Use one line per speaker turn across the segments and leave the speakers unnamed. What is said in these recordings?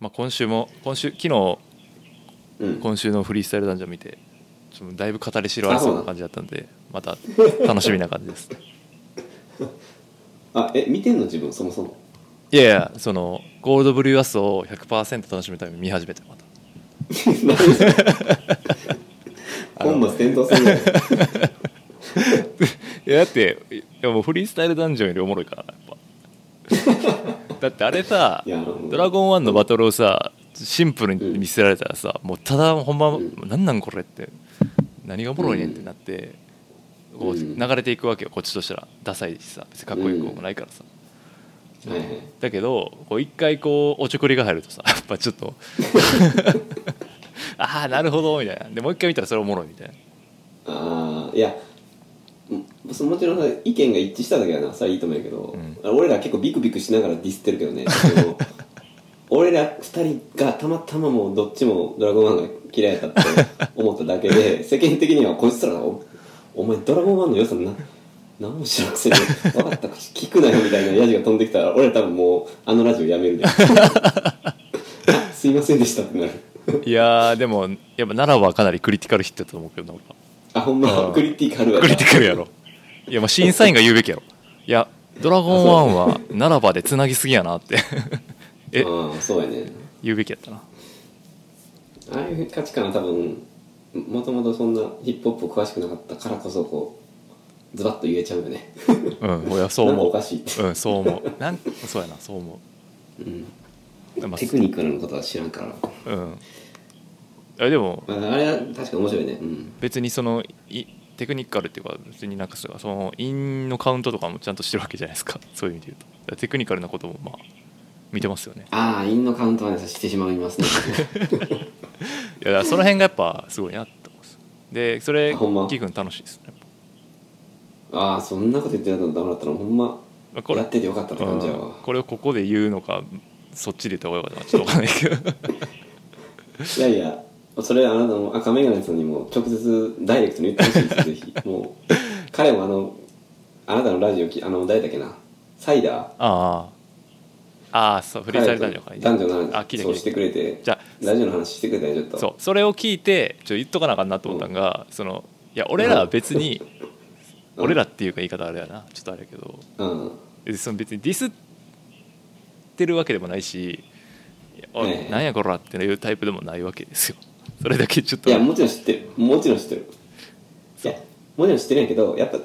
まあ、今週も今週昨日
うん、
今週のフリースタイルダンジョン見てちょっとだいぶ語り代ありそうな感じだったんでまた楽しみな感じですね
あえ見てんの自分そもそも
いやいやそのゴールドブリューアスを100%楽しむために見始めてまたあの
本末転倒する ね
いやだっていやもうフリースタイルダンジョンよりおもろいからなやっぱ だってあれさ
いやあの
ドラゴン1のバトルをさシンプルに見せられたらさ、もうただほんま何なんこれって何がおもろいねんってなって、こう
うん
流れていくわけよこっちとしたらダサいしさ別にかっこよくもないからさ、
はいはい
だけどこう一回こうおちょくりが入るとさ やっぱちょっとああなるほどみたいなでもう一回見たらそれおもろいみたいな
ああいやうんそのもちろんさ意見が一致しただけはなそれはいいと思うんやけど、
ん
俺ら結構ビクビクしながらディスってるけどねその俺ら二人がたまたまもうどっちも「ドラゴンワン」が嫌いだったって思っただけ で世間的にはこいつらおお前ドラゴンワンの良さな何も知らんくせに分かったか聞くなよみたいなヤジが飛んできたら俺ら多分もうあのラジオやめ るであすいませんでしたってなる
いやーでもやっぱ奈良はかなりクリティカルヒットだと思うけどなんか
あほんま
あー
クリティカルやな
クリティカルやろいやまあ審査員が言うべきやろいや「ドラゴンワンはならばでつなぎすぎやなってえ
うんそうやね
言うべきやったな
ああいう価値観は多分もともとそんなヒップホップ詳しくなかったからこそこうズバッと言えちゃうよね
うん俺はそう
なんか
思
お
う
かしいって
うんそう思うなんそうやなそう思う、まあ
テクニックのことは知らんから、
うんあでも
まあ、あれは確かに面白いねうん
別にそのいテクニカルっていうか別になんかそのインのカウントとかもちゃんとしてるわけじゃないですか そういう意味で言うとだからテクニカルなこともまあ見てますよね
ああインのカウントはねしてしま いますね
いやだからその辺がやっぱすごいなって思いますでそれ
あほんま
キー君楽しいですねやっぱ
ああそんなこと言ってたのダメだったらほんま
まあこれ
やっててよかったって感じやわ
うんこれをここで言うのかそっちで言った方がよかったのかちょっとわかんないけ ど
いやいやそれはあなたの赤眼鏡さんにも直接ダイレクトに言ってほしいですぜひもう彼もあのあなたのラジオきあの誰だっけなサイダー
ああああそうフリースタイルダンジョンか
男女の
あ聞
話
いた
そうして
聞い
くれて
じゃ
ラジオの話してくれたよちょったと
そうそれを聞いてちょっと言っとかなあかんなと思ったんが、そのいや俺らは別に、
うん
俺らっていうか言い方あれやなちょっとあれやけど
う、ん、
えその別にディスってるわけでもないしいやおい
ええ
なんやこらっていうタイプでもないわけですよそれだけちょっ
い
と
やもちろん知ってるもちろん知ってるいやもちろん知ってるんやけどやっぱ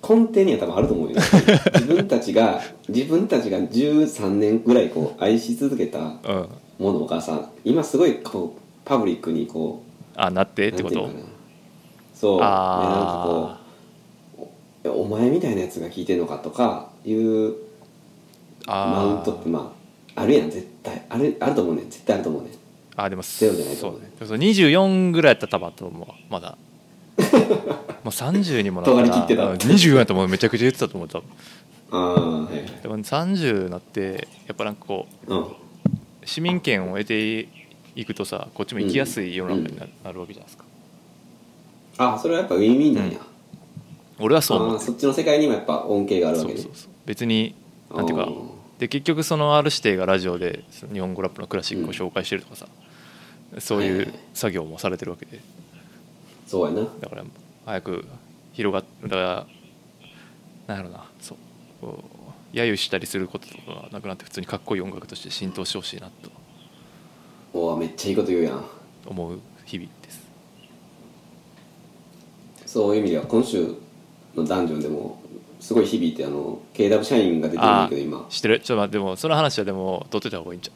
根底には多分あると 思うよ自分たちが自分たちが13年ぐらいこう愛し続けたも
うん
のがさ今すごいこうパブリックにこう
あなってってこ
な
と
んていうかなそうねなんかこう
あ
いやお前みたいなやつが聞いてんのかとかいう
ーあ
マウントってまああるやん絶対あるあると思うねん絶対あると思うねん
あでもそ
ゼ
う
ロじゃないと思う
ねでもその24ぐらいやったら多分あったと思うわま だもう30にもなったら
尖り切ってた
うん24やったらもうめちゃくちゃ言ってたと思う多分
ああはいはい
でも30になってやっぱなんかこ
うん
う市民権を得ていくとさこっちも生きやすい世の中になる,、なるわけじゃないですか
あそれはやっぱウィンウィンなんや、
俺はそう思
あ
う
ーそっちの世界にもやっぱ恩恵があるわ
そ
け
う
で
そうそう別になんていう
あ
か
ー
で結局その R 指定がラジオでその日本語ラップのクラシックを紹介してるとかさ、そうい
はいは
う
い
作業もされてるわけで
そうやな
だから早く広がっだからなんやろなそうこう揶揄したりすることとかがなくなって普通にかっこいい音楽として浸透してほしいなと
おーめっちゃいいこと言うやん
思う日々です
そういう意味では今週のダンジョンでもすごい響いてあの KW 社員が出てるんだけど今
知ってるちょっと待ってでもその話はでも取っといた方がいいんち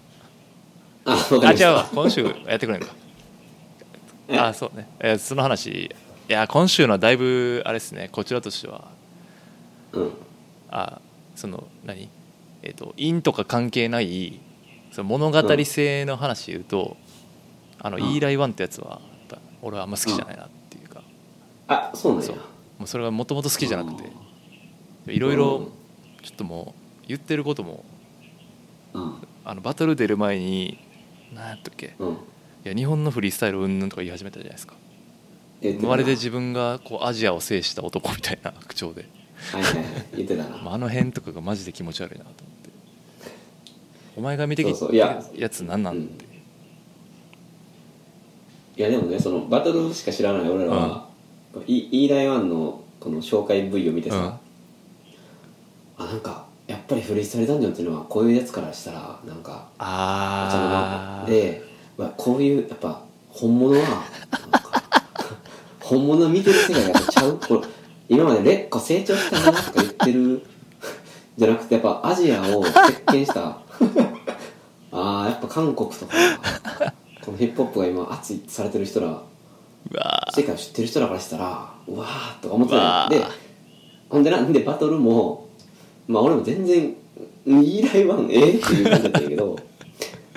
ゃ
あわかり
うあ
ま
違
し
うわ
た
今週やってくれんかあそうね、えーその話いや今週のはだいぶあれですねこちらとしては
うん
あその何えっ、と因とか関係ないその物語性の話で言うと、あの
うん
イーライワンってやつはやっぱ俺はあんま好きじゃないなっていうか、
あそうなんや
そうもうそれがもともと好きじゃなくてい
い
ろいろちょっともう言ってることも
うん
あのバトル出る前に何やったっけ
うん
いや日本のフリースタイルうんぬんとか言い始めたじゃないですか
言ってた
生
な
まれて自分がこうアジアを制した男みたいな口調で、
はいはいはい言ってたな
まあ、あの辺とかがマジで気持ち悪いなと思ってお前が見てき
そ
た
うそういや
やつなんなんって、
いやでもねそのバトルしか知らない俺らは、イイーダイワンのこの紹介 V を見てさ、あなんかやっぱりフリースタイルダンジョンっていうのはこういうやつからしたらなんかお茶の
あ
間
あ
で、まあ、こういうやっぱ本物はなんか 本物見てる世界がやっぱちゃうこれ今まで劣化成長したなとか言ってる じゃなくてやっぱアジアを席巻した あーやっぱ韓国とかこのヒップホップが今熱いってされてる人ら
うわ
世界を知ってる人らからしたらうわーとか思ってた
う
で
わー
ほんでなんでバトルもまあ俺も全然イーライワンええっていう感じだったんや けど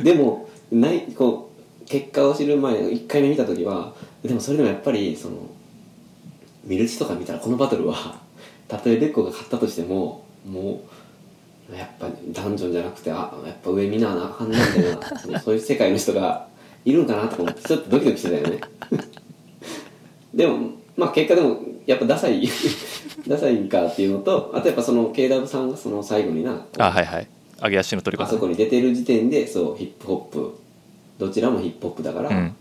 でもないこう結果を知る前の1回目見た時はでもそれでもやっぱりそのミルチとか見たらこのバトルは たとえレッコが勝ったとしてももうやっぱダンジョンじゃなくてあやっぱ上見なあなあかんなみたいな そのそういう世界の人がいるんかなとか思ってちょっとドキドキしてたよね でもまあ結果でもやっぱダサい ダサいんかっていうのとあとやっぱその KW さんがその最後にな
あはいはい上げ足の取り
あ
方
そこに出てる時点でそうヒップホップどちらもヒップホップだから、
うん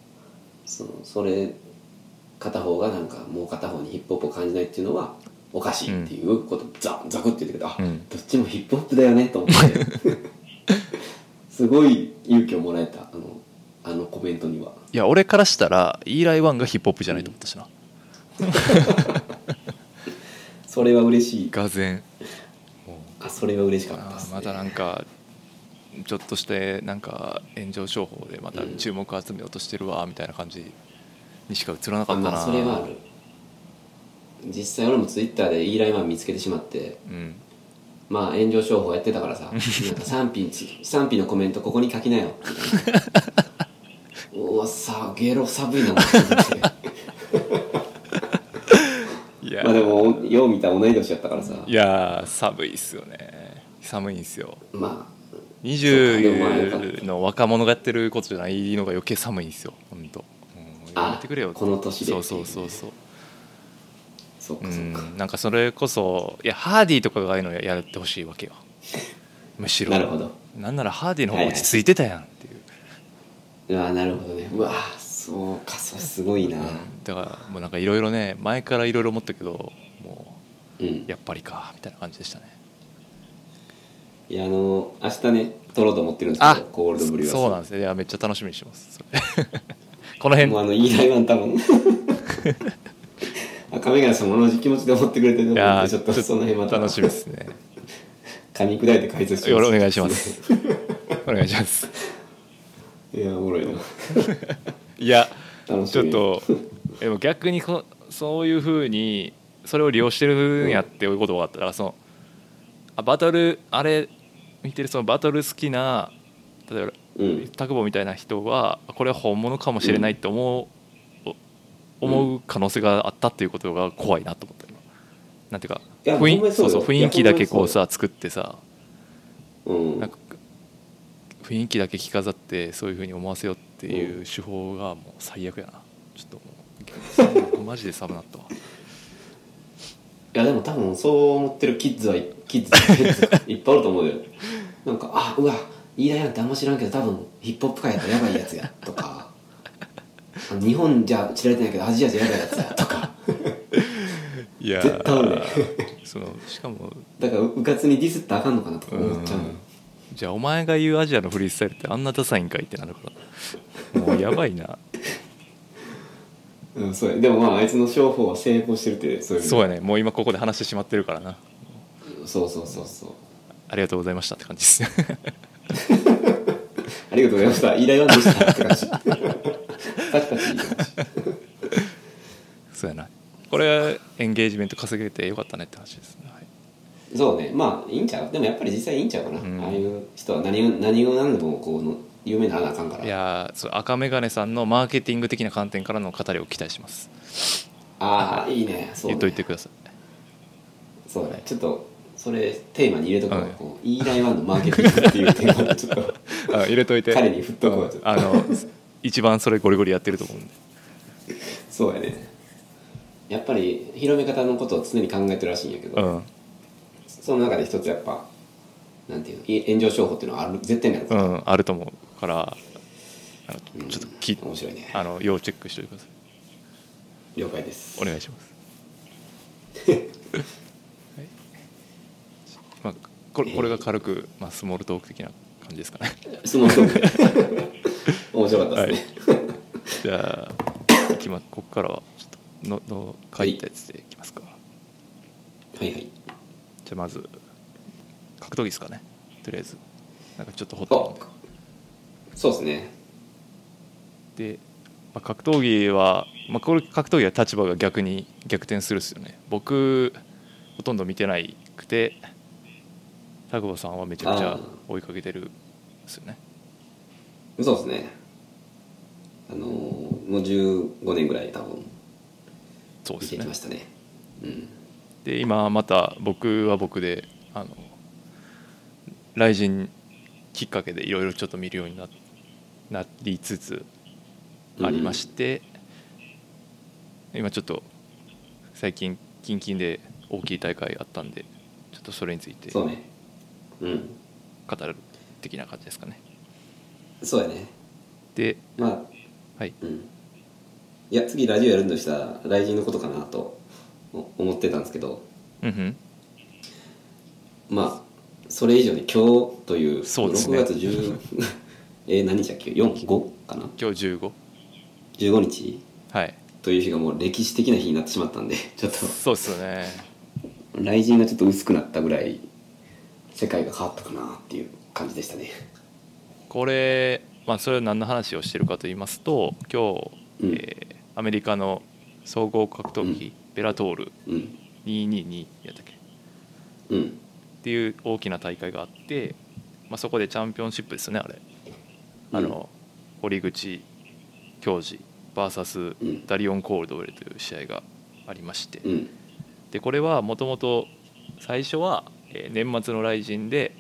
そのそれ片方がなんかもう片方にヒップホップを感じないっていうのはおかしいっていうことをザザクって言ってくれた、あ
うん
どっちもヒップホップだよねと思ってすごい勇気をもらえたあのあのコメントにはい
や俺からしたらイーライワンがヒップホップじゃないと思ったしな
それは嬉しい
がぜん
あそれは嬉しかっ
あ
たっ
ー
す、ね、
またなんかちょっとしてなんか炎上商法でまた
うん
注目集めようとしてるわみたいな感じにしか映らなか
あ
ったな、
まあそれはある実際俺もツイッターでイーライマン見つけてしまって
うん
まあ炎上商法やってたからさなんか賛否つ賛否のコメントここに書きなよみたいなうわさゲロ寒いなって
いや
まあでもよう見た同い年やったからさ
いやー寒いっすよね寒いんすよ
まそうかでもまあやっ
20
ぱ
の若者がやってることじゃないのが余計寒いんすよ本当
あ
やめてくれよ
この年で
そうそうそうそう
あそう
う
かそうか
んなんかそれこそいやハーディーとかがああいうのやってほしいわけよむしろ
なるほど
なんならハーディーの方が落ち着いてたやんっていう、
うわなるほどねうわそうかそれすごいな
うんだからもうなんかいろいろね前からいろいろ思ったけども
うん
うやっぱりかみたいな感じでしたね
いやあの明日ね撮ろうと思ってるんです
あ
けどコールドブリュワーズ
そうなんですねいやめっちゃ楽しみにしてますそ れこの辺
もうあのイーライマン 多分あ亀ヶ谷さんも同じ気持ちで思ってくれてると
い
思うん
や
でちょっとその辺また
楽しみです ね
噛み砕いて解説し
よ
ます
ろお願いします お願いします
いやおもろいない
や
楽し
ちょっ
み
とでも逆にこそういうふうにそれを利用してるんやっていうことが分かっただからそのあバトルあれ見てるそのバトル好きな例えば
うん
タクボみたいな人はこれは本物かもしれないって思う、思う可能性があったっていうことが怖いなと思った今なんていうか
いや
雰
ほんま
囲
にそう
そう
よ
そう雰囲気だけこうさ作ってさ
うん
なんか雰囲気だけ着飾ってそういうふうに思わせようっていう手法がもう最悪やなちょっともう逆にマジで寒なったわ
いやでも多分そう思ってるキッズはいキッズキッズかいっぱいあると思うよなんかあうわイーライアンってあんま知らんけど多分ヒップホップ界やったらやばいやつやとかあの日本じゃ知られてないけどアジアじゃやばいやつやと か
いやー
絶対あるね
そのしかも
だからううかつにディスったらあかんのかなとか思っちゃうのよ
うんじゃあお前が言うアジアのフリースタイルってあんなダサいんかいってなるからもうやばいな
うん、そうやでもまああいつの商法は成功してるってそういう
そうやねもう今ここで話してしまってるからな
そうそうそうそう
ありがとうございましたって感じですね
ありがとうございましたイーライアンでしたって感 じパチパチ
そうやなこれエンゲージメント稼げてよかったねって話ですね、はい
そうねまあいいんちゃうでもやっぱり実際いいんちゃうかな、
うん
ああいう人は何を何を何でもこうの有名にならなあかんから
いやーそう赤眼鏡さんのマーケティング的な観点からの語りを期待します、
ああいいねそう
言っ
ね
といてください
そうねちょっとそれテーマに入れとこう,、
うん
こうイーライアンのマーケティングっていうテーマでちょっ と
あ入れといて
彼に振っとこうちょっと
あの一番それゴリゴリやってると思うんで
そうやねやっぱり広め方のことを常に考えてるらしいんやけど、
うん
その中で一つやっぱなんていうのい炎上商法っていうのはある絶対にあるか
う
ら、
んあると思うからあの
うん
ちょっとき
面白いね
あの要チェックしておいてください
了解です
お願いします、はいまあ、これこれが軽く、まあ、スモールトーク的な感じですかね
質問 しても面白かったですね、
じゃあいきまここからはちょっとのの書いたやつでいきますか、
はい、はい
じゃあまず格闘技ですかねとりあえずなんかちょっとホッ
あ
ト
そうですね
で、まあ、格闘技は、まあ、これ格闘技は立場が逆に逆転するですよね僕ほとんど見てないくて田久保さんはめちゃくち
あ
ゃ
ー
追いかけてるんですよね
そうですねあのーもう15年ぐらい多分
そうで
見
す
てき
ね
ましたねうん
で今また僕は僕であの雷神きっかけでいろいろちょっと見るようにななりつつありまして、今ちょっと最近キンキンで大きい大会あったんでちょっとそれについて
そ
語
うねうん
る的な感じですかね
そうやね
で
まあ
はい
うんいや次ラジオやるんとしたら雷神のことかなとお思ってたんですけど
うんうん
まあそれ以上に今日という
そうですね
6月10 えー何日だっけ45かな
今日15
15日
はい
という日がもう歴史的な日になってしまったんでちょっと
そうですよね
雷神がちょっと薄くなったぐらい世界が変わったかなっていう感じでしたね
これ、まあ、それは何の話をしてるかと言いますと今日、
うん
えーアメリカの総合格闘技、ベラトール
うん
222やったっけっ
うん
ていう大きな大会があって、まあ、そこでチャンピオンシップですよねあれあの、堀口教授 VS
うん
ダリオン・コールドウェルという試合がありまして、
うん
でこれはもともと最初は、えー年末の雷神で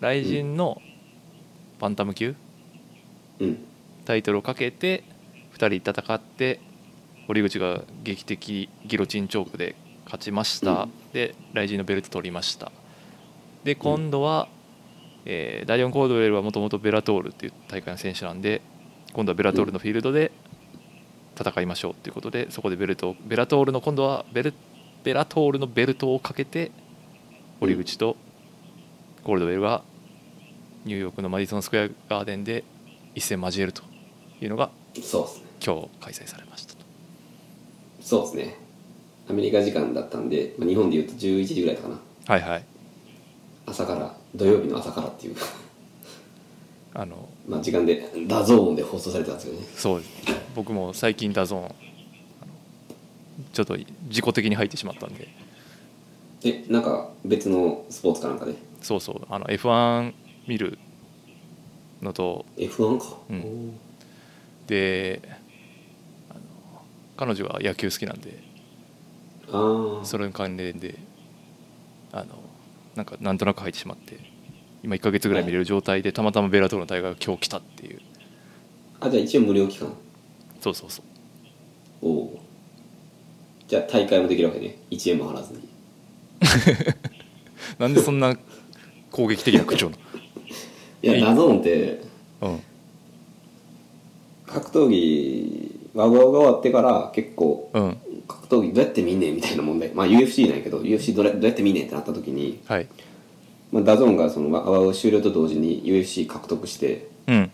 雷神のバンタム級、
うん
タイトルをかけて2人戦って堀口が劇的ギロチンチョークで勝ちました、
うん
でライジンのベルト取りましたで今度は、えーダイオン・コードウェルはもともとベラトールっていう大会の選手なんで今度はベラトールのフィールドで戦いましょうということでそこでベルトをベラトールの今度はベルベラトールのベルトをかけて堀口とコールドウェルがニューヨークのマディソン・スクエアガーデンで一戦交えるというのが
そうですね
今日開催されましたと
そうですねアメリカ時間だったんで、まあ、日本でいうと11時ぐらいかな
はいはい
朝から土曜日の朝からっていう
あの
まあ時間でダゾーンで放送されてたんですけどね
そうです僕も最近ダゾーンあのちょっと自己的に入ってしまったんで
えなんか別のスポーツかなんかで
そうそうあの F1 見るのと
F1 か、
うん
おー
であの彼女が野球好きなんで
ああ
それの関連であのなんかなんとなく入ってしまって今1ヶ月ぐらい見れる状態でたまたまベラトールの大会が今日来たっていう
あじゃあ一応無料期間
そうそうそう
おおじゃあ大会もできるわけね1円も払わずに
なんでそんな攻撃的な口調なの
いや
いい
ダゾーンって
うん
格闘技ワウワウが終わってから結構
うん
格闘技どうやって見んねんみたいな問題まあ UFC なんやけど UFC どれどうやって見んねんってなった時に、
はい
まあ、ダゾーンがそのワウワウ終了と同時に UFC 獲得して
うん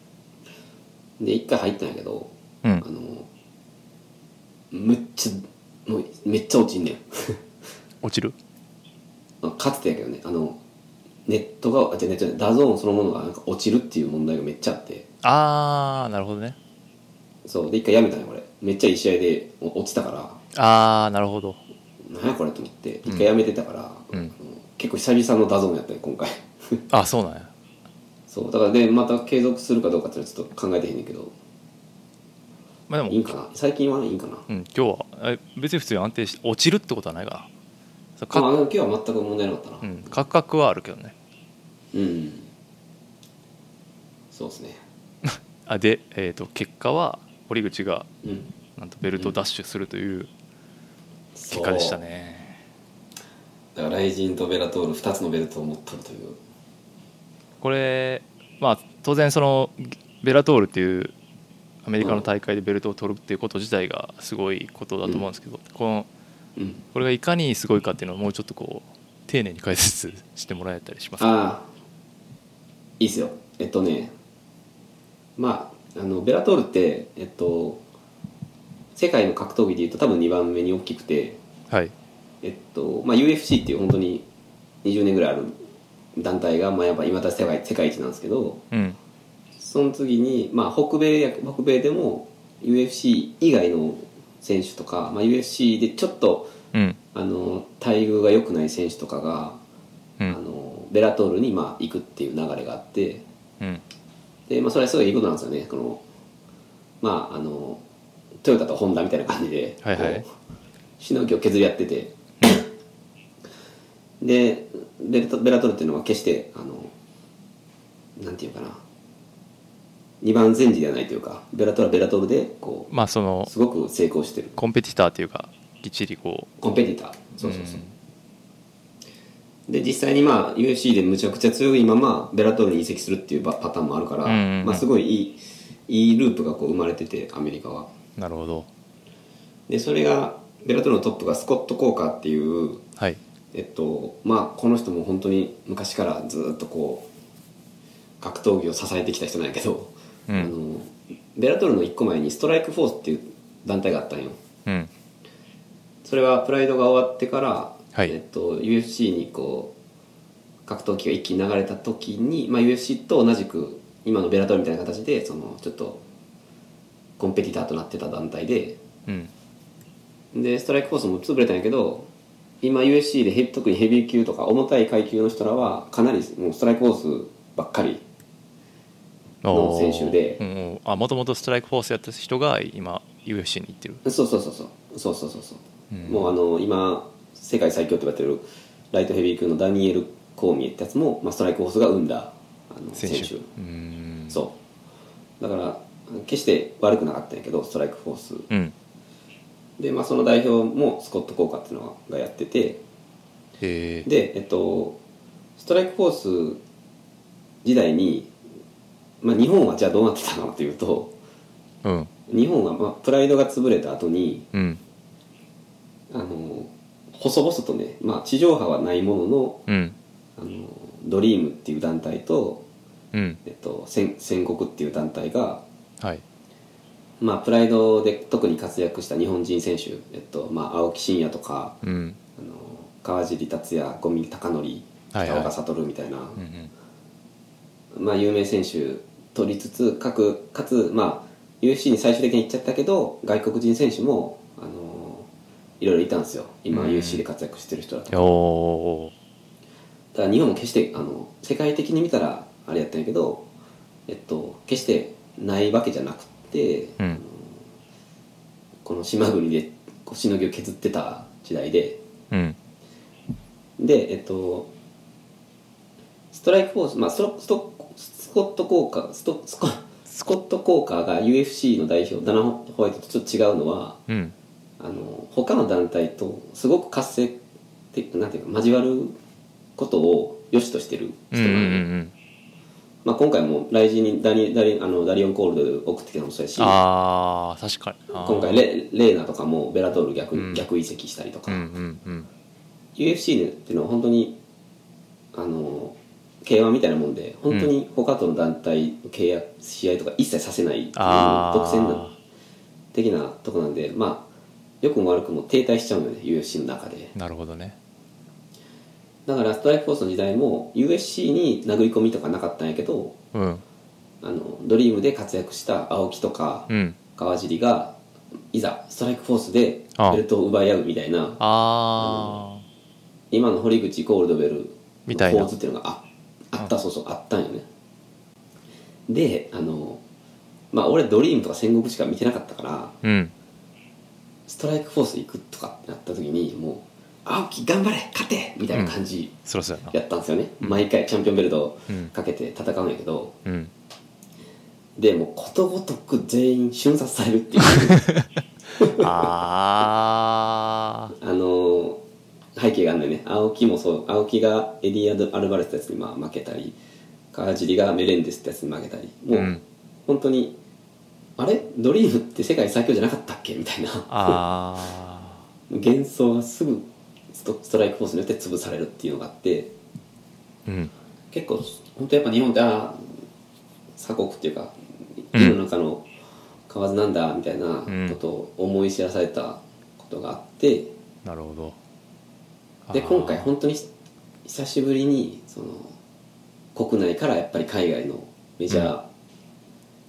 で一回入ったんやけど
う
あ
ん
のめっちゃもうめっちゃ落ちん ねん
落ちる
あかつてやけどねあのネットがあじゃあネットじゃないダゾーンそのものがなんか落ちるっていう問題がめっちゃあって
あーなるほどね
そうで一回やめたねこれめっちゃいい試合でもう落ちたから
あーなるほど
何やこれと思って一回やめてたから、
うん
あの結構久々のダゾーンやったね今回
あそうなんや
そうだからでまた継続するかどうかっていうのはちょっと考えてへんねんけど
まあで
いい
も、
んかな最近はねいいんかな
うん、今日はえ別に普通に安定して落ちるってことはないかな
まあ
か、
あの今日は全く問題なかったな
うん、価格はあるけどね
うん、そうですね
あで、えー、と結果は堀口が
うん
なんとベルトダッシュするという
結
結果でしたね、
だから雷神とベラトール2つのベルトを持っとるという
これ、まあ、当然そのベラトールっていうアメリカの大会でベルトを取るっていうこと自体がすごいことだと思うんですけど、この
うん、
これがいかにすごいかっていうのをもうちょっとこう丁寧に解説してもらえたりしますか
ああいいっすよえっとねまああのベラトールってえっと世界の格闘技でいうと多分2番目に大きくて
はい
えっとまあ UFC っていう本当に20年ぐらいある団体がまあやっぱ今だ世界世界一なんですけど
うん
その次にまあ北米や北米でも UFC 以外の選手とか、まあ、UFC でちょっと
うん
あの待遇が良くない選手とかが
う
あ
ん
のベラトールにまあ行くっていう流れがあって
うん
で、まあ、それはすごいいいことなんですよねこのまああのトヨタとホンダみたいな感じで、
はいはい
こうしのぎを削り合っててでベルトベラトールっていうのは決してあのなんていうかな二番前時ではないというかベラトールはベラトールでこ
まあそうの
すごく成功してる
コンペティターっていうかきっちりこう
コンペティターそうそうそう、で実際にまあ UFC でむちゃくちゃ強いままベラトールに移籍するっていうパパターンもあるから、
うんうんうん
まあ、すごいいいいいループがこう生まれててアメリカは
んなるほど
でそれがベラトールのトップがスコット・コーカーっていう
はい
えっとまあこの人も本当に昔からずっとこう格闘技を支えてきた人なんやけど、
うん
あのベラトールの1個前にストライクフォースっていう団体があったんよ
うん
それはプライドが終わってから、
はい
えっと、UFC にこう格闘技が一気に流れた時に、まあ、UFC と同じく今のベラトルみたいな形でそのちょっとコンペティターとなってた団体で
うん
でストライクフォースも潰れたんやけど今 UFC でヘビ特にヘビー級とか重たい階級の人らはかなりもうストライクフォースばっかりの
おー
選手で
うんうんあもともとストライクフォースやった人が今 UFC に行ってる
そうそうそうそうそうそうそうそう、
うん
もうあの今世界最強と言われてるライトヘビー級のダニエル・コーミエってやつも、まあ、ストライクホースが生んだあの選
選
手
手うん
そうだから決して悪くなかったんやけどストライクフォース
うん
で、まあ、その代表もスコット・コーカーっていうのがやってて
へえ
でえっとストライクフォース時代に、まあ、日本はじゃあどうなってたのかというと
うん
日本は、まあ、プライドが潰れた後に
うん
あの細々とね、まあ、地上波はないものの
うん
あのドリームっていう団体と、
うん
えっと、戦戦国っていう団体が、
はい
まあ、プライドで特に活躍した日本人選手、えっとまあ、青木真也とか
うん
あの川尻達也五味貴教
はい
北
はい
岡悟みたいな、
うんうん
まあ、有名選手取りつつ各かつ、まあ、UFC に最終的に行っちゃったけど外国人選手もあのいろいろいたんですよ今
うん
UFC で活躍してる人だとか。
おー
ただ日本も決してあの世界的に見たらあれやったんやけど、えっと、決してないわけじゃなくて、
うん
あのこの島国でこうしのぎを削ってた時代で
うん
で、えっと、ストライクフォース、まあ、ストストスコット・コーカーストスコスコット・コーカーが UFC の代表ダナ・ホワイトとちょっと違うのは
うん
あの他の団体とすごく活性的なんていうか交わることを良しとしてる
うんう
人
ん
な
うんん
で、
うん
まあ、今回も来人にダリダリあのダリオン・コールド送ってきたのもそうやし今
あー確かにあー
回レレーナとかもベラトール逆,、
うん
逆移籍したりとか、
うんうんうん
UFC っていうのは本当にあの K1 みたいなもんで本当に他との団体の契約試合とか一切させないっていう独
あー
占な的なとこなんでまあ良くも悪くも停滞しちゃうのよね UFC の中で
なるほどね
だからストライクフォースの時代も UFC に殴り込みとかなかったんやけど
うん
あのドリームで活躍した青木とか、
うん
川尻がいざストライクフォースで
ああ
ベルトを奪い合うみたいな
あー
今の堀口ゴールドベル
みた
の
いな
構図っていうのがああったそうそうあったんよねであのまあ俺ドリームとか戦国しか見てなかったから
うん
ストライクフォース行くとかってなった時にもう「青木頑張れ勝て!」みたいな感じ
そろそろやな
やったんですよね、毎回チャンピオンベルト
うん
かけて戦うんやけど、
うん
でもうことごとく全員瞬殺されるっ ていう
あ
あのー背景があるんだよね青木もそう青木がエディ・アルバレスたちにまあ負けたり川尻がメレンデスってやつに負けたりも
う
う、
ん、
本当にあれドリームって世界最強じゃなかったっけみたいな
あ
幻想がすぐストストライクフォースによって潰されるっていうのがあって
ーうん
結構本当やっぱ日本ってああ鎖国っていうか
うん
世の中の蛙なんだみたいなことを思い知らされたことがあって、
なるほど
で
あー
今回本当にひ久しぶりにその国内からやっぱり海外のメジャー、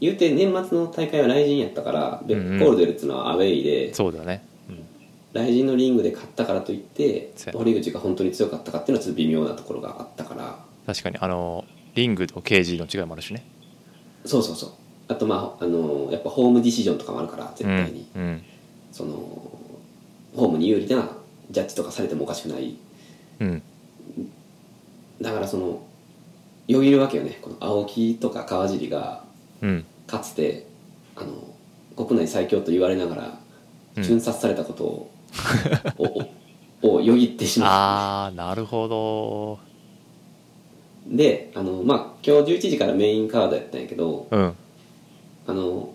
言うて年末の大会は雷神やったから、ベ
うんうん
コールデルっていうのはアウェイで
そうだね、うん
雷神のリングで勝ったからといって
そうやな
堀口が本当に強かったかっていうのはちょっと微妙なところがあったから
確かにあのリングとケージの違いもあるしね
そうそうそうあとまあ、あのやっぱホームディシジョンとかもあるから絶対に、
うんうん
そのホームに有利なジャッジとかされてもおかしくない
うん、
だからそのよぎるわけよねこの青木とか川尻が
うん
かつてあの国内最強と言われながら
うん
瞬殺されたこと を,お、ををよぎってしま
ああなるほ
うであの、まあ、今日11時からメインカードやったんやけど
どうん
あの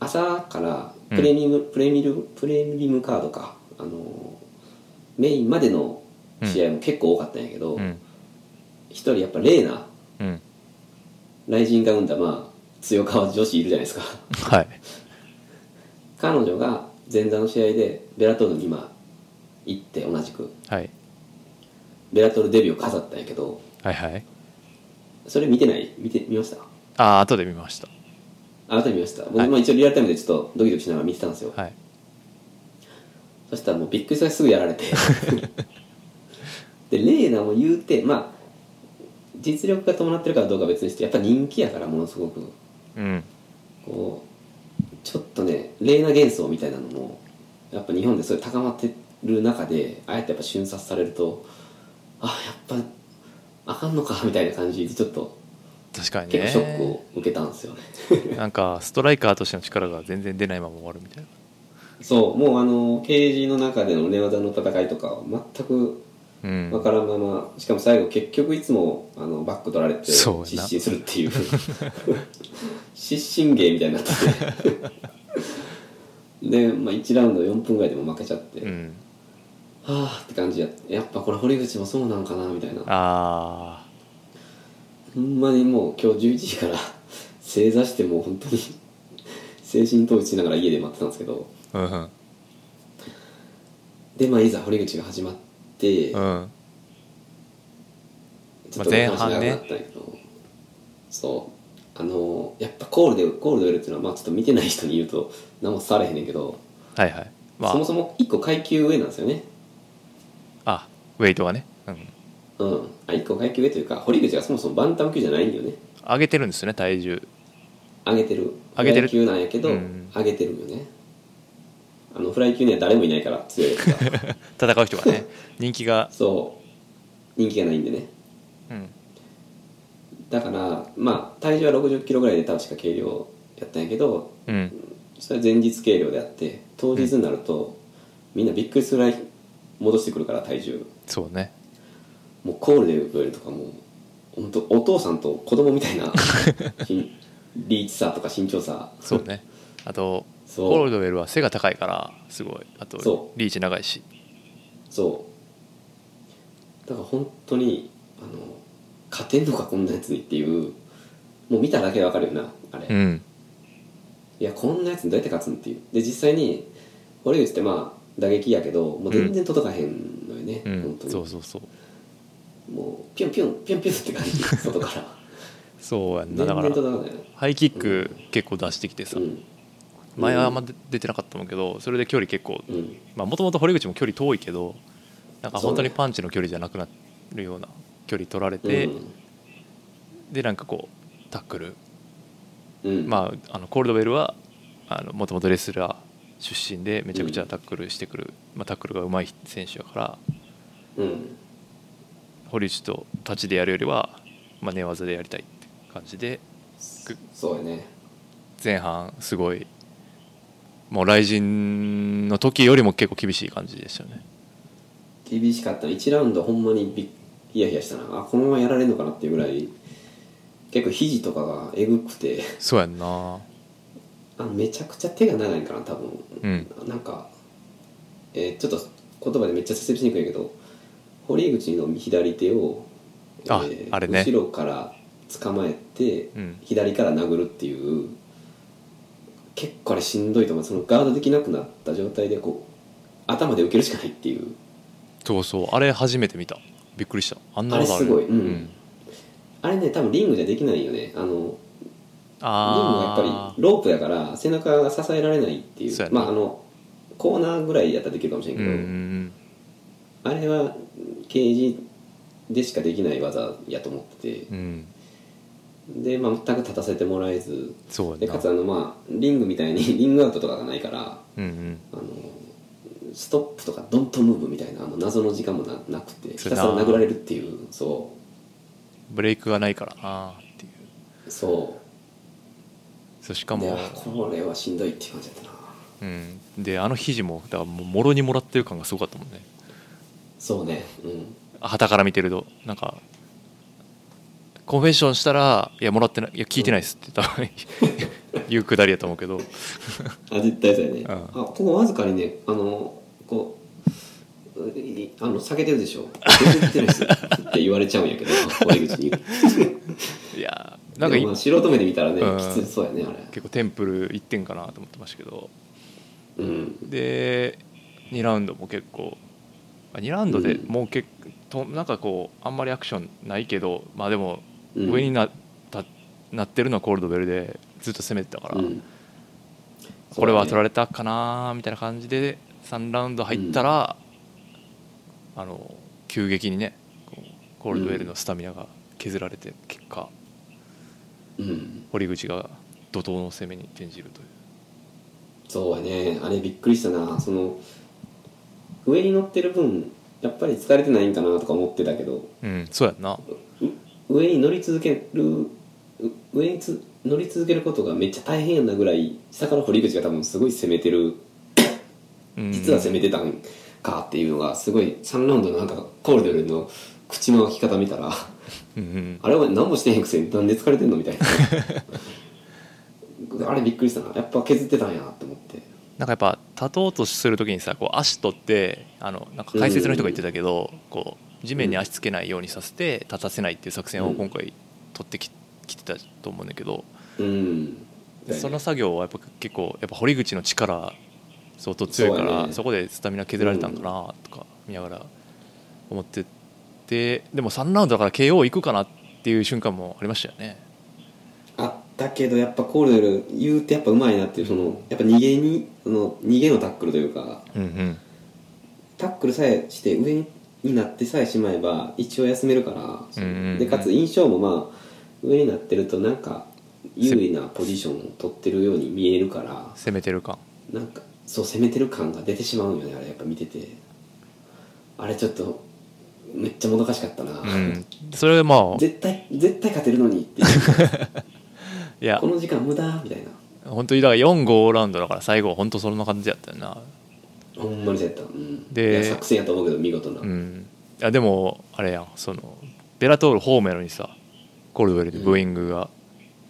朝からプレミアム、プレミルプレミアムカードかあのメインまでの試合も結構多かったんやけど
うん
一、人やっぱレーナ
うん
雷神が生んだ、まあ、強川女子いるじゃないですか
はい
彼女が前座の試合でベラトルに今行って同じく
はい
ベラトルデビューを飾ったんやけど
はいはい
それ見てない見て見ました
ああ後で見ました
改めて見ました僕
はい
も一応リアルタイムでちょっとドキドキしながら見てたんですよ、
はい
そしたらもうびっくりしたすぐやられてでレーナも言うてまあ実力が伴ってるからどうかは別にしてやっぱ人気やからものすごく
うん
こうちょっとねレーナ幻想みたいなのもやっぱ日本でそれ高まってる中であえてやっぱ瞬殺されるとあやっぱあかんのかみたいな感じでちょっと
確かに
結構
ね
ショックを受けたんですよね
なんかストライカーとしての力が全然出ないまま終わるみたいな
そうもうあのケージの中での寝技の戦いとかは全く
うん
分からんまましかも最後結局いつもあのバック取られて失
そうやな
神するっていう 失神芸みたいになって てで、まあ、1ラウンド4分ぐらいでも負けちゃって、
う
は
ん
あって感じややっぱこれ堀口もそうなんかなみたいな
あ
ほんまにもう今日11時から正座してもう本当に 精神統一しながら家で待ってたんですけど
あうん
でまあいざ堀口が始まって、
うんうん
ちょっと前半ねそうあのやっぱコールでコールドウェルっていうのはまあちょっと見てない人に言うと何もされへんねんけど、
はいはいまあ
そもそも1個階級上なんですよね
あウェイトはね、うん、
うんあ1個階級上というか堀口がそもそもバンタム級じゃないんだよね
上げてるんですよね体重
上げてる
上げてる
フライ級なんやけど、
うん
上げてるよねあのフライ級には誰もいないから強いやつ が
戦う人がね人気が
そう人気がないんでね
うん
だからまあ体重は6 0キロぐらいで確か軽量やったんやけど
うん
それは前日計量であって当日になると、みんなびっくりするぐらい戻してくるから体重
そうね
もうコールで増えるとかもう本当お父さんと子供みた いな身リーチさとか身長さ
そう ねあと
そう
コールドウェルは背が高いからすごいあと
そ
リーチ長いし
そうだから本当にあの勝てんのかこんなやつにっていうもう見ただけでわかるよなあれ、
う
い
ん
やこんなやつにどうやって勝つんっていうで実際に堀口ってまあ打撃やけどもう全然届かへんのよね、
う
本
ん
当に
そうそうそう
もうピュンピュンピュンピュンって感じ外から
そうやん
全
な
然
だから
届かない
ハイキック結構出してきてさ、
うん
前はあんま出てなかったもんけどそれで距離結構
うん
まあもともと堀口も距離遠いけどなんか
そう
本
ね
当にパンチの距離じゃなくなるような距離取られて、
うん
でなんかこうタックル、
うん
まああのコールドウェルはもともとレスラー出身でめちゃくちゃタックルしてくる、まあ、タックルが上手い選手だから
うん
堀内と立ちでやるよりは、まあ、寝技でやりたいって感じで
そうやね
前半すごいもう雷神の時よりも結構厳しい感じでしたよね
厳しかった1ラウンドほんまにびっヒヤヒヤしたなあこのままやられるのかなっていうぐらい結構肘とかがえぐくて
そうやんな
あめちゃくちゃ手が長いんかな多分、
うん
なんか、えーちょっと言葉でめっちゃ説明しにくいけど堀口の左手を、
あ
ー
あれね
後ろから捕まえて、
うん
左から殴るっていう結構あれしんどいと思うそのガードできなくなった状態でこう頭で受けるしかないっていう
そうそうあれ初めて見たびっくりしたあんな技ある
あれすごいうん
うん、
あれね多分リングじゃできないよねあのリングはやっぱ
あ
りロープやから背中が支えられないってい
そう
う
やな
まああのコーナーぐらいやったらできるかもしれん
う
け
ん
ど、
うんうん
あれはケージでしかできない技やと思ってて
うん
で、まあ、全く立たせてもらえず
そう
で
や
か
な
つあのまあリングみたいにリングアウトとかがないから
うんうん
あのストップとかドントムーブみたいなあの謎の時間もななくてひ
そう
た
や
す
な
ら殴られるっていうそ
ブレイクがないからなっていう
うそう
そうしか
で
も
あこれはしんどいっていう感じだったな
うんであの肘もだからもうもろにもらってる感がすごかったもんね
そうねうん
旗から見てるとなんかコンフェッションしたら「いやもらってないいや聞いてないです」って多分言うくだりやと思うけど
あ絶対そうやね、
うん
あここわずかにねあのこうういあの避けてるでしょ全然言ってないですって言われちゃうんやけど悪口に
いやー なんか
でも
い
まあ素人目で見たらね、
うん
きつそうやねあれ
結構テンプル1点かなと思ってましたけど
うん
で2ラウンドも結構2ラウンドで
うん
もう結構となんかこうあんまりアクションないけどまあでも
うん
上になったなってるのはコールドベルでずっと攻めてたから、
うん
これは取られ
れ
たかなーみたいな感じで3ラウンド入ったら、あの急激にねこうコールドウェルのスタミナが削られて結果
うん
堀口が怒涛の攻めに転じるという
そうやねあれびっくりしたなその上に乗ってる分やっぱり疲れてないんかなとか思ってたけど
うんそうやんな
上に乗り続けるう上につ乗り続けることがめっちゃ大変やなぐらい下から堀口が多分すごい攻めてる
うん
実は攻めてたんかっていうのがすごい3ラウンドのなんかコールドルの口の開き方見たら
うんうん
あれは何もしてへんくせになん で疲れてんのみたいなあれびっくりしたなやっぱ削ってたんやなって思って
なんかやっぱ立とうとする時にさこう足取ってあのなんか解説の人が言ってたけど、こう地面に足つけないようにさせて立たせないっていう作戦を今回取ってききてたと思うんだけど、
うん
でその作業はやっぱ結構やっぱ堀口の力相当強いか
そう
ら
や
そ,、
ね
こでスタミナ削られたんかなとか見ながら思っててでも3ラウンドだから KO いくかなっていう瞬間もありましたよね
あったけどやっぱコールドル言うてやっぱうまいなっていうそのやっぱ逃げにその逃げのタックルというか
うんうん
タックルさえして上になってさえしまえば一応休めるから、
うんうんうん
でかつ印象もまあ上になってるとなんか優位なポジションを取ってるように見えるから
攻めてる感
なんかそう攻めてる感が出てしまうんよねあれやっぱ見ててあれちょっとめっちゃもどかしかったな、
うんそれはまあ
絶対絶対勝てるのに っていう
いや
この時間無駄みたいな
本当にだから45ラウンドだから最後は本当そんな感じだったよな
ほんまにそうやった、うん、
で
いや作戦やと思うけど見事な、
うんいやでもあれやんそのベラトールホーメロにさコールドウェルでブーイングが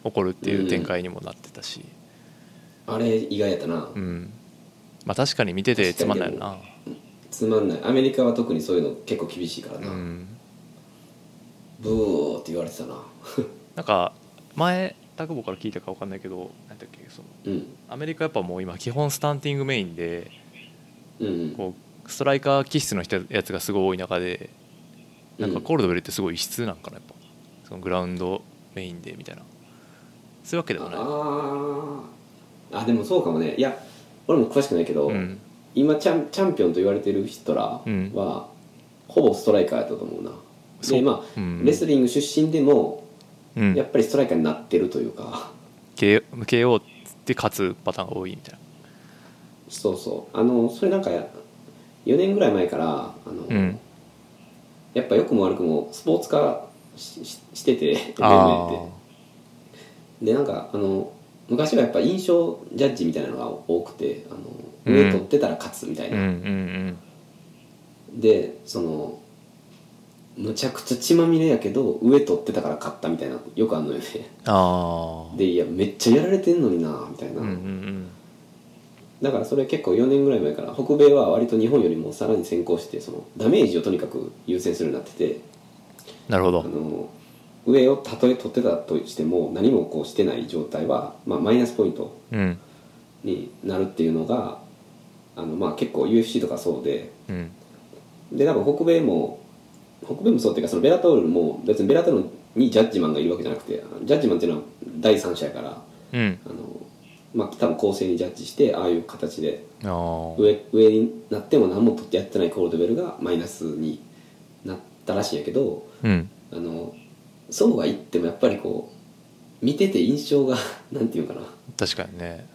起こるっていう展開にもなってたし、
あれ意外やったな、
うんまあ確かに見ててつまんないよな
つまんないアメリカは特にそういうの結構厳しいから
う
な、
ん
ブーって言われてたな
なんか前タクボから聞いたか分かんないけどなんだっけその
うん
アメリカやっぱもう今基本スタンティングメインで
うん
こうストライカー気質の人やつがすごい多い中でなんかコールドベルってすごい異質なんかなやっぱそのグラウンドメインでみたいなそういうわけでもない
あーあでもそうかもねいや俺も詳しくないけど、
うん
今チャンチャンピオンと言われてる人らは、
うん
ほぼストライカーやったと思うな
そう
でまあ、
うん
レスリング出身でも
うん
やっぱりストライカーになってるというか
KO KO で勝つパターンが多いみたいな
そうそうあのそれなんかや4年ぐらい前からあの、
うん
やっぱ良くも悪くもスポーツ化しししてて MMA
あ
って
ー
でなんかあの昔はやっぱ印象ジャッジみたいなのが多くてあの
うん
上取ってたら勝つみたい
うん
な、
うん
でそのむちゃくちゃ血まみれやけど上取ってたから勝ったみたいなよくあんのよね
ああ
でいやめっちゃやられてんのになみたいな、
うんうんうん
だからそれ結構4年ぐらい前から北米は割と日本よりもさらに先行してそのダメージをとにかく優先するようになってて
なるほ
あ
ど
の上をたとえ取ってたとしても何もこうしてない状態は、まあ、マイナスポイント
うん
になるっていうのがあの、まあ、結構 UFC とかそうで
うん
で多分北米も北米もそうっていうかそのベラトールも別にベラトールにジャッジマンがいるわけじゃなくてジャッジマンっていうのは第三者やから
うん
あの、まあ、多分公正にジャッジしてああいう形で
ああ
上上になっても何も取ってやってないコールドベルがマイナスになったらしいんやけど
うん
あのそうは言ってもやっぱりこう見てて印象が なんていうかな
確かにね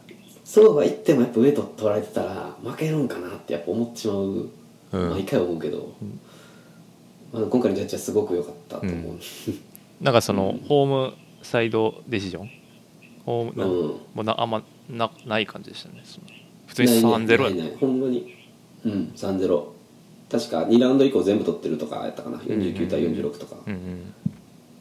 そうは言ってもやっぱ上と取られてたら負けるんかなってやっぱ思ってしまう、
う
毎
ん
回思うけど、
ん
まあ、今回のジャッジはすごく良かったと思う、
なんかそのホームサイドデシジョンホームな
うん
もうなあんまなない感じでしたねその普通に3ゼロ
な
やっ
いないないほんまにうん3ゼ0確か2ラウンド以降全部取ってるとかやったかな49対46とか、
たうん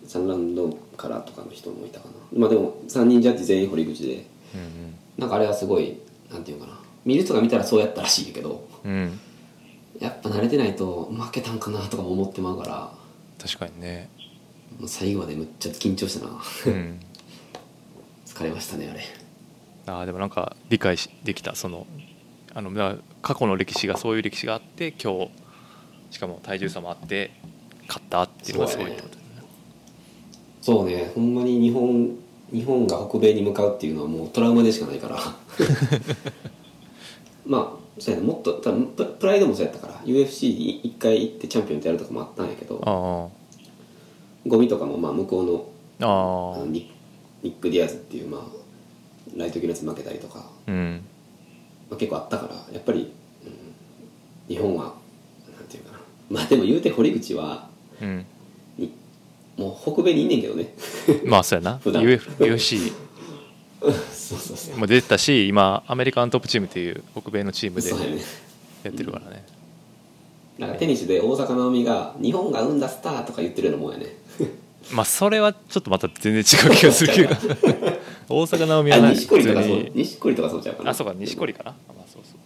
3ラウンドからとかの人もいたかなまあでも3人ジャッジ全員堀口で
うん
なんかあれはすごいなんていうかな見る人が見たらそうやったらしいけど
うんうん
やっぱ慣れてないと負けたんかなとかも思ってまうから
確かに ね
もう最後までむっちゃ緊張したな
うん
疲れましたねあれ
あーでもなんか理解しできたそのあのだから過去の歴史がそういう歴史があって今日しかも体重差もあって勝ったっていうのがすごいってことだね
そうねほんまに日本日本が北米に向かうっていうのはもうトラウマでしかないから まあそうやねもっと多分ププライドもそうやったから UFC に一回行ってチャンピオンとやるとかもあったんやけど
あ
ゴミとかもまあ向こうの
ああ
あの
あ
ニニック・ディアズっていう、まあ、ライト級のやつ負けたりとか、
うん
まあ、結構あったからやっぱり、うん日本はなんていうかなまあでも言うて堀口は
うん
にもう北米にいんねんけどね
まあそうやな
普段
UF UFC
そうそうそう
も出てたし今アメリカントップチームっていう北米のチームで
そうやね
やってるからね
なんかテニスで大坂なおみが「日本が生んだスター」とか言ってるようなもんやね
まあそれはちょっとまた全然違う気がする けど大阪なおみは
あ
な
錦織とかそう
普通に
錦織とかそうちゃうかな
あそうか錦織かなあまあそうそう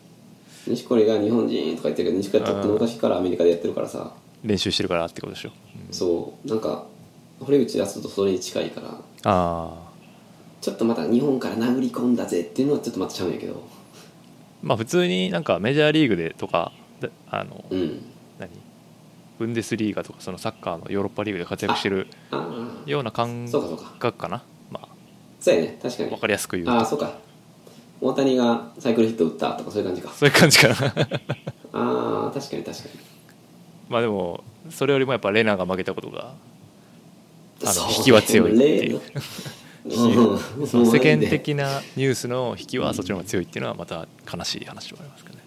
錦織が日本人とか言ってるけど錦織はとっくの昔からアメリカでやってるからさ
練習してるからってことでしょ、うん
そうなんか堀口出すとそれに近いから
ああ
ちょっとまた日本から殴り込んだぜっていうのはちょっとまたちゃうんやけど
まあ普通になんかメジャーリーグでとかであの、
うん
何ブンデスリーガとかそのサッカーのヨーロッパリーグで活躍してる
ああ
ような感
そうかそうか
覚かなま
そうやね確か
あ分
に
かりやすく言う
あ
と
あそうか大谷がサイクルヒット打ったとかそういう感じか
そういう感じかな
ああ確かに確か
まあでもそれよりもやっぱレナが負けたことがあ
に
の
そう
引きは強いっていう
例のうん
その世間
もうなんで
的なニュースの引きはそっちの方が強いっていうのはまた悲しい話ではありますけどね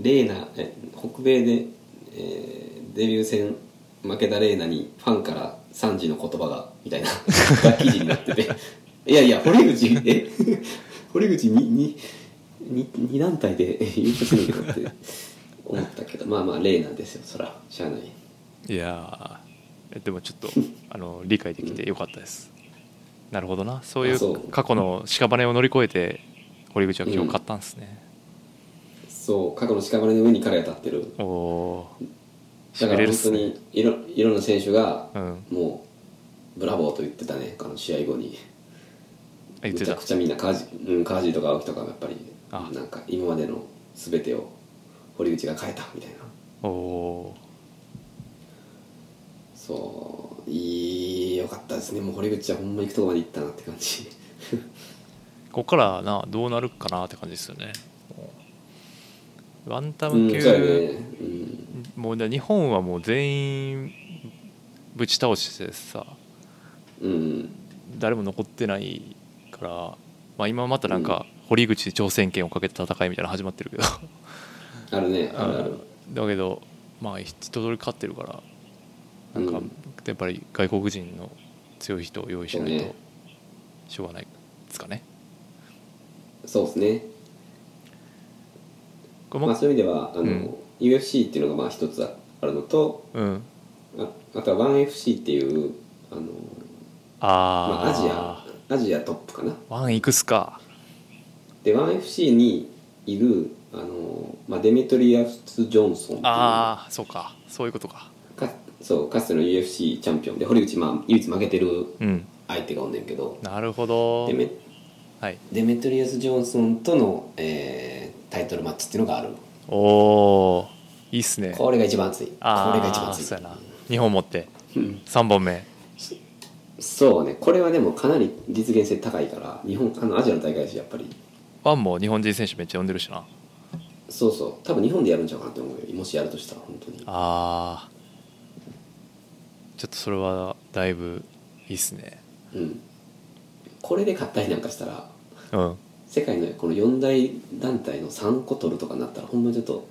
レーナえ北米で、えーデビュー戦負けたレーナにファンから3時の言葉がみた いなが記事になってていやいや堀口え 堀口ににに二団体でえ優勝するのかって思ったけどまあまあレーナですよそらしゃあない
いやーえでもちょっ とあの理解できてよかったです、なるほどなそうい
あそうう
過去の屍を乗り越えて堀口は今日勝ったんですね、
そう過去の屍の上に彼が立ってる
おおー
だか
痺れるっ
ら本当
すね
にいろいろんな選手が
うん
もうブラボーと言ってたねあの試合後に。
あ言っ
め
て
ちゃ
た
くちゃみんなカージ,、うん、カージとか青木とかもやっぱり
あ
なんか今までの全てを堀口が変えたみたいな
おお
そういいよかったですねもう堀口はほんま行くとこまで行ったなって感じ
ーここからなどうなるかなって感じですよねワンタ
う
ム
ん
級、
そうやねうん
もうね日本はもう全員ぶち倒してさ
うん
誰も残ってないから、まあ、今またなんか堀口挑戦権をかけた戦いみたいなの始まってるけど
あるねあるあ
だ
る
けどまあ一通り勝ってるからなんか
うん
やっぱり外国人の強い人を用意しない
そう
と
ね
しょうがないですかね。
そうですね
これ
まあ
も
そういう意味ではあの、
うん
UFC っていうのがまあ一つあるのと
うん
ああとは 1FC っていうあの、ま
あ
あ、アジアアジアトップかな
アワンいくつか
で 1FC にいるあの、まあ、デメトリアス・ジョンソンっていうか
ああそうかそういうことか
そうかつての UFC チャンピオンで堀口、まあ、唯一負けてる
うん
相手がおんねんけど
なるほど
デメ
はい
デメトリアス・ジョンソンとの、えータイトルマッチっていうのがある
おおいいっすね
これが一番熱いこれ
ああ
が一番熱い
そうやな2本持って
うん
3本目
そうねこれはでもかなり実現性高いから日本あのアジアの大会だしやっぱり
ワンも日本人選手めっちゃ呼んでるしな
そうそう多分日本でやるんちゃうかなって思うよもしやるとしたら本当に
あーちょっとそれはだいぶいいっすね
うんこれで勝ったりなんかしたら
うん
世界のこの4大団体の3個取るとかになったらほんまちょっと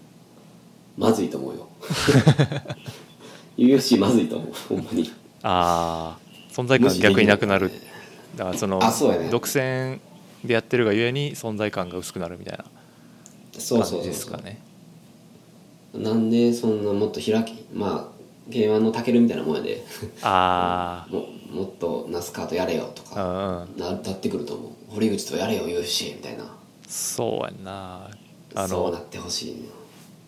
まずいと思う よ UFC まずいと思うほんまに
あー存在感逆になくなるだからその
あそうやね
独占でやってるがゆえに存在感が薄くなるみたいな
そうそ
感
う
じで
そうそ
す
う
かね
なんでそんなもっと開きまあ K1 のタケルみたいなもんや で
あ
ももっとナスカートやれよと
あう
か
んうん
ななってくると思う堀口とやれよ UFC みたいな
そうやんなあ
そう
の
なってほしいね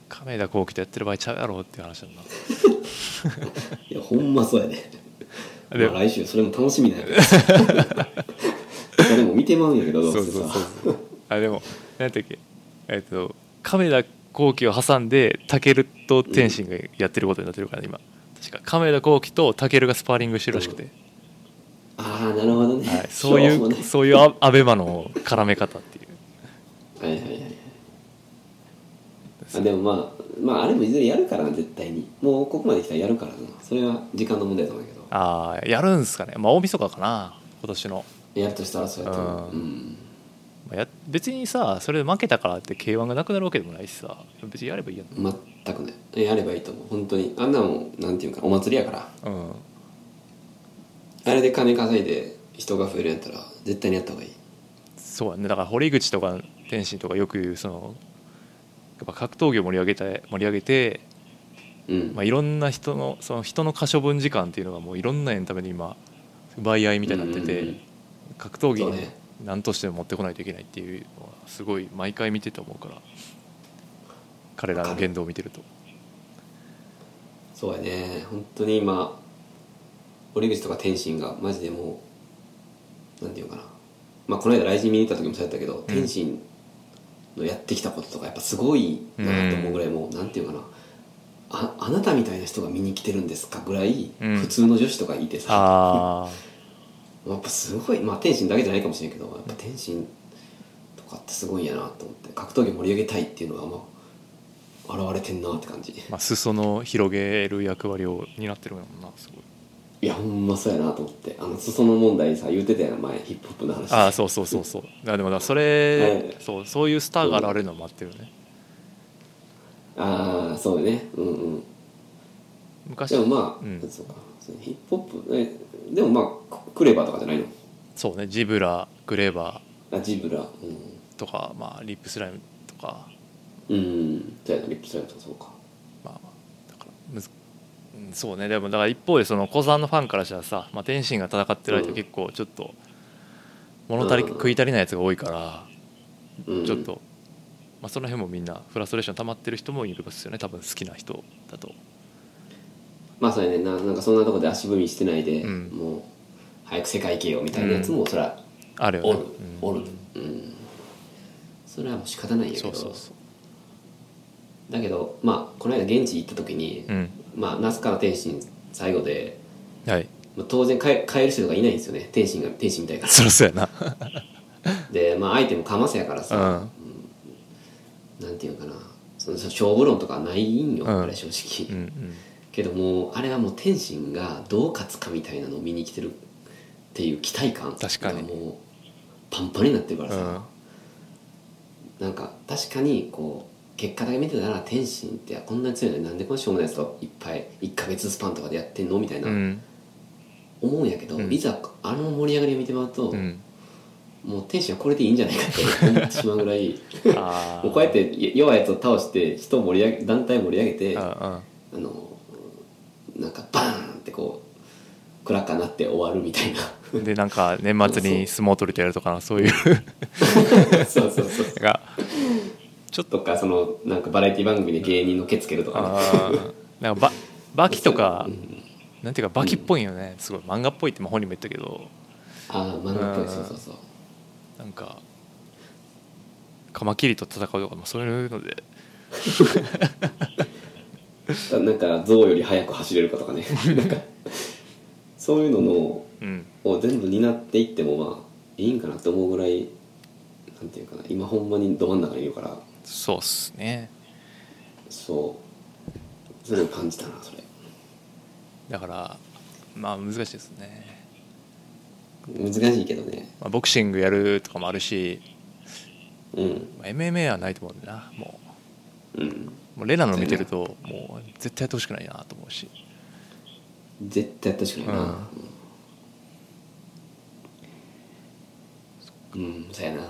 亀田光輝とやってる場合ちゃうやろっていう話だ
いやほんまそうやで、
なで
まあ、来週それも楽しみなん やけどそれも見てまうんやけどどう
そう
せ
そう
さ
そうあでも何だっけえっと亀田光輝を挟んでタケルと天心がやってることになってるから、今確か亀田光輝とタケルがスパーリングしてるらしくて、
ああなるほどね、
はい、そうい
しょもな
うそういうアアベマの絡め方っていう
はいはいはいはいあでもまあまああれもいずれやるからな絶対にもうここまで来たらやるからなそれは時間の問題だと思うけど
ああやるんすかねまあ大晦日かな今年の、
やるとしたらそうやと思う
う
うんん
まあや別にさそれで負けたからって k 1がなくなるわけでもないしさ別にやればいいやん
全くねやればいいと思う本当にあんなもんなんていうかお祭りやか
う
ら
ん
あれで金稼いで人が増えるんやったら絶対にやった方がいい
そうやねだから堀口とか天心とかよく言うそのやっぱ格闘技を盛り上げたい盛り上げて
うん、
まあ、いろんな人のその人の可処分時間っていうのがもういろんなエンタメで今奪い合いみたいになってて、
うんうんうん
格闘技
そう
に
ね
何としても持ってこないといけないっていうのはすごい毎回見てて思うから彼らの言動を見てると
そうやね本当に今堀口とか天心がマジでもうなんていうのかなまあこの間来人見に行った時もそうやったけど、天心のやってきたこととかやっぱすごいなと思うぐらいもう、なんていうかなああなたみたいな人が見に来てるんですかぐらい
うん
普通の女子とかいてさ、
あ
やっぱすごいまあ天心だけじゃないかもしれんけどやっぱ天心とかってすごいんやなと思って格闘技盛り上げたいっていうのがまあ現れてんなって感じ
あ、 まあ、裾野を広げる役割を担ってるんやもんなすごい
いやほんまそうやなと思ってあの裾野問題さ言ってたやん前ヒップホップの話
ああそうそうそうそうあでもだからそれ、
はい
そうそういうスターが現れるのを待ってるよね
ああそうねうんうん
昔
でもまあ、
うん
そうかそうヒップホップえでもまあククレバーとかじゃないの
そうねジブラグレーバ
あジブラ
ーとか、まあ、リップスライムとか
うん、うん、じゃあリップスライムとかそうか
まあまあだからむずうんそうねでもだから一方でその小さんのファンからしたらさ、まあ、天心が戦ってる相手
うん
結構ちょっと物足り、
うん
食い足りないやつが多いから
うん
ちょっと、まあ、その辺もみんなフラストレーション溜まってる人もいるんですよね多分好きな人だと
まあそうやねんななんかそんなとこで足踏みしてないで、
うん
もう早く世界行けよみたいなやつもそりゃ
あるよね
お
うん
る、おるうんそれはもう仕方ないんやけ
そ
ど
うそうそ
だけどまあこの間現地行った時に、
ううん
まあ那須川天心最後で
はい
まあ、当然変え変える人とかいないんですよね天心が天心み たいか
そりゃそうやな
らでまあ相手もかませやからさ、なんていうのかなそのその勝負論とかないんよ、
うん
あれ正直、
うんうん
けどもうあれはもう天心がどう勝つかみたいなのを見に来てるっていう期待感
確かに
がもうパンパンになってるからさ、なんか確かにこう結果だけ見てたら天心ってこんなに強いのになんでこのしょうもないやつといっぱい1か月スパンとかでやってんのみたいな、
うん
思うんやけど、
うん
いざあの盛り上がりを見てもらうと、
うん
もう天心はこれでいいんじゃないかって思ってしまうぐらい
あー
もうこうやって弱いやつを倒して人を盛り上げ団体を盛り上げて
うん
あ
うん
のなんかバーンってこうクラッカーなって終わるみた いな
でなんか年末に相撲取りとやるとかそういう
そうそうそう
なんかちょっと
とかそのなんかバラエティ番組で芸人のけつけるとかね、
あーなんかババキとか
うん
なんていうかバキっぽいよねすごい漫画っぽいってまあ本人も言ったけど
ああ漫画っぽいそうそうそう
なんかカマキリと戦うとか、まあ、そういうので
だなんか象より速く走れるか とかねなんかそういうのの
うん
を全部担っていってもまあいいんかなって思うぐらいなんていうかな今ほんまにど真ん中にいるから
そうっすね
そうそれを感じたなそれ
だからまあ難しいですね、
難しいけどね
まあ、ボクシングやるとかもあるし、
うん
まあ MMA はないと思うんだよなも
うん
うもうレナの見てるともう絶対やってほしくないなと思うし
絶対やってほしくないなうん、そうやな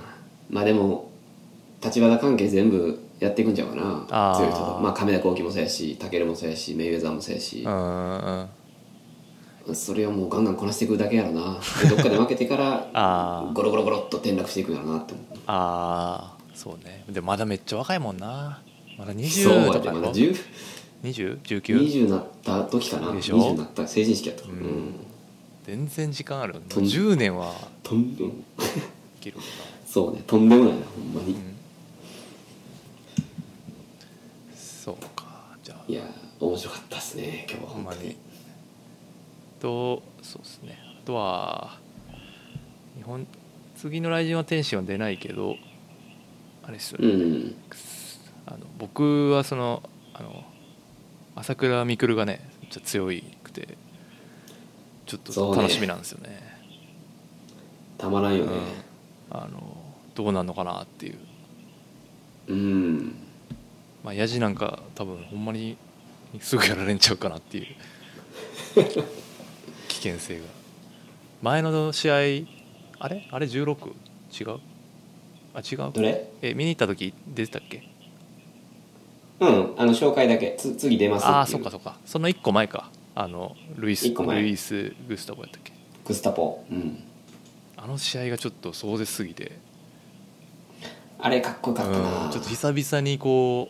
まあでも立花関係全部やっていくんちゃうかな
あー
強い人とまあ亀田光輝もそうやし武尊もそうやしメイウェザーもそうやし
うんうん
それをもうガンガンこなしていくだけやろなでどっかで負けてか
あ
ら
ー
ゴロゴロゴロっと転落していくんやろなって思う
ああそうねでもまだめっちゃ若いもんなまだ
そう
20
や
と
って
か
ま
の
だ10
2019
20になった時かな
でし
20
ょ
になった成人式やったうん、
ん全然時間あるもう
とん
10年は
とんでも
いけるか
そうねとんでもないなほんまに、
な、うん、そうかじゃあ
いやー面白かったですね今日は
ほんま
本当
にとそうですねあとは日本次の来人は天使は出ないけどあれですよね、
うん
あの僕はそのあの朝倉未来がねめっちゃ強いくてちょっ
そう
と
ね
楽しみなんですよね
たまらんよね
うん、あのどうなんのかなっていう
うん、
まあヤジなんか多分ほんまにすぐやられんちゃうかなって いう危険性が前の試合あれあれ 16? 違うあ違
ど
う
れ
え見に行った時出てたっけ
うんあの紹介だけつ次出ます
ああそっ
う
かそっかその1個前かあのルイス
一個前
ルイス・グスタボやったっけ
グスタポうん
あの試合がちょっと壮絶すぎて
あれかっこよかったな、
うんちょっと久々にこ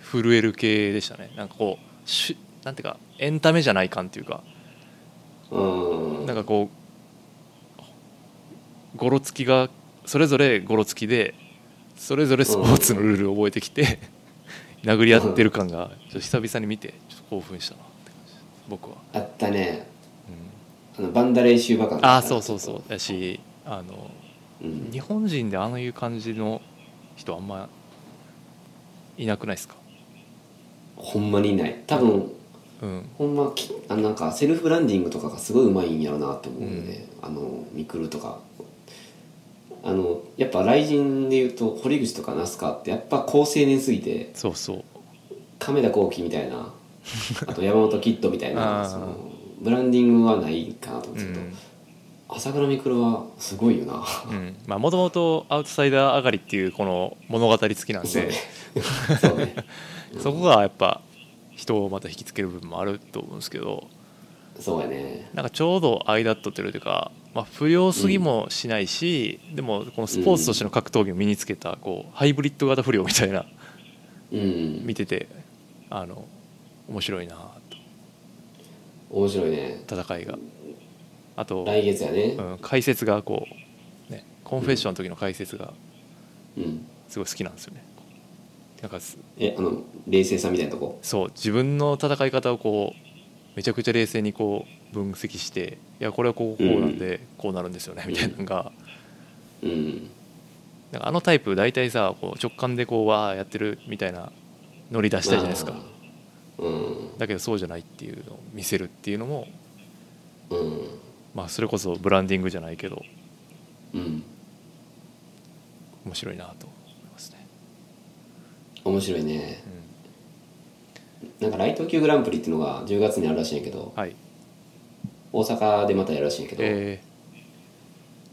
う震える系でしたねなんかこうしなんていうかエンタメじゃない感っていうか
うん
なんかこうゴロつきがそれぞれゴロつきでそれぞれスポーツのルールを覚えてきて 殴り合ってる感がちょっと久々に見てちょっと興奮したなって感じです僕は、
あったね
うん
あのバンダレーシューバカン
ああそうそうそうだしあの
う、うん
日、本人であのいう感じの人あんまいなくないですか
ほんまにいない多分
うん
ほんまきあなんかセルフブランディングとかがすごいうまいんやろなって思うよね、あのミクルとかあのやっぱ雷神でいうと堀口とか那須川ってやっぱ好青年すぎて
そうそう
亀田光輝みた いなあと山本キッドみたい
あ
な
ー
そのブランディングはないかなと思ってたけど、朝倉未来はすごいよな
うんまあもともとアウトサイダー上がりっていうこの物語付きなん
そうね
で
そうね
そこがやっぱ人をまた引きつける部分もあると思うんですけど
そうやね
なんかちょうど間取ってるというか、まあ、不良すぎもしないし、でもこのスポーツとしての格闘技を身につけたこうハイブリッド型不良みたいな
うん
見ててあの面白いな
面白いね
と戦いがあと、
来月やね
うん、解説がこう、ね、コンフェッションの時の解説が
うん
すごい好きなんですよねなんかす
えあの冷静さみたいなとこ
そう自分の戦い方をこうめちゃくちゃ冷静にこう分析していやこれはこうこうなんでこうなるんですよね
うん
みたいなのが
うん
なんかあのタイプ大体さこう直感でこうわーやってるみたいな乗り出したいじゃないですか
あーうん
だけどそうじゃないっていうのを見せるっていうのも
うん
まあそれこそブランディングじゃないけど
うん
面白いなと思いますね、
面白いね
う
なんかライト級グランプリっていうのが10月にあるらしいんやけど
ん、はい
大阪でまたやるらしいんやけど、
え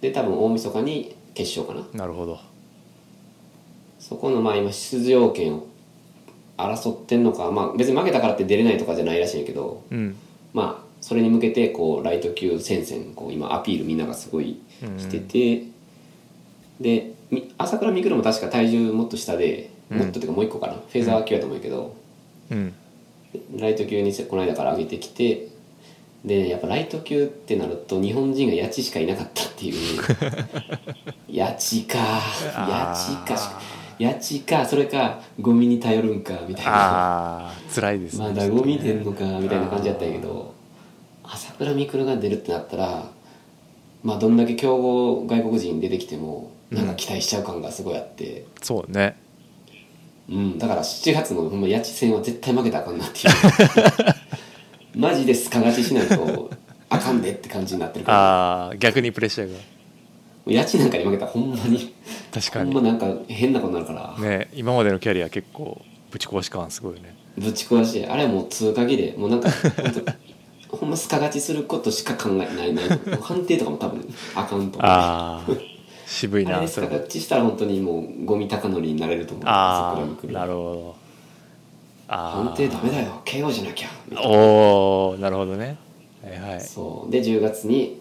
で多分大晦日に決勝かな
ー、なるほど
そこのまあ今出場権を争ってんのか、まあ、別に負けたからって出れないとかじゃないらしいんやけど、
うん
まあ、それに向けてこうライト級戦線こう今アピールみんながすごいしてて、でみ朝倉未来も確か体重もっと下で、
うん
もっとっていうかもう一個かなフェザー級やと思うけど、
うん
ライト級にせこの間から上げてきてでやっぱライト級ってなると日本人が八千しかいなかったっていう 八千か八
あー
千かしか八千かそれかゴミに頼るんかみたいな。
ああ辛いですね
まだゴミ出んのかみたいな感じだったんやけど朝倉未来が出るってなったらまあどんだけ強豪外国人出てきてもなんか期待しちゃう感がすごいあって、
そうね
うんだから7月のほんま八千戦は絶対負けたらあかんなって いうマジでスカ勝ちしないとあかんでって感じになってるから
ああ逆にプレッシャーが
八千なんかに負けたらほんまに
確
ほ
か
ん
に
まなんか変なことになるから、
ね今までのキャリア結構ぶち壊し感すごいよね
ぶち壊しあれはもう通過儀でもうなんかほんと ほんまスカ勝ちすることしか考えないない判定とかも多分あかんと思うあ
ああ渋い
れ
な
で
そ
スカ
れも
勝ちしたら本当にもうゴミ高乗りになれると思う
あ
桜
あ
に来
なる
る
ほどああ
判定ダメだよ KO じゃなきゃみたいな
おおなるほどねはいはい
そうで10月に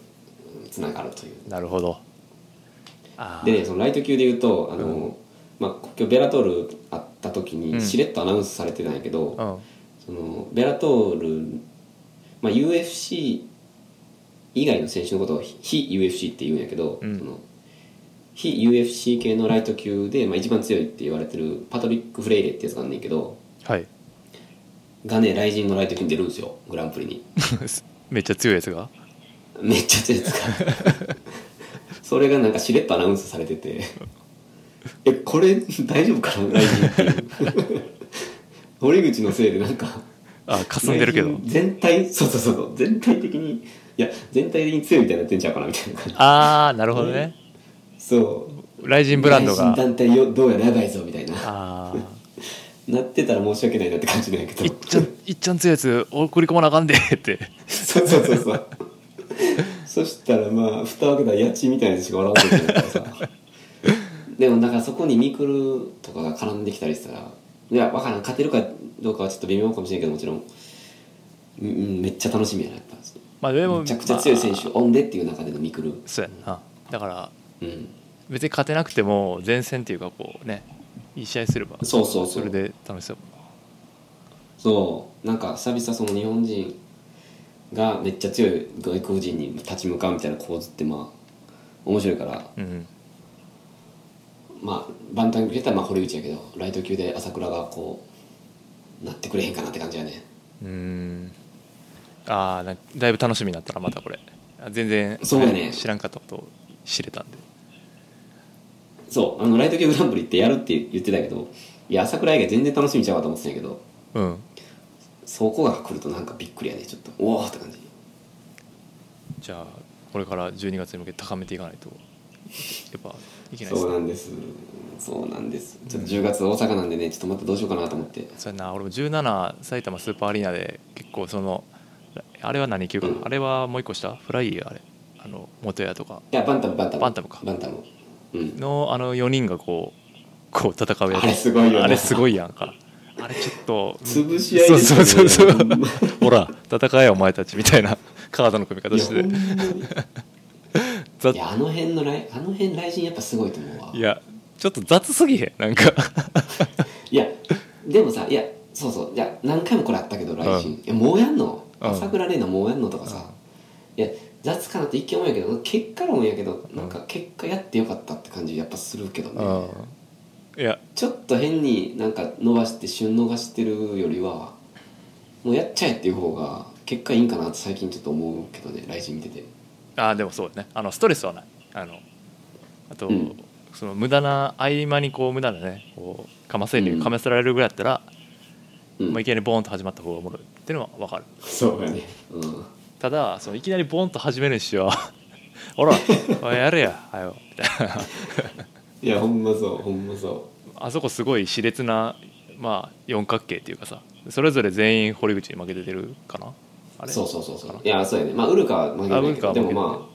つながるという
なるほどああ
でねそのライト級で言うとあの、
うん
まあ、今日ベラトールあった時
うん
にしれっとアナウンスされてたんやけど、
うん
そのベラトール、まあ、UFC 以外の選手のことを非 UFC って言うんやけど、
うん
その非 UFC 系のライト級で、まあ、一番強いって言われてるパトリック・フレイレってやつがあんねんけど
はい
がね雷神のライト級に出るんですよグランプリに
めっちゃ強いやつが
めっちゃ強いやつがそれがなんかしれっとアナウンスされててえこれ大丈夫かな雷神っていう堀口のせいでなんか
あ霞んでるけど
内心全体そうそうそうそう全体的にいや全体的に強いみたいになってんちゃうかなみたいな感じ
ああなるほどね
そう
ライジンブランドが
内心団体よどうやらやばいぞみたいな
ああ
なってたら申し訳ないなって感じなんやけど
いっちゃんいっちゃん強いやつ送り込まなあかんでって
そうそうそうそうそしたらまあ蓋を開けたら家賃みたいなやつしかおらんわけじゃないからさでもだからそこにミクルとかが絡んできたりしたらいや分からん勝てるかどうかはちょっと微妙かもしれんけどもちろん、うんうん、めっちゃ楽しみやなやっぱ
まあでも
めちゃくちゃ強い選
ま
手オンでっていう中でのミクル
あそうやんなだから
うん
別に勝てなくても前線っていうかこうねいい試合すれば
そうそうそう
それで楽しそう
そうなんか久々その日本人がめっちゃ強い外国人に立ち向かうみたいな構図ってまあ面白いから
うん
まあバンタム級やったらまあ堀口やけどライト級で朝倉がこうなってくれへんかなって感じやね
うーんああだだいぶ楽しみになったらまたこれあ全然
そうやね
知らんかったことを知れたんで
そうあのライト級グランプリってやるって言ってたけどいや朝倉以外全然楽しみちゃうかと思ってたんやけど
うん
そこが来るとなんかびっくりやねちょっとおおって感じ
じゃあこれから12月に向けて高めていかないとやっぱいけないです
そう
ね
なんですそうなんですちょっと10月大阪なんでねちょっとまたどうしようかなと思って
そうやな俺も17埼玉スーパーアリーナで結構そのあれは何級かな、
うん
あれはもう一個したフライヤーあれあの元屋とか
いやバンタムバンタム
バンタムか
バンタムうん
のあの4人がこうこう戦うやつ
あれすごいよな
あれすごいやんかあれちょっ と
潰し合いです
そ
よ
う
ね
そうそうそう
ほんま
ほら戦えよお前たちみたいなカードの組み方
いや
し
ほんま
て
に
ざ
いやあの辺のライあの辺雷神やっぱすごいと思うわ
いやちょっと雑すぎへんなんか
いやでもさいやそうそういや何回もこれあったけど雷神、いやもうやんの
うん
朝倉玲奈もうやんのとかさ、いや雑かなって一見思うんやけど結果論やけどなんか結果やってよかったって感じやっぱするけど
う
ね、
んいや
ちょっと変になんか伸ばして旬逃してるよりはもうやっちゃえっていう方が結果いいんかなって最近ちょっと思うけどね雷神見てて
あーでもそうだねあのストレスはないあのあと、
うん
その無駄な合間にこう無駄なねこうかませる
うん
かませられるぐらいだったら、
うん
まあ、いきなりボーンと始まった方がおもろいっていうのは分かる
そうやねうん
ただそのいきなりボーンと始めるにしよう ほらおいやれやはよみたいない
やほんまそうほんまそ
あそこすごい熾烈な、まあ、四角形っていうかさそれぞれ全員堀口に負けて出るかなあ
う
れ
そうそうそうそ
かな
ういやそうやねまあウルカは負け
あ
ない
ウル
け
カは
ど
負
で
けない
もまあ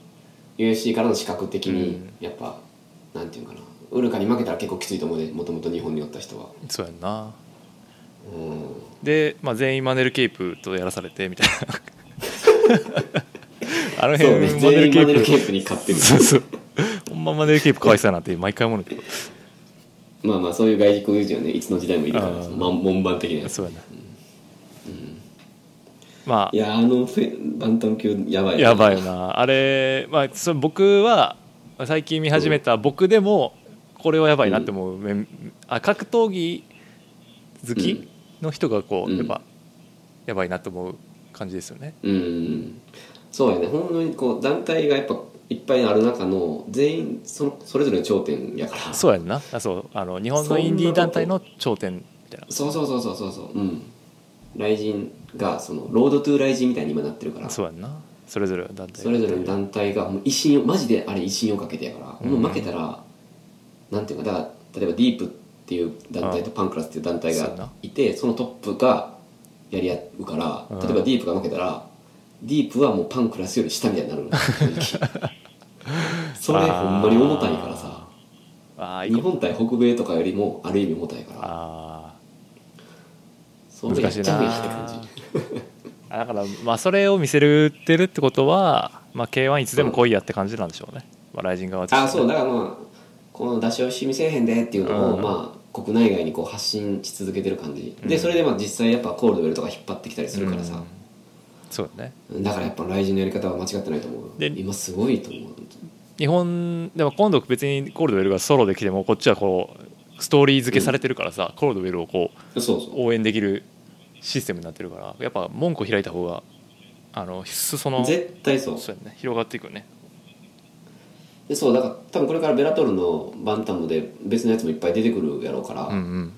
UFC からの資格的に
うん
やっぱ、なんていうのかなウルカに負けたら結構きついと思うでもともと日本におった人は
そうやんな
うん
で、まあ、全員マネルケープとやらされてみ たいなあの辺、
そうね
マネル
全員
ケ
マネル
ー
ケ
プ
ープに勝ってる
そうそうほんまマネルケープかわいそうやなって毎回思うねんだけ
まあまあそういう外国人はねいつの時代もいるから
あー
ま門番的なや
ど
つ
そうやな、ま
いやーあのフェバンタム級やば
あ
い
やばいよなあれ、まあ、そ僕は最近見始めた僕でもこれはやばいなって思う、めんあ格闘技好きの人がこう、
うん
やっぱやばいなと思う感じですよね
うんそうやね本当にこう団体がやっぱいっぱいある中の全員そのそれぞれの頂点やから
そうやんなあそうあの日本のインディー団体の頂点みたいな
そうそうそうそうそうそううん雷神がそのロードトゥー雷神みたいに今なってるから
そうやんなそれぞれの団体
それぞれの団体がもう威信をマジであれ威信をかけてやから、
うん
もう負けたらなんていうかだから例えばディープっていう団体とパンクラスっていう団体
そうや
が
ない
てそのトップがやり合うから、
うん
例えばディープが負けたらディープはもうパンクラスより下みたいになるの正 直それほんまに重たいからさ
あーいい
日
こと
本対北米とかよりもある意味重たいから
あ
それやっちゃうやんって感じ
難しー あだからまあそれを見せるってるってことは、まあ、k 1いつでも来いやって感じなんでしょうね、まあ、ライジン側として
あそうだからまあこの出し惜しみせえへんでっていうのを、
うん
まあ、国内外にこう発信し続けてる感じ、
う
で
ん
それでまあ実際やっぱコールドウェルとか引っ張ってきたりするからさ、
そうだね
だからやっぱ雷神のやり方は間違ってないと思う
で
今すごいと思う
日本でも今度別にコールドウェルがソロできてもこっちはこうストーリー付けされてるからさ、コールドウェルをこう
そうそう
応援できるシステムになってるからやっぱ門戸開いた方があの裾の
絶対そう
そうやね広がっていくよね
でそうだから多分これからベラトルのバンタムで別のやつもいっぱい出てくるやろうから、
うんうん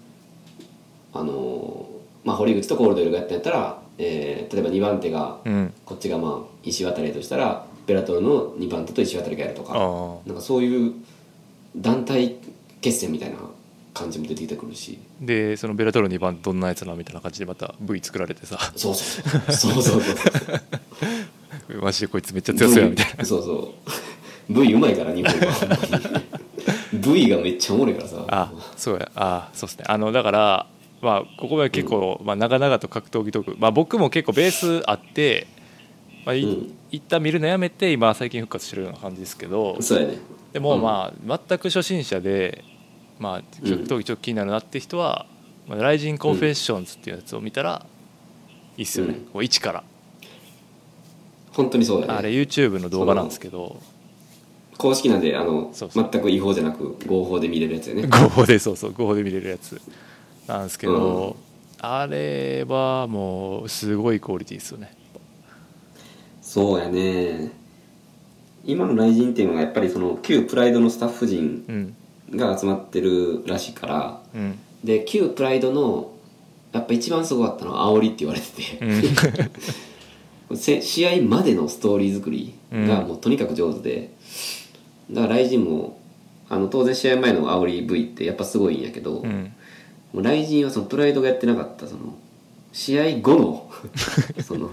あのーまあ、堀口とコールドウェルがやったんやったら、えー例えば2番手が
うん
こっちがまあ石渡りとしたらベラトルの2番手と石渡りがやるとか
ああ
なんかそういう団体決戦みたいな感じも出てきてくるし
でそのベラトル2番どんなやつなみたいな感じでまた V 作られてさ
そうそう そうそうそうそう
マジでこいつめっちゃ強そうやみたい
な そうそう V うまいから日本は V がめっちゃおもろいからさ
なあそうやあそうですねあのだからまあここは結構、まあ、長々と格闘技トーク、まあ、僕も結構ベースあって、まあい
うん
一旦見るのやめて今最近復活してるような感じですけど
そうやね
でも
うん
まあ全く初心者でまあ
うん
格闘技ちょっと気になるなって人は「まあライジンコンフェッションズ」っていうやつを見たらいいっすよね
うん
こう一から
本当にそうやね
あれ YouTube の動画なんですけど
公式なんであの
そうそう
全く違法じゃなく合法で見れるやつやね
合法でそうそう合法で見れるやつなんですけどあれはもうすごいクオリティですよね
そうやね今の雷神っていうのがやっぱりその旧プライドのスタッフ陣
うん
が集まってるらしいから
うん
で旧プライドのやっぱ一番すごかったのは煽りって言われて
う
て、
ん
せ試合までのストーリー作りがもうとにかく上手で、だから雷神もあの当然試合前の煽り V ってやっぱすごいんやけど、
う
も
ん
う雷神はそのプライドがやってなかったその試合後 のその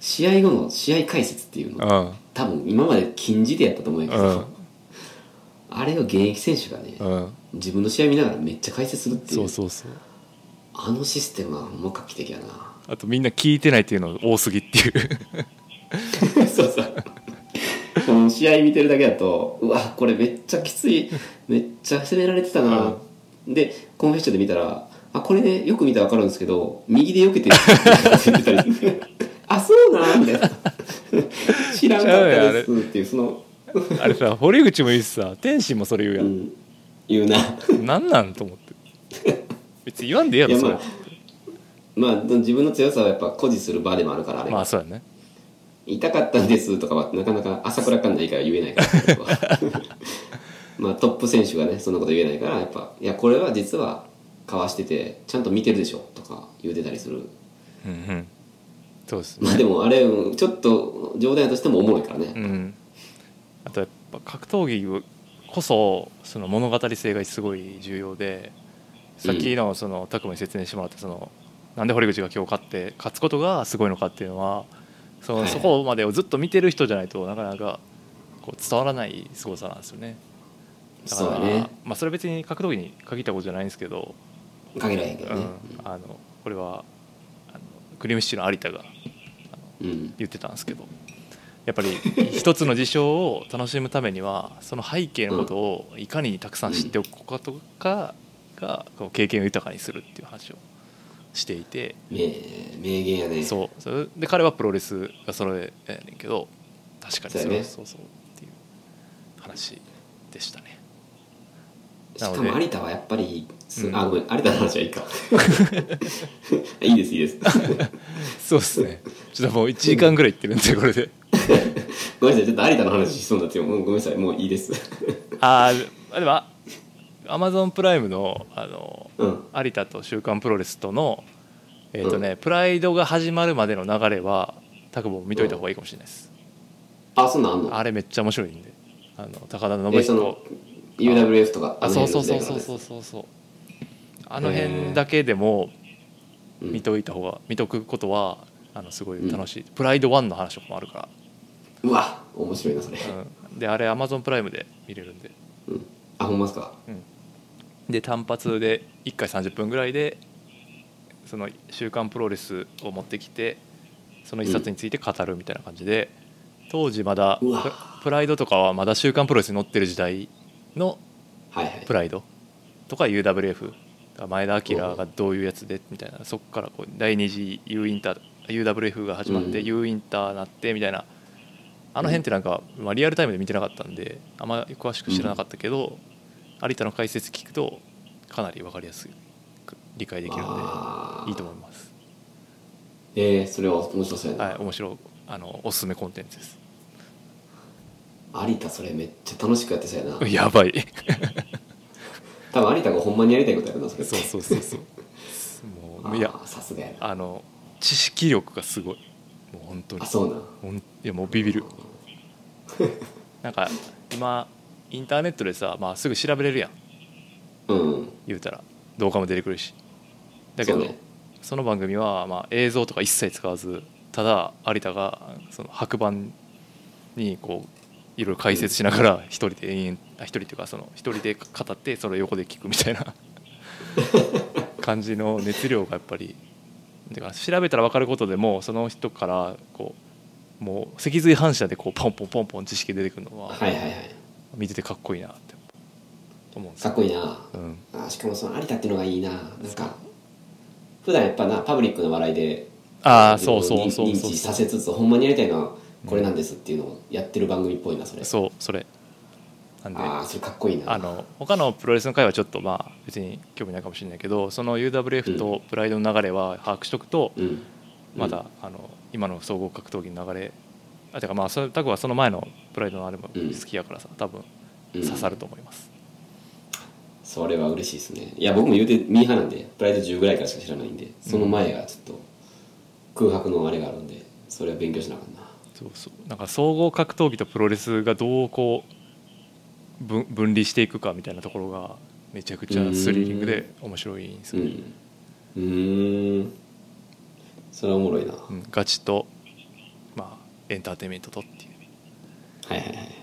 試合後の試合解説っていう
う
の
ん
多分今まで禁じでやったと思うんやけ
う
ど、
ん
あれを現役選手がね、
うん
自分の試合見ながらめっちゃ解説するってい
そううそうそう
あのシステムはほんま画期的 やな
あとみんな聞いてないっていうの多すぎって いう
そうそう。この試合見てるだけだと、うわ、これめっちゃきつい、めっちゃ攻められてたな。で、コンフェッションで見たら、あ、これね、よく見たらわかるんですけど、右で避けてるって言ってたり、 あ、そうなんみたいな。知らんかったですっていう、その、
あれさ堀口も言うしさ天心もそれ言うや
うんん、言うな。
なんなんと思って別に言わんでええやろ
いや
そ
ま
れ
あまあ、自分の強さはやっぱ誇示する場でもあるから、あれ
まあそうやね
痛かったんですとかはなかなか朝倉かんないから言えないから僕は まあトップ選手がねそんなこと言えないからやっぱ「いやこれは実はかわしててちゃんと見てるでしょ」とか言うてたりする
うんうんそうです
まあ
ね
でもあれうんちょっと冗談としてもおもろいから
う
ね
んあとやっぱ格闘技こそその物語性がすごい重要でさっきのその拓磨に説明してもらったそのなんで堀口が今日勝って勝つことがすごいのかっていうのはそ
は
の
い
そこまでをずっと見てる人じゃないとなかなかこう伝わらない凄さなんですよねだか
そう
ら
だね
まあそれは別に格闘技に限ったことじゃないんですけど
限らへんけど
う
ね
ん、あのこれはあのクリームシチューの有田が
うん
言ってたんですけどやっぱり一つの事象を楽しむためにはその背景のことをいかにたくさん知っておくかとかがこう経験を豊かにするっていう話をしていて
名名言やね
そうそれで彼はプロレスがそれやねんけど確かにそ
そうや
れ
ね
そうそうっていう話でしたね。
し
な
か
ので
も有田はやっぱりす、
うん
あごめん有田の話はいいか いいですいいです
そうですねちょっともう1時間ぐらいいってるんでこれで
ごめんなさいちょっと有田の話しそうになってもうごめんなさいもういいです
あーあでもアマゾンプライムのあの
うん
有田と「週刊プロレス」との、えーとねプライドが始まるまでの流れはタクボも見といた方がいいかもしれないです、
あそんなんあんの
あれめっちゃ面白いんであの高田
え
信
その
彦
UWF とか
あそうそうそうそう
う
そうそうそうあの辺だけでも
ん
見といた方が見とくことはあのすごい楽しい、プライド1の話とかもあるか
うわ面白いなそれ、
ら、うん、であれアマゾンプライムで見れるんで
うん、あほんまっすか
で単発で1回30分ぐらいでその「週刊プロレス」を持ってきてその一冊について語るみたいな感じで、当時まだ
うわ
ププライドとかはまだ「週刊プロレス」に載ってる時代の
はいはい
プライドとか UWF だから前田明がどういうやつでみたいなそこからこう第2次 U インター UWF が始まって
うん
U インターなってみたいなあの辺ってなんか、まあ、リアルタイムで見てなかったんであんまり詳しく知らなかったけど、有田の解説聞くとかなり分かりやすく理解できるの
あ
でいいと思います
えー、それは面白そうやな、
はい面白いあのおすすめコンテンツです
有田それめっちゃ楽しくやってそう やな
やばい
多分有田が ほんまにやりたいことやるなそれ
そうそうそうそう も
あ
う
ー
いや
さすがやな
あの知識力がすごいもう本当に
あそうなん
ほんいやもうビビ るなんか今インターネットでさ、まあ、すぐ調べれるやん
うん
言うたら動画も出てくるしだけど
そ
そ,、
う
の
ね
番組は、まあ、映像とか一切使わずただ有田がその白板にこういろいろ解説しながら一人で延々あ一人っていうかその一人で語ってそれを横で聞くみたい な感じの熱量がやっぱりだから調べたら分かることでもその人からこうもう脊髄反射でこうポンポンポンポン知識出てくるのは
はいはいはい
見ててかっこいいなって思うんです
かっ
よ。
こいいな
うん
あしかもその有田っていうのがいいななんか普段やっぱなパブリックの笑いで
ああ
自分
そ
を
うそうそう
認
そう
認知させつつほんまにやりたいのはこれなんですっていうのをやってる番組っぽいなそれ
そうそれなんで
ああそれかっこいいな
あの他のプロレスの会はちょっとまあ別に興味ないかもしれないけどその UWF とプライドの流れは把握しとくと
うん
まだあの今の総合格闘技の流れあてかまあそれタクはその前のプライドのあれも
うん
好きやからさ多分
うん
刺さると思います
それは嬉しいですねいや僕も言うてミーハーなんでプライド10ぐらいからしか知らないんでその前がちょっと空白のあれがあるんでそれは勉強しなあかんな
そうそうなんか総合格闘技とプロレスがどうこう分分離していくかみたいなところがめちゃくちゃスリリングで面白いんです
う
よ、
んうーんそれはおもろいな、
うん、ガチとまあエンターテインメントとっていう
はいはいはい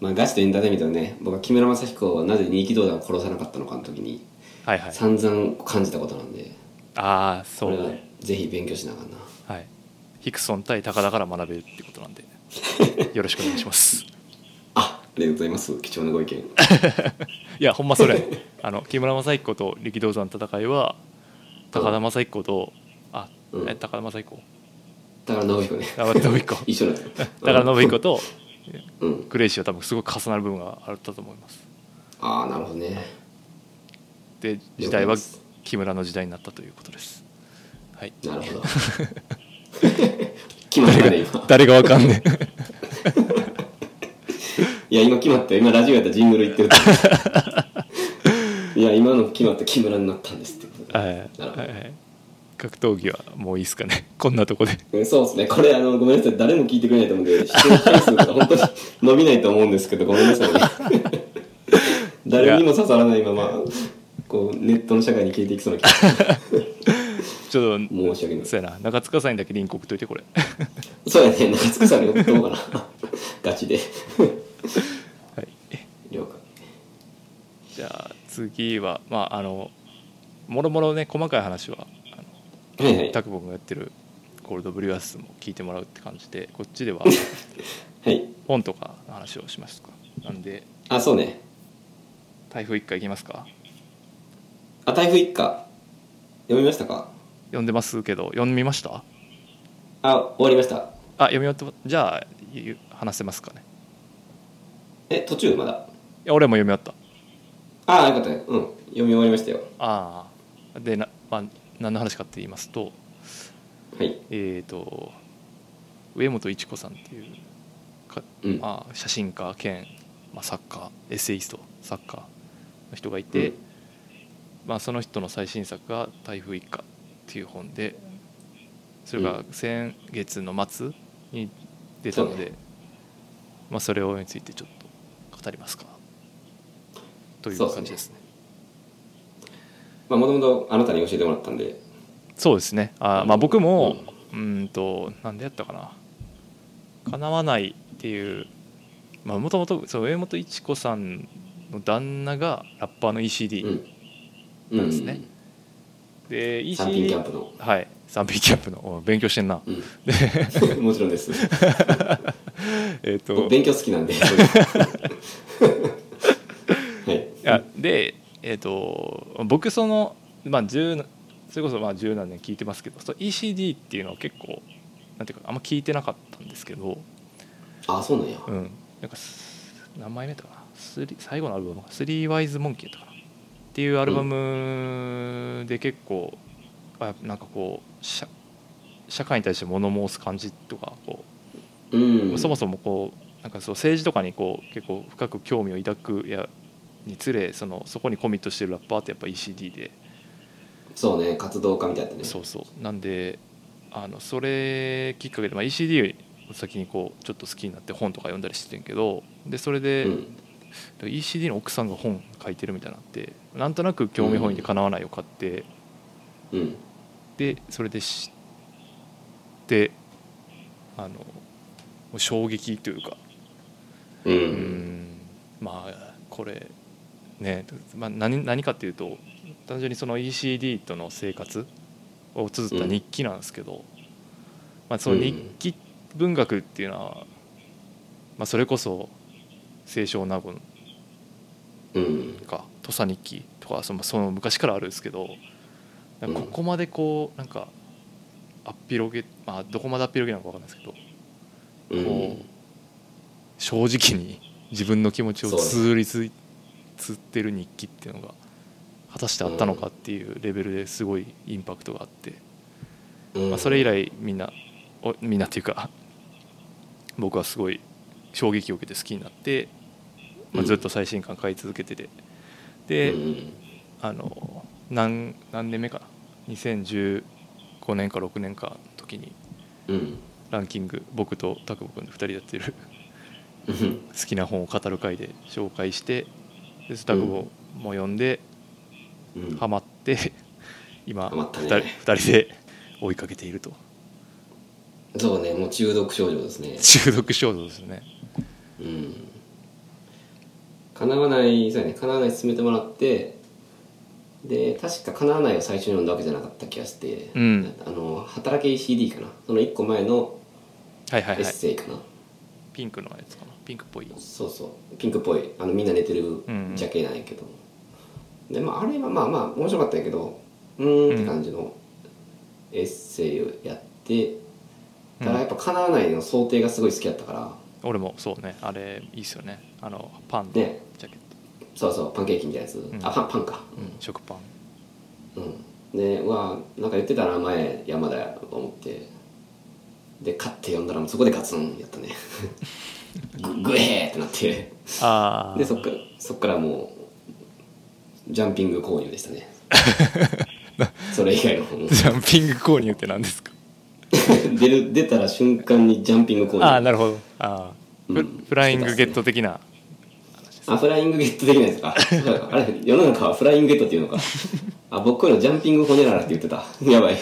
まあガチとエンターテインメントはね僕は木村正彦はなぜ人気動画を殺さなかったのかの時に
はいはい
散々感じたことなんで、
ああそ
こ
う
れはぜひ勉強しなあかんな
はい、ヒクソン対高田から学べるってことなんでよろしくお願いします
あありがとうございます貴重なご意見
いやほんまそれ あの木村正彦と力道山の戦いは高田正彦とあ、
うん
え高田正彦
だから直彦ね
あ信彦
一緒なんだよだ
高田信彦と
うん
グレイシーは多分すごい重なる部分があったと思います
ああなるほどね
で時代は
了解です
木村の時代になったということですはい
なるほど 決まったね今
誰がわかんねえ
いや今決まったよ今ラジオやったらジングル言ってると思ういや今の決まった木村になったんですってことで
はい
なるほど
はい格闘技はもういいですかねこんなとこで
うんそうですね、これあの、ごめんなさい、誰も聞いてくれないと思うんで、視聴回数とか本当に伸びないと思うんですけど、ごめんなさいね。 誰にも刺さらないまま、こう、ネットの社会に消えていきそうな気が
ちょっと
申し訳ない。
そうやな中塚さんにだけリンク送っといてこれ
そうやね、中塚さんに送っとこうかな。ガチで。
はい
了解。
じゃあ次はまああのもろもろね細かい話は
はいはい。
タクボンがやってるコールドブリュアスも聞いてもらうって感じでこっ ちでは
はい。
本とかの話をしますかなんで
あ、そうね。
台風一回いきますか
あ、台風一過。読みましたか
読んでますけど読みました
あ、終わりました。
あ読み終わってまじゃあゆ話せますかね
え、途中まだ。
いや俺も読み終わった
あ、よかったよ。うん。読み終わりましたよ。
ああでな、まあ、何の話かって言いますと
はい。
えっ、と上本一子さんっていうか、
うん。
まあ、写真家兼、まあ、作家エッセイスト作家の人がいて、
うん
まあ、その人の最新作が「台風一過」っていう本でそれ
う
が先月の末に出たの
そう
で、まあ、それをについてちょっと語りますかという感じですね。
まあ、もともとあなたに教えてもらったんで。
そうですねあ、まあ、僕もうーんとなんでやったかな「叶わない」っていうもともと上本一子さんの旦那がラッパーの ECD、
うん。うん。
なんですねで
サンピンキャン
ECD
プの。
はい賛否キャンプのお勉強してんな
うん。もちろんです。
えっ、
僕
と
勉強好 きなんで。そうですはい。
いやでえっ、と僕そのまあ十なそれこそまあ十何年聞いてますけどその ECD っていうのは結構なんていうかあんま聞いてなかったんですけど、
あ、そうなんや。
うん、なんかす何枚目だったかなスリ最後のアルバムが「スリーワイズモンキー」だったかなっていうアルバムで結構、あなんかこう社社会に対して物申す感じとかこう、
うん。
そも
そ
そもこうなんかそう政治とかにこう結構深く興味を抱くやにつれそのそこにコミットしてるラッパーってやっぱ ECD で、
うね、活動家みたいなね。
そうそうなんであのそれきっかけで、まあ、ECD を先にこうちょっと好きになって本とか読んだりしてんけどでそれで、
うん。
だから ECD の奥さんが本書いてるみたいになってなんとなく興味本位で叶わないを買って、
うん。
でそれで知ってあのもう衝撃というか
う。
うんんまあこれね、まあ、何何かっていうと単純にその ECD との生活を綴った日記なんですけど、まあ、その日記文学っていうのは、まあ、それこそ清少納言
うん。
か土佐日記とかそのその昔からあるんですけどなんかここまでこうなんかあっぴろげまあどこまであっぴろげなのか分かんないですけど
うん。
正直に自分の気持ちを通りつつってる日記っていうのが果たしてあったのかっていうレベルですごいインパクトがあって、
うん
まあ、それ以来みんなおみんなっていうか僕はすごい衝撃を受けて好きになって、まあ、ずっと最新刊買い続けててで、
うん
あの何何年目かな2015年か6年かの時に
うん
ランキング僕と拓く君で2人でやってる
うん
好きな本を語る会で紹介してで拓保も読んで
うん
ハマって今
ハマったね
2, 人2人で追いかけていると
そうねもう中毒症状ですね
中毒症状ですね
うん叶わないそうやね叶わない進めてもらってで確か叶わないを最初に読んだわけじゃなかった気がして、
うん
あの働け CD かなその1個前の
はいは
エ
い
ッ
はい
セイかな、
ピンクのやつかなピンクっぽい
そうそうピンクっぽいあのみんな寝てる
んうん
ジャケなんやけど、でまああれはまあまあ面白かったんやけどうーんって感じのエッセイをやって、ただやっぱ叶わないの想定がすごい好きやったから、
俺もそうねあれいいっすよねあのパンのジャ
ね
ケット、
そうそうパンケーキみたいなやつ、
ん
あパンパンか
うん、食パン
うんでうわなんか言ってたな前山田やと思ってで買って読んだらもうそこでガツンや ったねググエーってなって
ああ
でそっからそっからもうジャンピング購入でした ねそれ以外の本
ジャンピング購入って何ですか
出る出たら瞬間にジャンピング購入
ああなるほどああフ,、
うん
フライングゲット的な
あフライングゲットできないですかそうかあれ世の中はフライングゲットっていうのかあ僕のジャンピングホニャララって言ってたやばい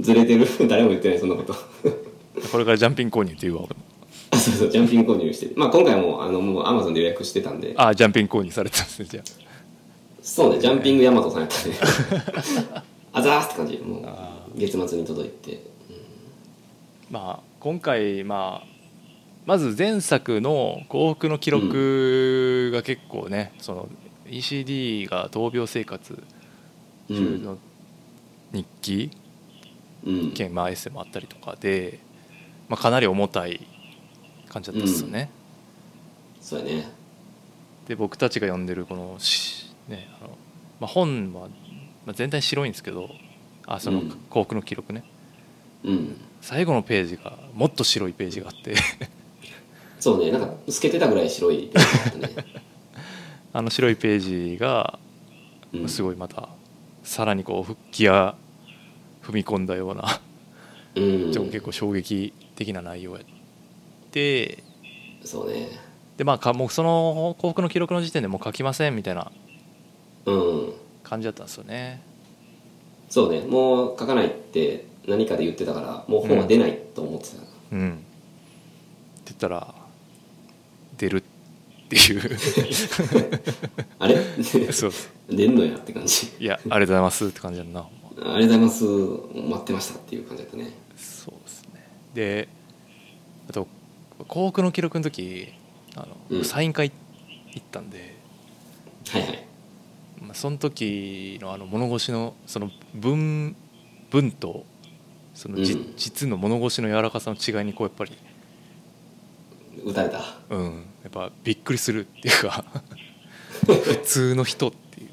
ずれてる誰も言ってないそんなこと
これからジャンピング購入って言うわ俺も
あそうそうジャンピング購入してまあ今回もあのもうアマゾンで予約してたんで
ああジャンピング購入されてたんですねじゃあ
そうねジャンピングヤマトさんやったねあざーすって感じもう
あ
月末に届いて
まあ今回まあまず前作の幸福の記録が結構ね、その ECD が闘病生活
う
中
ん
の日記
うん
兼、まあ、エッセイもあったりとかで、まあ、かなり重たい感じだったっすよね、
そうやね
で僕たちが読んでるこのし、ねあのまあ、本は、まあ、全体白いんですけどあその
うん
幸福の記録ね、
うん
最後のページがもっと白いページがあって
そうねなんか透けてたぐらい白い、ね
あの白いページが
う ん、
すごいまたさらにこう復帰や踏み込んだような、
うん、
ちょっと結構衝撃的な内容やって
そうね
でまあかもうその幸福の記録の時点でもう書きませんみたいな
うん
感じだったんですよね
そうねもう書かないって何かで言ってたからもう本は出ないと思ってた、
うんって言ったら出るっていう
あれ
そう
出んのやって感じ
いやありがとうございますって感じだな
ありがとうございます待ってましたっていう感じだったね
そうですねであと幸福の記録の時あの、
うん
サイン会行ったんで、
はいはい
まあ、その時のあの物腰のその文文とそのじ、
うん
実の物腰の柔らかさの違いにこうやっぱり、
打たれた
うん、やっぱびっくりするっていう か普通の人っていう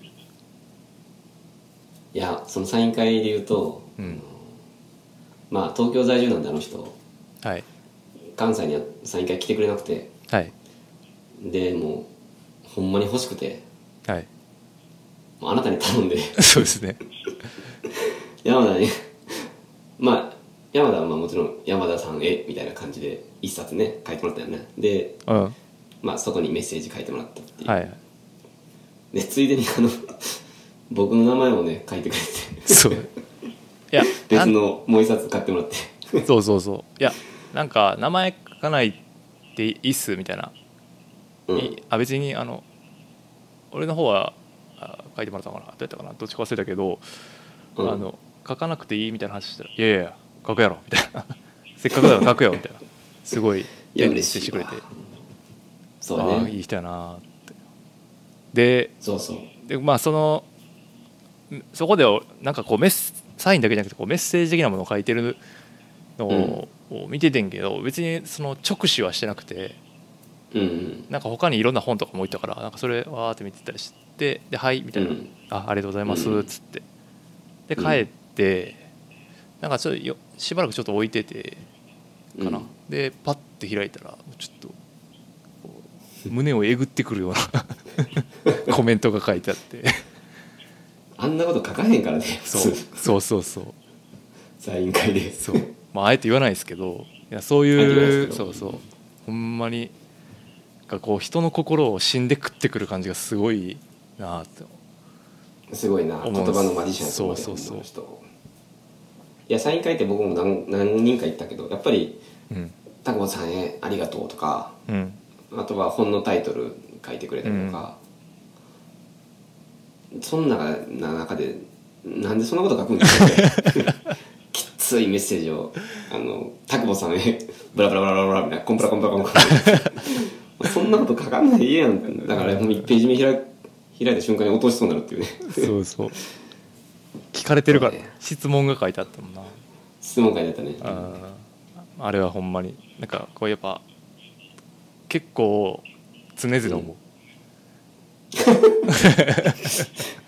いやそのサイン会で言うと、
うん
まあ東京在住なんであの人
はい
関西にはサイン会来てくれなくて
はい
でもうほんまに欲しくて
はい
もうあなたに頼んで
そうですね
山田に まあ山田はまあもちろん山田さんへみたいな感じで一冊ね書いてもらったよねで
うんは
まあそこにメッセージ書いてもらったって
い
いう、
はい
でついでにあの 僕の名前もね書いてくれ て
そういや
別のもう一冊買ってもらって
そうそうそういやなんか名前書かないっていいっすみたいな、
うん
いあ別にあの俺の方はあ書いてもらったのかなどうやったかなどっちか忘れたけど、
うん
あの書かなくていいみたいな話したら「いやいやいや書くやろ」みたいな 「せっかくだから書くよ」みたいなすごい
いや
丁寧に
嬉
し
してい
くれ
わ
て
そう
ああ
ね
いい人やなってで
そうそう
でまあそのんそこでおなんかこうメッセサインだけじゃなくてこうメッセージ的なものを書いてるのをを見ててんけど、別にその直視はしてなくて
うんうん
なんか他にいろんな本とかも置いてたからなんかそれわーって見てたりしてで「はい」みたいな、
うん
あ「ありがとうございます」
うん
っつってで帰って、なんかちょっとよしばらくちょっと置いててかな、
うん
でパッて開いたらちょっとこう胸をえぐってくるような コメントが書いてあって。
あんなこと書かへんからね
そ
普
う
通
そうそうそう
サイン会で
そう、まあ、あえて言わないですけどいやそう
あえて言わない
いう
ですけ
そ
ど
うそうほんまにがこう人の心を死んで食ってくる感じがすごいなあって
すごいな
思う
言
ん
葉
です
のマジシャンやと思
そうそうそう
この人いやサイン会って僕も何何人か行ったけどやっぱり
うん
「タコさんへありがとう」とか
うん
あとは本のタイトル書いてくれたりとか、そんな中でなんでそんなこと書くんです かきついメッセージをあのタクボさんへブラブラブラブラブラみたいなコンプラコンプラコンプラそんなこと書かないでいいやんだからもう1ページ目開開いた瞬間に落としそうになるっていうね
そうそう聞かれてるから
そうね
質問が書いてあったもんな
質問会だったね
あーあれはほんまになんかこうやっぱ結構常々思う、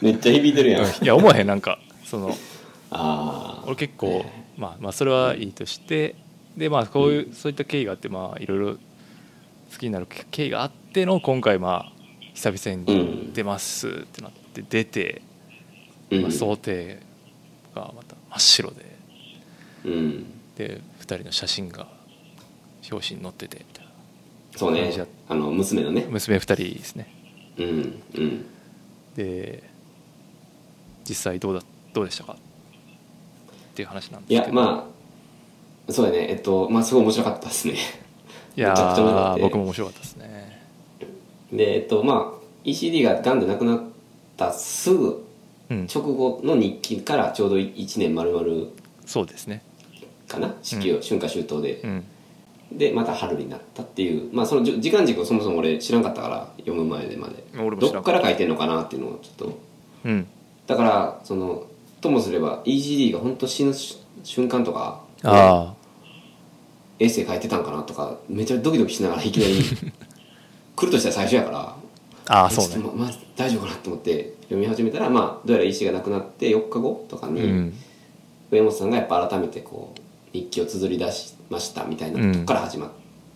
めっちゃ響いてるやんあ
いや思わへんなんかその
あ
俺結構、まあ、まあそれはいいとしてでまあこういう、そういった経緯があってまあいろいろ好きになる経緯があっての今回まあ久々
う
に
ん
出ますってなって出て、
うん、
まあ、想定がまた真っ白で
うん
で2人の写真が表紙に載っててみたいな
そうねあの娘のね
娘2人ですね
うんうん
で実際どうだどうでしたかっていう話なん
い
ですけ
や
ど
まあそうだねえっとまあすごい面白かったですね
いや
めちゃくちゃ面白かっ
ー
た
僕も面白かったですね
でえっとまあ ECD ががんで亡くなったすぐ
うん、
直後の日記からちょうど1年丸々
そうですね、
かな式を春夏秋冬で
う、ん、
でまた春になったっていうまあそのじ時間軸をそもそも俺知らんかったから読む前でまで
俺も知
ど
らん
っから書いてんのかなっていうのをちょっと
うん、
だからそのともすれば EGD が本当死ぬし瞬間とか
ああ
エッセイ書いてたんかなとかめちゃドキドキしながらいき なり来るとしたら最初やから
ああ
え
そう
ち
ね
ょっとままあ大丈夫かなと思って読み始めたらまあどうやら石がなくなって4日後とか
う
に、
ん
上本さんがやっぱ改めてこう日記を綴り出しましたみたいな
うん
とこから始まっ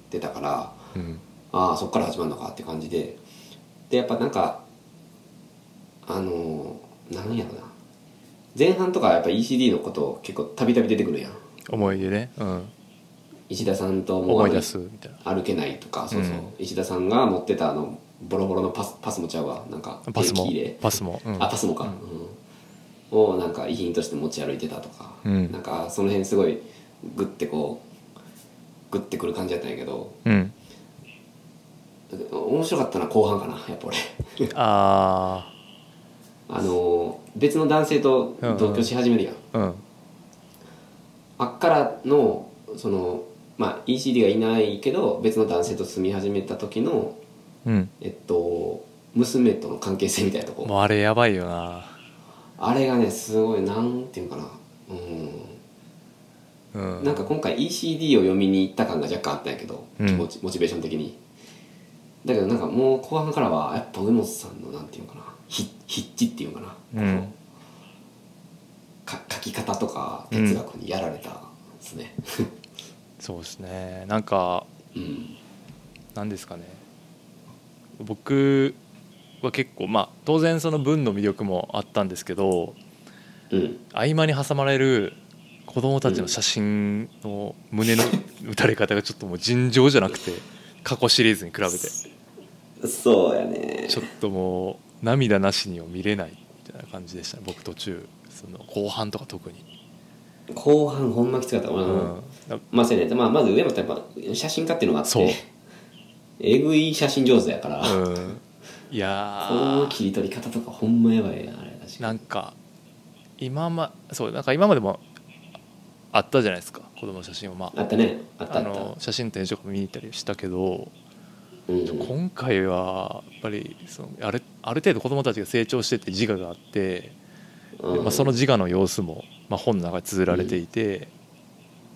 てたから、
うん
ああそこから始まるのかって感じででやっぱなんかあのーなんやろな前半とかやっぱ ECD のこと結構たびたび出てくるやん
思い出ね、うん、
石田さんともう
思い出すみたい
歩けないとかそうそう、
うん
石田さんが持ってたあのボロボロのパスパスもちゃうわなんか
なパスも
定期入れ
パスも、うん、
あパスモか、うんをなんか遺品として持ち歩いてたとか、
うん
なんかその辺すごいグッてこうグッてくる感じやったんやけど
うん、
面白かったのは後半かなやっぱ俺
あ
あのー別の男性と同居し始めるやん、
あうん
あっからのそのまあ ECD がいないけど別の男性と住み始めた時の
うん
えっと娘との関係性みたいなとこ
もうあれやばいよな
あれがねすごいなんていうんかなうん
うん
なんか今回 ECD を読みに行った感が若干あったんやけど、
うん
モチモチベーション的にだけどなんかもう後半からはやっぱ上本さんのなんていうのかなひ筆致っていうのかな、
うん
このか書き方とか哲学にやられたですね
そうですねなんか
うん
なんですかね僕は結構まあ当然その文の魅力もあったんですけど
うん
合間に挟まれる子供たちの写真の胸 の打たれ方がちょっともう尋常じゃなくて過去シリーズに比べてち
そうやね
ょっともう涙なしには見れないみたいな感じでしたね僕途中その後半とか特に、
後半ほんまきつかった、
う
俺
ん
も、まあそうやね、まあ、まず上本やっぱ写真家っていうのがあっ
そう
てえぐい写真上手やから、こ
うん、いやー
の切り取り方とかほんまやばいなあれ確か
なん
に
か今まそうなんか今までもあったじゃないですか子供の写真をまあ
あったねあったあ
あ
った
の写真展示とか見に行ったりしたけど、
うん
今回はやっぱりそのあれある程度子供たちが成長してって自我があって、
うん
まあ、その自我の様子も、まあ、本の中に綴られていて、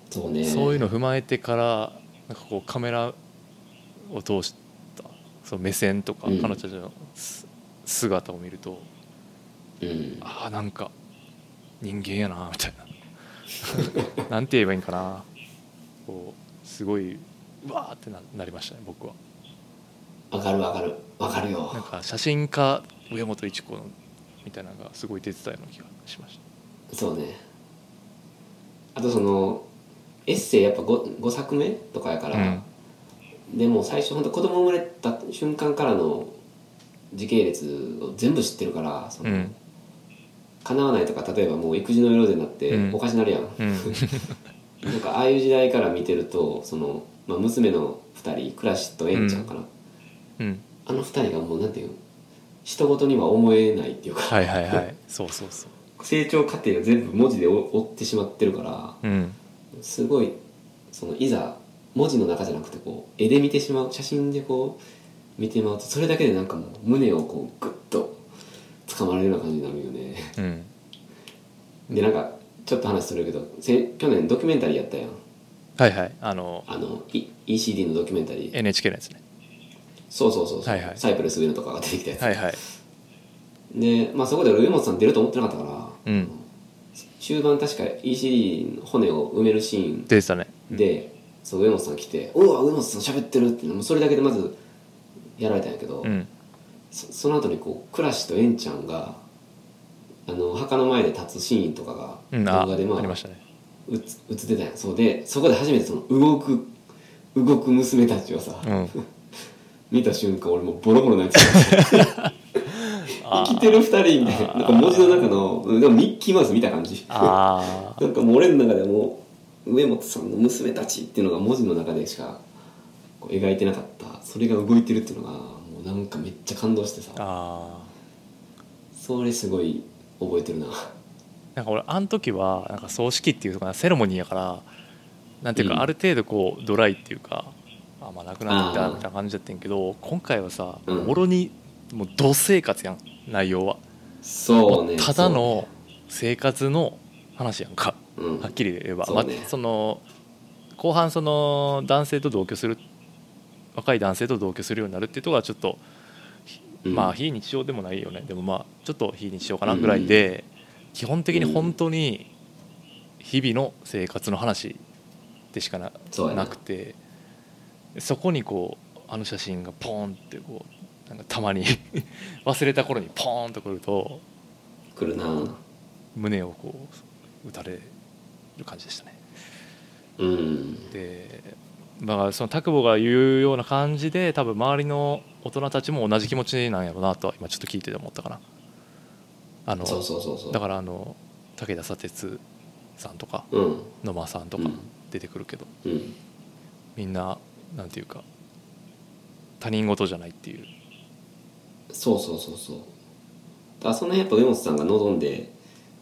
そうね
そういうのを踏まえてからなんかこうカメラを通したその目線とか
うん
彼女たちのす姿を見ると、
うん
ああなんか人間やなみた いななんて言えばいいんかなこうすごいうわーってななりましたね僕は
わかるわかるわかるよ
なんか写真家上本一子のみたいなのがすごい出てたような気がしまし
そうねあとそのエッセイやっぱ 5, 5作目とかやか
た、
ら、でもう最初本当子供生まれた瞬間からの時系列を全部知ってるからその、
うん
叶わないとか例えばもう育児のエロゼになって
うん
おかしなるやん、
うん、
なんかああいう時代から見てるとその、まあ、娘の2人クラシとエンちゃんかな、
うん、
あの2人がもうなんていうの人事には思えないっていう か
はいはいはいそうそうそう
成長過程を全部文字で追追ってしまってるから
うん
すごいそのいざ文字の中じゃなくてこう絵で見てしまう写真でこう見てまうとそれだけでなんかもう胸をこうグッと掴まれるような感じになるよね
うん
でなんかちょっと話するけどせ去年ドキュメンタリーやったやん
はいはいあの
あのい ECD のドキュメンタリー
NHK のやつね
そうそうそうそう、
はいはい
サイプレス上野とかが出てきたやつ、
はいはい
で、まあ、そこで俺上本さん出ると思ってなかったから、
うん
終盤確か ECD の骨を埋めるシーン
出てたね
で、そう上本さん来て「おお上本さん喋ってる」ってもうそれだけでまずやられたんやけど、
うん
そその後にこう倉とエンちゃんがあのお墓の前で立つシーンとか
うん
が
あ
動画でまあ,、
ありましたね
うつ映ってたんやそうでそこで初めてその動く動く娘たちをさ、
うん
見た瞬間俺もうボロボロ泣いて た生きてる二人みたいななんか文字の中のうんでもミッキーマウス見た感じ
あ
なんかもう俺の中でも上本さんの娘たちっていうのが文字の中でしかこう描いてなかったそれが動いてるっていうのがもうなんかめっちゃ感動して
あ
さ
ああ
それすごい覚えてるな
なんか俺あの時はなんか葬式っていうかなセレモニーやからなんていうか、
うん
ある程度こうドライっていうかあまあなくなってき
あ
たみ
ー
たいな感じだったんやけど今回はさ、
うん
もろにもう同生活やん内容は、
そうね
もうただの生活の話やんか
そううん
はっきり言えば
そうね
まあ、その後半その男性と同居する若い男性と同居するようになるっていうところはちょっと、
うん
まあ非日常でもないよねでもまあちょっと非日常かなぐらいで、基本的に本当に日々の生活の話でしかな,、
そうやな
なくてそこにこうあの写真がポーンってこうなんかたまに 忘れた頃にポーンとくると
来るな
胸をこう打たれる感じでしたね。
うん
でまあその拓保が言うような感じで多分周りの大人たちも同じ気持ちなんやろうなとは今ちょっと聞いてて思ったかなあの
そうそうそうそう
だからあの武田砂鉄さんとか
うん
野間さんとか
うん
出てくるけど、
うん
みんななんていうか他人事じゃないっていう
そうそうそうそうだからその辺やっぱ上本さんが望んで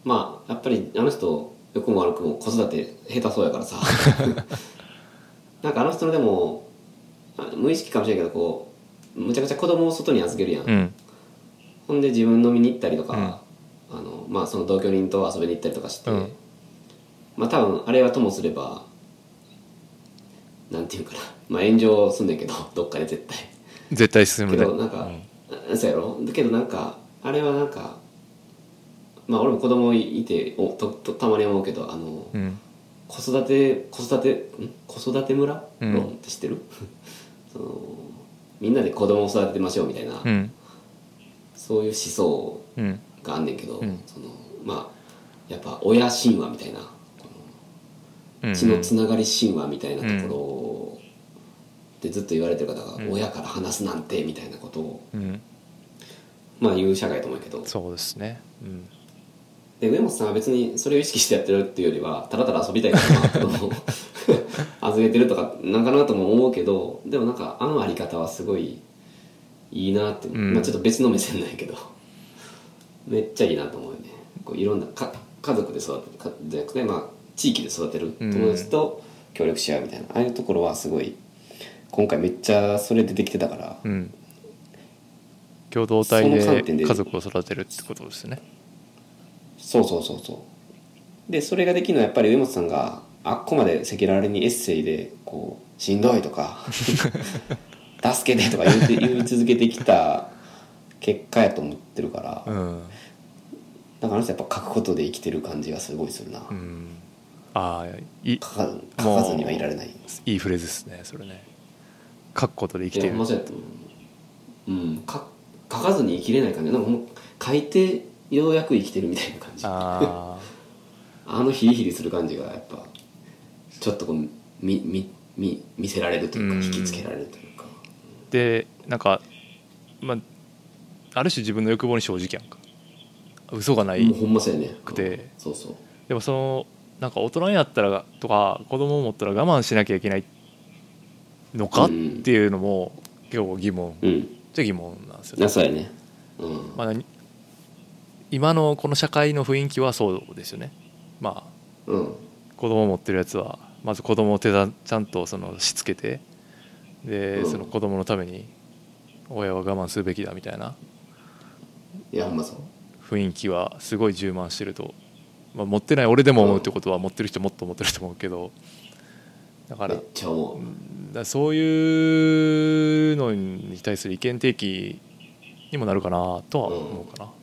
まあやっぱりあの人良くも悪くも子育て下手そう やからさなんかあの人のでもあ無意識かもしれんけどこうむちゃくちゃ子供を外に預けるやん、
うん
ほんで自分飲みに行ったりとか、あのまあ、その同居人と遊びに行ったりとかして、
うん
まあ多分あれはともすればなんていうかな、まあ、炎上すんねんけどどっかで絶対。
絶対進むね
けどなんか
うん
そうやろだけどなんかあれはなんかまあ俺も子供いておととたまに思うけどあの、
うん
子育て子育てん子育て村
うん
論って知ってる そのみんなで子供を育ててましょうみたいな、
うん
そういう思想
うん
があんねんけど、
うん
そのまあやっぱ親神話みたいな
うん
血のつながり神話みたいなところでずっと言われてる方が、
うん
親から話すなんてみたいなことを
うん
まあ言う社会と思うけど
そうですねうん
で上本さんは別にそれを意識してやってるっていうよりはただただ遊びたいからまあ子供を 預けてるとかなんかなとも思うけどでもなんかあのあり方はすごいいいなって、
うん
まあ、ちょっと別の目線なんやけどめっちゃいいなと思うよねこういろんなか家族で育てるかじゃなくて、まあ、地域で育てる
うん
友達と協力し合うみたいな、ああいうところはすごい今回めっちゃそれ出てきてたから、
うん共同体
その
で
観点で
家族を育てるってことですね
そうそうそうそうでそれができるのはやっぱり上本さんがあっこまで赤裸々にエッセイでこうしんどいと か助けてとか言うて言い続けてきた結果やと思ってるから、
う
だか
ん
らあの人やっぱ書くことで生きてる感じがすごいするな、
うんああいい
書か書かずにはいられないい
いいフレーズですねそれね書くことで生き
や
ている
まさやと思ううんか書かずに生きれない感じなんかもう書いてようやく生きてるみたいな感じ
ああ
あのヒリヒリする感じがやっぱちょっとこうみみみ見せられるというか
うん
引きつけられるというか
でなんかまあある種自分の欲望に正直やんか嘘がない、
もうほんまそうやね
くて
そうそう
でもそのなんか大人になったらとか子供を持ったら我慢しなきゃいけないのか、
うん
っていうのも結構疑問
うん
じゃ疑問なんですよね
なそうやねうん、
まあ、何今のこの社会の雰囲気はそうですよねまあ
うん
子供持ってるやつはまず子供を手だちゃんとそのしつけてで、
うん
その子供のために親は我慢するべきだみたいない
やほんまそう
雰囲気はすごい充満してると、まあ、持ってない俺でも思うってことは持ってる人もっと思ってると思うけどだか
め
ら
っちゃ思
だからそういうのに対する意見提起にもなるかなとは思うかな。
う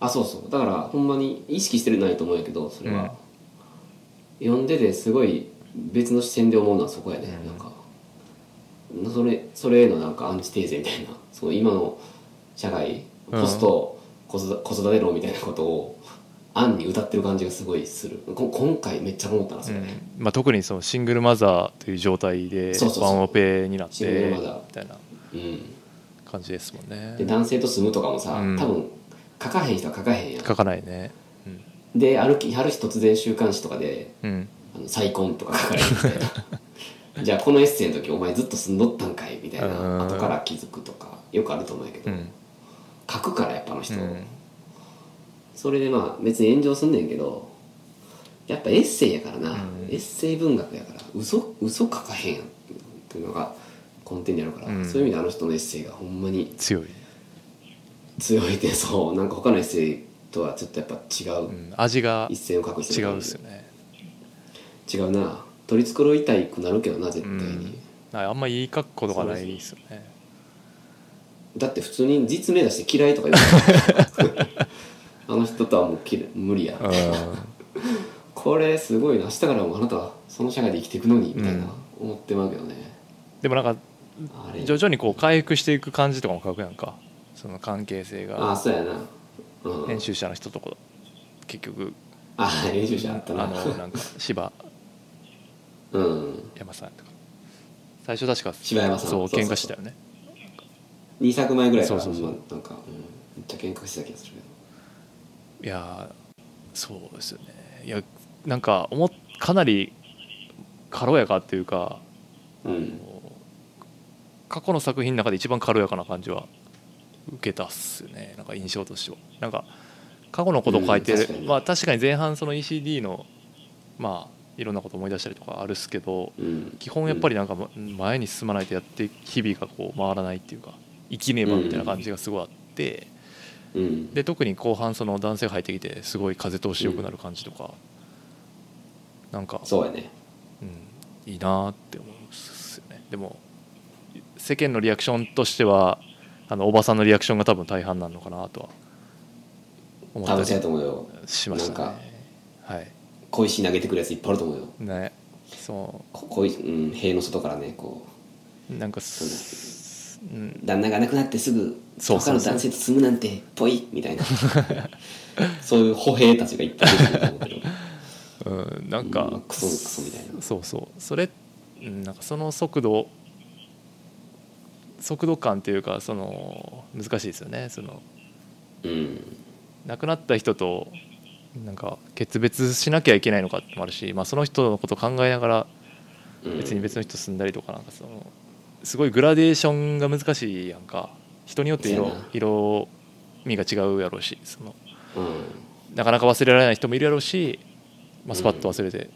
あそうそうだからほんまに意識してるないと思うんやけどそれは、読んでてすごい別の視点で思うのはそこやね、
うん
なんかそれそれへのなんかアンチテーゼみたいな その今の社会
うん
ポスト子育子育て論みたいなことを暗に歌ってる感じがすごいするこ今回めっちゃ思ったなそれ、
まあ、特にそのシングルマザーという状態で
そうそうそう
ワンオペになっ
シングル
てみ
マザー
たいな
うん
感じですもんね
で男性と住むとかもさ、
うん
多分書かへん人は書かへんやん
書かないねうん
である日ある日突然週刊誌とかで
うん
あの再婚とか書かれるみたいな じゃあこのエッセイの時お前ずっと住んどったんかいみたいな
うん
後から気づくとかよくあると思うんやけど、
うん
書くからやっぱなの人、
うん
それでまあ別に炎上すんねんけどやっぱエッセイやからな、
うん
エッセイ文学やから嘘嘘書かへんやんっていうのが根底にあるから、
うん
そういう意味であの人のエッセイがほんまに
強い、
強いでそうなんか他のエッセイとはちょっとやっぱ違う、
うん、味が
一線を画して
違
る
う
感
で
じ
すよね
違うな取り繕いたいくなるけどな絶
う
対に
ん、なんかあんまいい格好とかないですよね
だって普通に実名出して嫌いとか言う あの人とはもう嫌い無理や、これすごいな明日からもあなたはその社会で生きていくのにみたいな、思ってまうけどね
でもなんか
あれ
徐々にこう回復していく感じとかも書くやんかその関係性
ああ
が
そうやな、うん、
編集者の人とか結局
あ編集者あった
あ
な
のなんか柴
うん
山さんとか最初確か
柴山さん
そう
そうそうそ
喧
う
嘩したよね
2作前ぐらいから
そ
ほ
うそ
ん
うそう
まなんか、うん、めっちゃ喧嘩してた気がするけど
いやーそうですよねいやなんかおもかなり軽やかっていうか
うん
過去の作品の中で一番軽やかな感じは受けたっすねなんか印象としてはなんか過去のことを書いて
うん
る、
確かに
まあ確かに前半その ECD のまあいろんなこと思い出したりとかあるっすけど
うん
基本やっぱりなんかま前に進まないとやって日々がこう回らないっていうか生きねばみたいな感じがすごいあって
うん
で特に後半その男性が入ってきてすごい風通しよくなる感じとかなんか
そうやね
うん、いいなーって思うんですよねでも世間のリアクションとしてはあのおばさんのリアクションが多分大半なのかなとは思
多分
っ
そう
た
や
り
と思うよ
しまし
な
た
んか
ねはい
小石投げてくるやついっぱいあると思うよ
ねそ
こ小石、うん、塀の外からねこう
うなんかすうん
旦那が亡くなってすぐ
そう
他
そうそう
の男性と住むなんてぽいみたいな そういう歩兵たちがいっぱい出てくると思うけど
うんなん
う
か
んクソクソみたいな
そうそうそれうんなんかその速度速度感っていうかその難しいですよねその
うん
亡くなった人となんか決別しなきゃいけないのかってのもあるし、まあ、その人のことを考えながら
うん
別に別の人と住んだりとかなんかそのすごいグラデーションが難しいやんか人によって
そ
色
うやな
色味が違うやろうしその
うん
なかなか忘れられない人もいるやろうし、まあ、スパッと
うん
忘れて、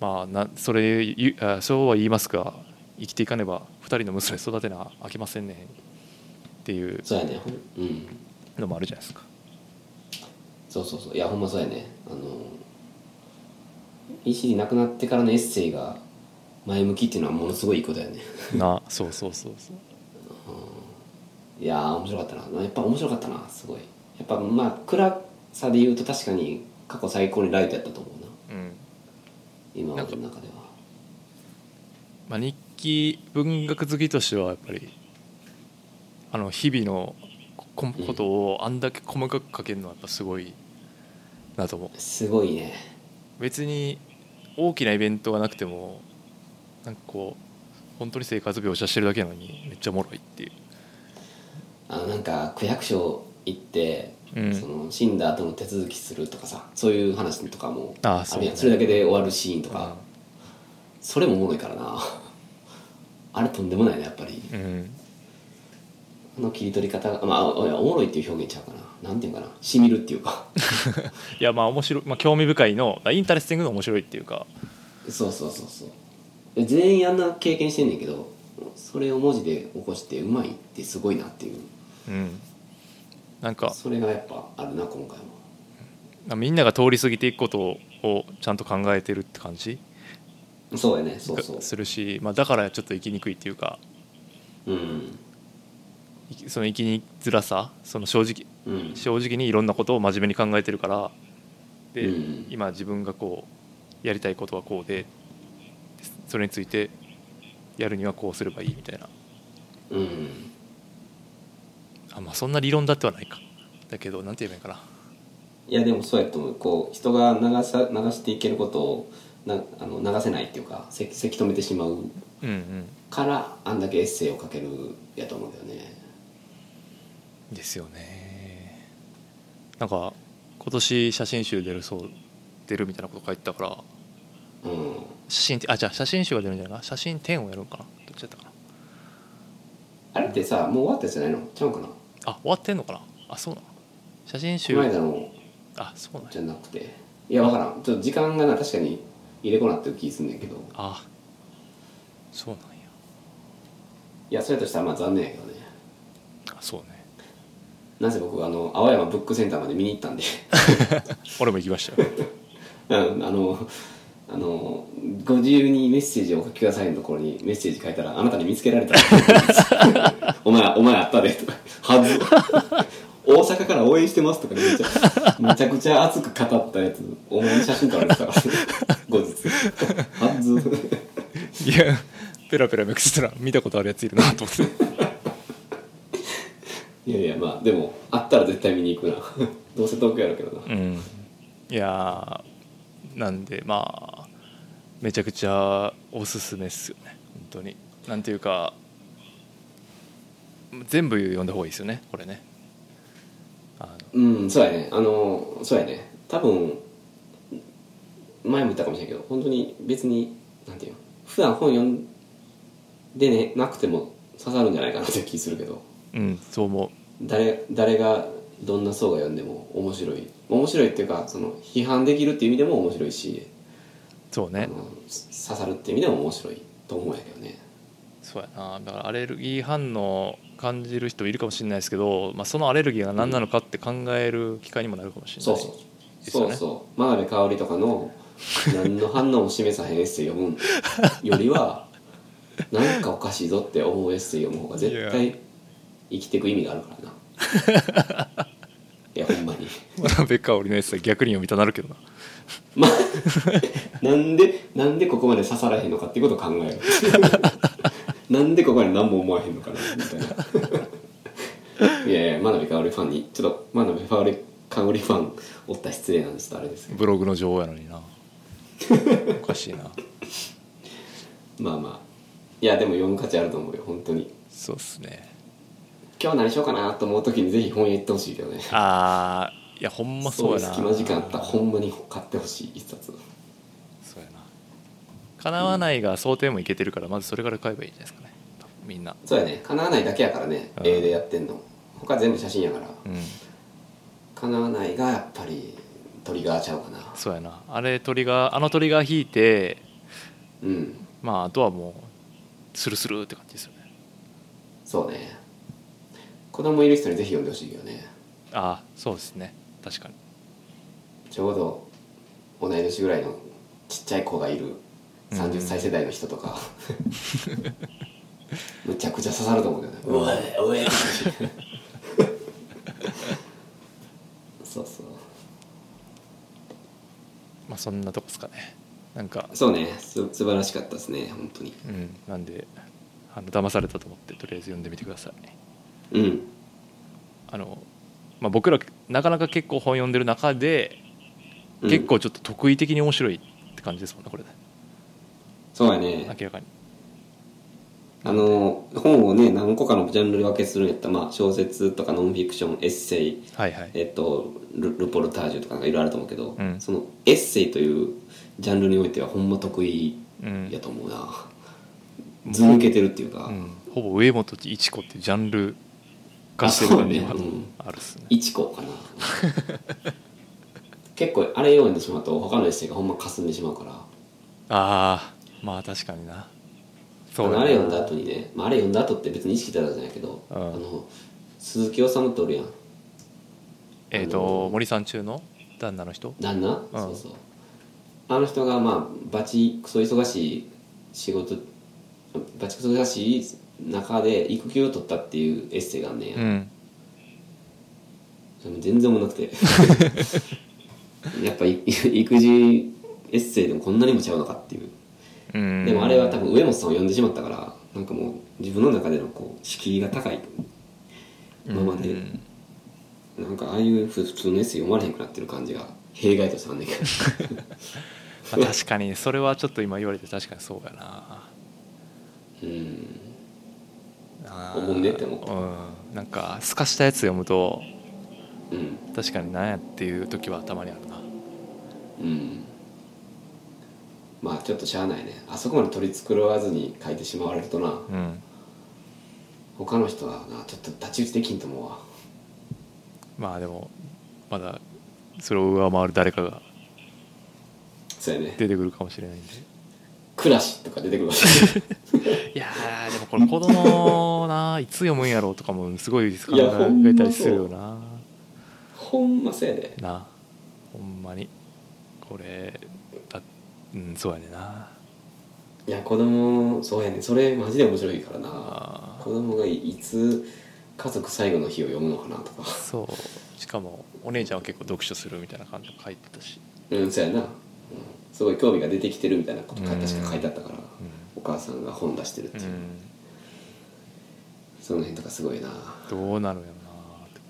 まあなそれゆあそうは言いますが生きていかねば2人の娘育てなあきませんねんっていう
そうやねほんうん
のもあるじゃないです か。
そうそうそういやほんまそうやねあの ECD 亡くなってからのエッセイが前向きっていうのはものすごいいいことやね
なそうそうそうそう。
いやー面白かったなやっぱ面白かったなすごいやっぱまあ暗さで言うと確かに過去最高にライトやったと思うな
うん
今までの中では
まあ、日記文学好きとしてはやっぱりあの日々のこ
うん
ことをあんだけ細かく書けるのはやっぱすごいなと思
すごいね
う別に大きなイベントがなくてもなんかこう本当に生活描写してるだけなのにめっちゃおもろいっていう
あのなんか区役所行って、
うん
その死んだ後の手続きするとかさそういう話とかも
ああ
あ
そう
る
ね
やんそれだけで終わるシーンとか、それもおもろいからな あれとんでもないねやっぱり
うん
あの切り取り方がまあおいおもろいっていう表現ちゃうかななんていうかなしみるっていうか
いやまあ面白い、まあ、興味深いのインタレスティングの面白いっていうか
そうそうそうそう全員あんな経験してんねんけどそれを文字で起こしてうまいってすごいなっていう
うんなんか
それがやっぱあるな今回も
みんなが通り過ぎていくことをちゃんと考えてるって感じ
そうやねそ うそう
するし、まあ、だからちょっと生きにくいっていうか
うん
生きその生きにづらさその正直
うん
正直にいろんなことを真面目に考えてるからで、
うん
今自分がこうやりたいことはこうでそれについてやるにはこうすればいいみたいな
うん
あまあそんな理論だってはないかだけどなんて言えばいいか
いやでもそうやと思うこう人が流さ流していけることをなあの流せないっていうかせせき止めてしまう
なうんうん
からあんだけエッセイを書けるやと思うけどね
ですよねなんか今年写真集出るそう出るみたいなこと書いてたから
うん
写真あじゃあ写真集が出るんじゃないかな写真展をやるんかなどっちだったかな
あれってさもう終わったやつじゃないのちゃうんかな
あ終わってんのかなあそうなの写真
こ
集
の間の
あそうなんや
じゃなくていやわからんちょっと時間がな確かに入れこなってる気すんねんけど
あそうなんや
いやそれとしたらまあ残念やけどね
あそうね
なぜ僕あの青山ブックセンターまで見に行ったんで
俺も行きましたよ
うんあのあのご自由にメッセージをお書きくださいのところにメッセージ書いたらあなたに見つけられた お前お前あったでとかはず大阪から応援してますとかめっちゃめちゃくちゃ熱く語ったやつお前に写真撮られてたから後日はず
いやペラペラめくしたら見たことあるやついるなと思って
いやいやまあでもあったら絶対見に行くなどうせ遠くやろうけどな
うんいやーなんでまあめちゃくちゃおすすめっすよね本当になんていうか全部読んだ方がいいですよねこれねあ
うんそうやねあのそうやね多分前も言ったかもしれんけど本当に別になんていうの普段本読んでねなくても刺さるんじゃないかなって気するけど
のうんそう思
誰誰がどんな層が読んでも面白い面白いっていうかその批判できるっていう意味でも面白い
う
し、
そうね
あの刺さるっていう意味でも面白いと思うんやけどね
そうやなだからアレルギー反応感じる人いるかもしれないですけど、まあ、そのアレルギーが何なのかって考える機会にもなるかもしれない、
そうそう
ですよ
そう
ね
そう真鍋かおりとかの何の反応も示さへんエッセイ読むよりはなんかおかしいぞって思うエッセイ読む方が絶対生きていく意味があるからな いやほんまに
真 鍋かおりのやつは逆に読みたなるけどな
まあなんでなんでここまで刺さらへんのかっていうことを考える なんでここまで何も思わへんのかなみたいないやいや真鍋かおりファンにちょっと真鍋かおりかおりファンおったら失礼なんですとあれですけど
ブログの女王やのになおかしいな
まあまあいやでも読む価値あると思うよ本当に
そうっすね
今日何しようかなと思う時にぜひ本屋行ってほしいけどね
あーいやほんまそうやな
隙間時間あったらほんまに買ってほしい一冊
そうやな叶わないが想定もいけてるからまずそれから買えばいいんじゃないですかね多分みんな
そうやね叶わないだけやからね
うん
絵でやってんの他全部写真やから
うん
叶わないがやっぱりトリガーちゃうかな
そうやなあれトリガーあのトリガー引いて
うん
まああとはもうスルスルって感じですよね
そうね子供いる人にぜひ読んでほしいけどね
ああそうですね確かに
ちょうど同い年ぐらいのちっちゃい子がいる30歳世代の人 とか、むちゃくちゃ刺さると思うけどねうわえうわえってそうそう
まあそんなとこですかねなんか
そうねす素晴らしかったですね本当に
うんなんであの騙されたと思ってとりあえず読んでみてください
うん
あの、まあ、僕らなかなか結構本読んでる中で
うん
結構ちょっと得意的に面白いって感じですもんねこれね
そうやね
明らかに
あの本をね何個かのジャンル分けするんやったら、まあ、小説とかノンフィクションエッセイ
はいはい
えっと、ルルポルタージュとかなんかいろいろあると思うけど、
うん
そのエッセイというジャンルにおいてはほんま得意
うん
やと思うな、ず抜けてるっていうか、
うんほぼ上本一子ってジャンル化してる感じ
あ
が
そうねうん
あるっすね
一個かな 結構あれ読んでしまうと他のエッセイがほんまかすんでしまうから
ああまあ確かにな
あ
だ
の
な
あれ読んだ後にね、まあ、あれ読んだ後って別に意識したらじゃないけど、
うん
あの鈴木治っておるやん
えっ
あ
と
の
森さん中の旦那の人
旦那、
うん
そうそうあの人がまあバチクソ忙しい仕事バチクソ忙しい中で育休を取ったっていうエッセイがあんねんや、
うん
それも全然おもんな くてやっぱい育児エッセイでもこんなにもちゃうのかっていう
うん
でもあれは多分上本さんを呼んでしまったからなんかもう自分の中でのこう敷居が高いままで、
うん
なんかああいう普通のエッセイ読まれへんくなってる感じが弊害としてあんね んけど
まあ確かにそれはちょっと今言われて確かにそうやな
うん
あー
おもんねって思った
うんなんかすかしたやつ読むと
うん
確かになんやっていう時はたまにあるな
うんまあちょっとしゃあないねあそこまで取り繕わずに書いてしまわれるとな
うん
他の人はなちょっと太刀打ちできんと思うわ
まあでもまだそれを上回る誰かが
そうやね
出てくるかもしれないんで
クラシとか出てくるわ
い
け
やーでもこれ子供 ないつ読むんやろうとかもすごい考
いやほんま
え
そ
た
う
りするよな
ほんまそうやで
なほんまにこれだうんそうやねんない
や子供そうやねそれマジで面白いからな
あ
子供がいいつ家族最後の日を読むのかなとか
ーそうしかもお姉ちゃんは結構読書するみたいな感じで書いてたし、
うんそうやな、うんすごい興味が出てきてるみたいなことか
うん
確か書いてあったから
う
お母さんが本出してるって
ん
いう、その辺とかすごいな
どうなるんやろなって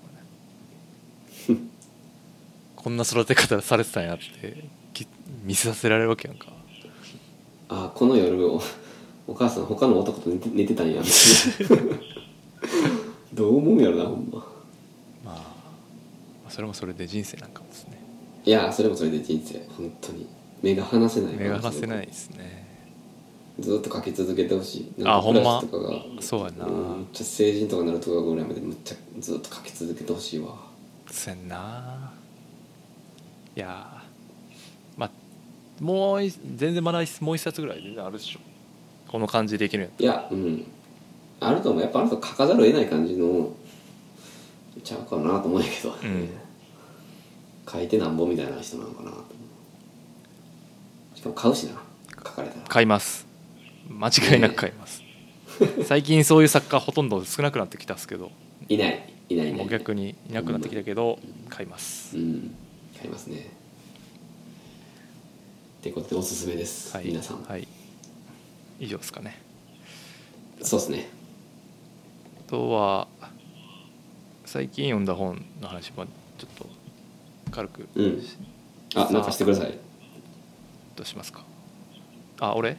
これ こんな育て方されてたんやってき見せさせられるわけやんか
あこの夜お お母さん他の男と寝て寝てたんやみ たいなどう思うんやろなほんま
まあまあそれもそれで人生なんかもですね
いやそれもそれで人生本当に目が離せない
目が離せないいですね
ずっとかけ続けてほしい
あほんま
なんかクラスとかが
そうやな
うんめっちゃ成人とかになるとかぐらいまでむっちゃずっとかけ続けてほしいわ
せんないやーまあもうい全然まだもう一冊ぐらい全然あるでしょこの感じでいけるんや
いやうんあると思うやっぱあると書かざるを得ない感じのちゃうかなと思うんやけど、
ん
書いてなんぼみたいな人なのかなと思うしかも買うしな書かれたら
買います間違いなく買います最近そういう作家ほとんど少なくなってきたんですけど
いないいないいな
も
いう
逆にいなくなってきたけど買います
うん買いますねってことでおすすめです、
はい
皆さん、
はい以上ですかね
そうですね
あとは最近読んだ本の話もちょっと軽く
うん
し
あなんかしてください
どうしますかあ俺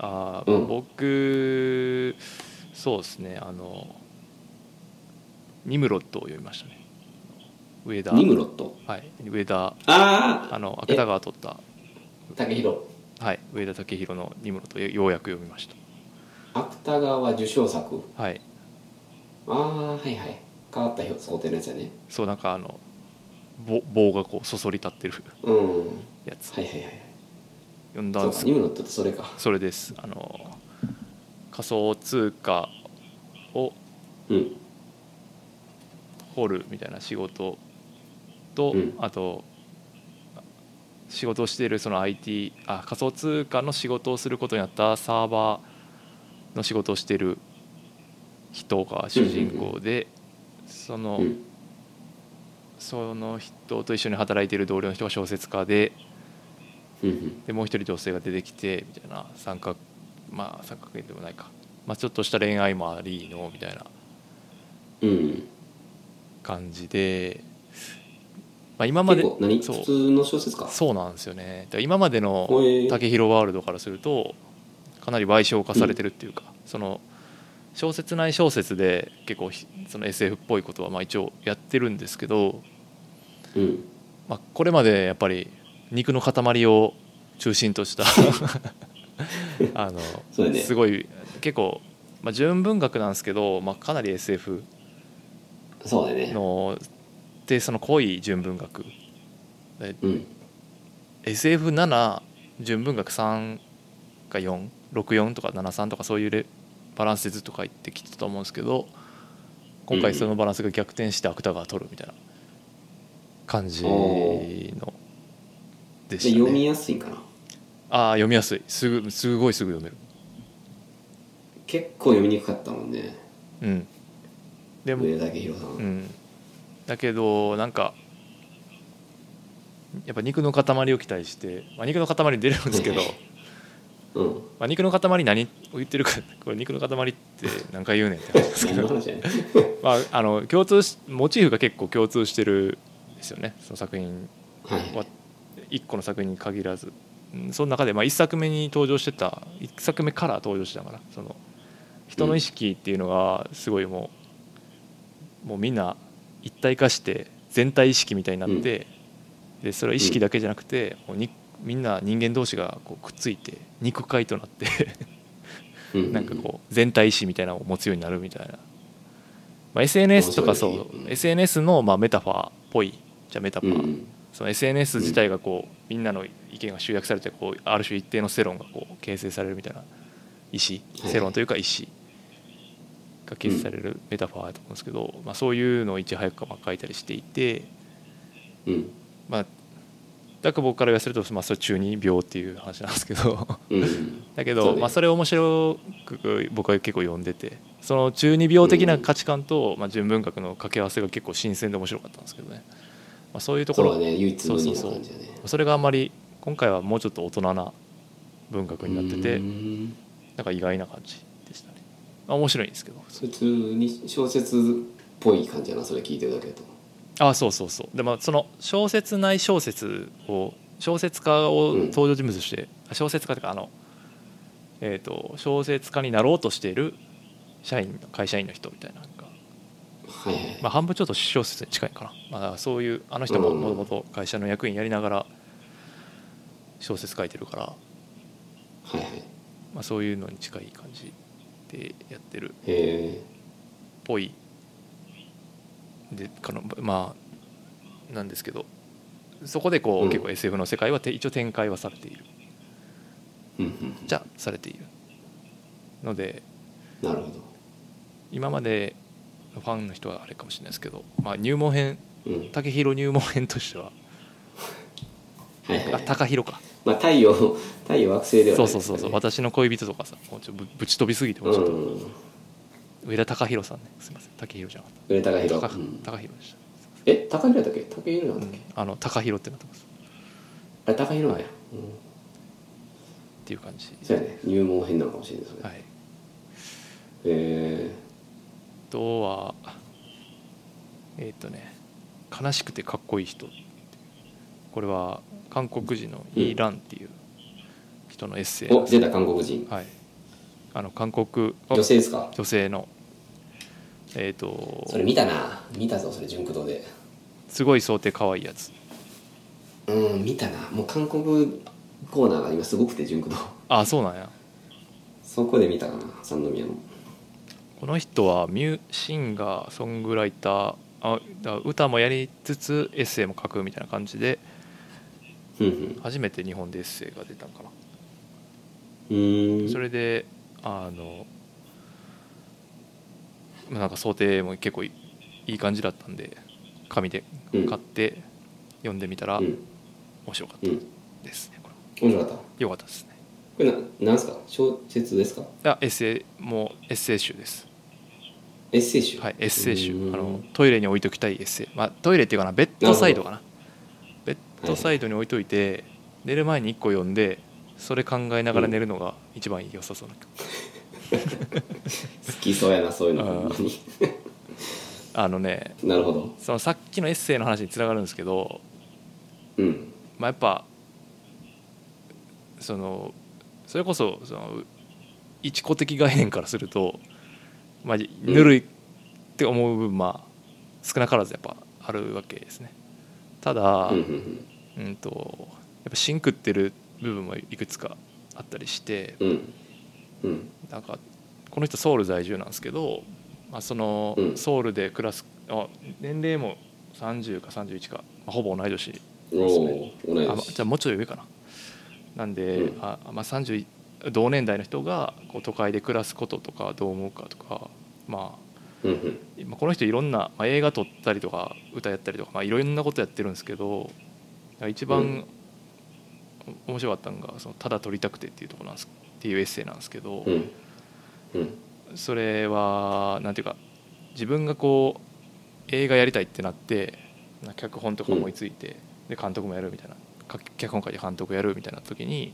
あ、
うん
僕そうですねあのニムロットを読みましたね上田
ニムロット
はい上田
ああ
あの芥川取った
武弘
はい上田武弘のニムロットようやく読みまし
芥川受賞作
たはい
ああはいはい変わった表想定のやつやね
そうなんかあのぼ棒がこうそそり立ってる
うんは
やつ
いはいはい
読んだ
そ
ん
う
で
か
す
ニムロットってそれか
それですあの仮想通貨を
うん
掘るみたいな仕事と、
うん
あと仕事をしているその IT あ仮想通貨の仕事をすることになったサーバーの仕事をしている人が主人公で、その、
うん
その人と一緒に働いている同僚の人が小説家で
うん
でもう一人女性が出てきてみたいな三角まあ三角形でもないか、まあ、ちょっとした恋愛もありのみたいな
うんうん
感じで、まあ、今ま
結
で
構何
そう
普通の小説か
そうなんですよねだから今までの
ほ
「
え
竹広ワールド」からするとかなり賠償化されてるっていうか、その小説内小説で結構ひその SF っぽいことはまあ一応やってるんですけど、
うん
まあ、これまでやっぱり肉の塊を中心とした あの
そうだね
すごい結構、まあ、純文学なんですけど、まあ、かなり SF
そうだね
のでその濃い純文学で
うん
SF7 純文学3か464とか73とかそういうレバランスでずっと書いてきてたと思うんですけど今
う
回
ん
そのバランスが逆転して芥川取るみたいな感じのでし
じゃあ
た
読み
ね
やすいんかな
ああ読みやすいすぐすごいすぐ読める
結構読みにくかったもんね
うんでも
上田武弘さん、
うん、だけどなんかやっぱ肉の塊を期待して、まあ、肉の塊出るんですけど、
うん
まあ、肉の塊何を言ってるかこれ肉の塊って何回言うねんって話ですけ
何の
ど、
話やね
まあ、あの共通しモチーフが結構共通してるんですよねその作品
はい
は1個の作品に限らずうんその中でまあ1作目に登場してた1作目から登場してたからその人の意識っていうのがすごいもうもうみんな一体化して全体意識みたいになってでそれは意識だけじゃなくてもうにみんな人間同士がこうくっついて肉塊となって
うん
なんかこう全体意識みたいなのを持つようになるみたいな、まあ、SNS とかそ
面白いね
う
うん
SNS のまあメタファーっぽいじゃあメタパ
う
ー、
ん
その SNS 自体がこうみんなの意見が集約されてこうある種一定の世論がこう形成されるみたいな石
はい
世論というか石が形成されるメタファーだと思うんですけど、まあ、そういうのをいち早くまあ書いたりしていて、
うん
まあ、だから僕から言わせると、まあ、それ中二病っていう話なんですけど
うん
だけ
そう
ど
ね
まあ、それを面白く僕は結構読んでてその中二病的な価値観と、まあ、純文学の掛け合わせが結構新鮮で面白かったんですけどね、まあ、そういうとこ
そう
ろ
だね唯一無二な
そうそうそう
感じだね
それがあんまり今回はもうちょっと大人な文学になってて
うん
なんか意外な感じでしたね、まあ、面白いんですけど
普通に小説っぽい感じだなそれ聞いてるだけだと
あそうそうそうでもその小説内小説を小説家を
うん
登場人物として、あ小説家というかあのえっ、と小説家になろうとしている社員の会社員の人みたいななんか、
はいはい
まあ、半分ちょっと小説に近いかな、まあ、そういうあの人ももともと会社の役員やりながら小説書いてるから、
はいはい
まあ、そういうのに近い感じでやってる
へ
っ
え
ぽいでかのまあなんですけどそこでこう、
うん
結構 SF の世界はて一応展開はされている
うんうん
じゃあされているので
なるほ
今までのファンの人はあれかもしれないですけど、まあ、入門編
どうん
武宏入門編としては
はいはい
あ高弘か
まあ太陽太陽惑星では
そ
な
う
い
そうそうそう私の恋人とかさもうちょっとぶぶち飛びすぎてもう
う
ちょっと、
ん
上田高弘さんねすみません武宏じゃなかっ
上田高
た
弘
高
うん
高弘でした
え高弘だっけ高弘なんだっけ
あの高弘ってなってますっ
あれ高弘
は
なんやうん
ていう感じ
そうやね入門編なのかもしれないですね
はい
え
あとはえーっ、とね「悲しくてかっこいい人」これは韓国人のイーランっていう人のエッセイ
ー
なん
お
です
出た韓国人
はいあの韓国あ
女性ですか
女性のえーっ、と
それ見たな見たぞそれ純駆動です
ごい想定かわいいやつ
うん見たなもう韓国コーナーが今すごくて純駆動
あそうなんや
そこで見たかな三宮の
この人はミュシンガーソングライターあだ歌もやりつつエッセイも書くみたいな感じで
うんうん
初めて日本でエッセイが出たのかな
うーん
それであのまあなんか想定も結構いいい感じだったんで紙で買って読んでみたら
う
面
ん
白かっ
うん
たですねこれ
面白かったこ
良かったですね
れななんすか小説ですか
あエッセイもうエッセイ集です
エッセイ集
はいエッセイ集
うん
あのトイレに置いときたいエッセイまあトイレっていうかなベッドサイドかなベッドサイドに置いといて寝る前に1個読んでそれ考えながら寝るのが一番良さそうな
好きそうやなそういうの
あー
ほんまに
あのね
なるほど
そのさっきのエッセイの話につながるんですけど
うん
まあ、やっぱそのそれこそその一個的概念からすると、まあ、ぬるいって思う部分まあ少なからずやっぱあるわけですねただ、
う
うん
うん
ん、
うん
とやっぱシンクってる部分もいくつかあったりして
うんうん
なんかこの人ソウル在住なんですけど、まあ、その
うん
ソウルで暮らすあ年齢も30か31か、まあ、ほぼ同い年
おおー同い
あま
年
じゃあもうちょい上かななんで、
うん
あまあ、30同年代の人がこう都会で暮らすこととかどう思うかとか、まあ、
うんうん
今この人いろんな、まあ、映画撮ったりとか歌やったりとか、まあ、いろんなことやってるんですけど一番面白かったのが「そのただ撮りたくて」っていうところなんですっていうエッセイなんですけど、
うんうん
それはなんていうか自分がこう映画やりたいってなってな脚本とか思いついて、で監督もやるみたいなか脚本書いて監督やるみたいな時に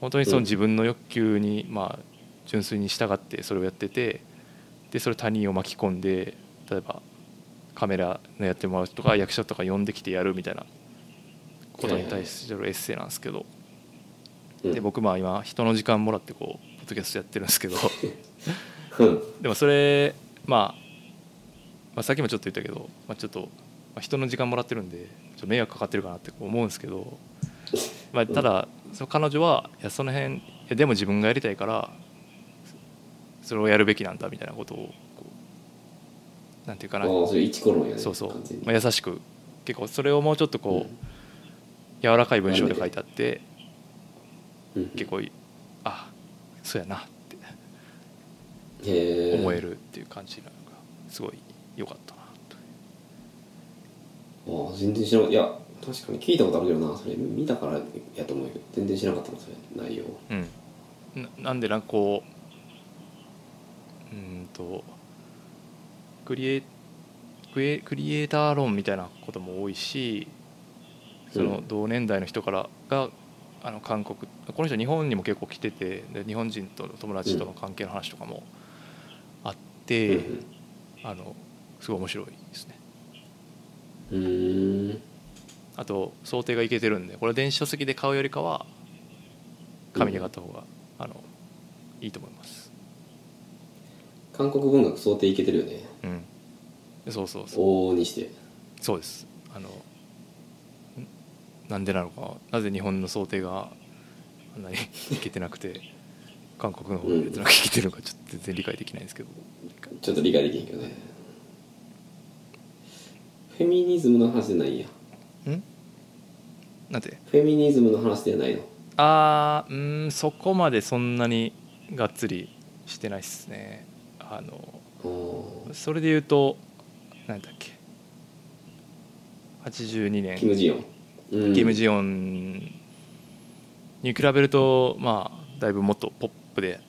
本当にその
うん
自分の欲求に、まあ、純粋に従ってそれをやっててでそれ他人を巻き込んで例えばカメラのやってもらう人とか役者とか呼んできてやるみたいなことに対するエッセイなんですけど
うん
で僕まあ今人の時間もらってこうポッドキャストやってるんですけど。
うん
でもそれ、まあ、まあさっきもちょっと言ったけど、まあ、ちょっとまあ人の時間もらってるんでちょっと迷惑かかってるかなって思うんですけど、まあ、ただその彼女はいやその辺いやでも自分がやりたいからそれをやるべきなんだみたいなことをこうなんていうか
あ
な
あそれ一コロンやね
そうそう
完全、に
まあ、優しく結構それをもうちょっとこう、柔らかい文章で書いてあって
うんうん
結構いあそうやなって
へー
思えるっていう感じなのがすごい良かったなと
ああ全然知らなかったいや確かに聞いたことあるけどなそれ見たからやと思うけど全然知らなかったもんそれ内容
うん、ななんでなんかこううーんとクリエクエクリエイター論みたいなことも多いしそうの
ん
同年代の人からがあの韓国この人日本にも結構来ててで日本人との友達との関係の話とかもあって、あのすごい面白いですね
うんうんう
あと想定がいけてるんでこれ電子書籍で買うよりかは紙で買った方が、あのいいと思います
ーん韓国文学想定いけてるよね
うん、そうそうそう
往々にして
そうですあのんなんでなのかなぜ日本の想定があんなに いけてなくて韓国の方がいけてなくいけてるのかちょっと全然理解できないんですけど
ちょっと理解できへんけどねフェミニズムの話じゃないんや
んなんて
フェミニズムの話ではないの
あーうーんそこまでそんなにがっつりしてないっすねあの
あ
それで言うとなんだっけ82
あ
年
キム・ジヨン、うん、
キム・ジヨンに比べると、まあ、だいぶもっとポップで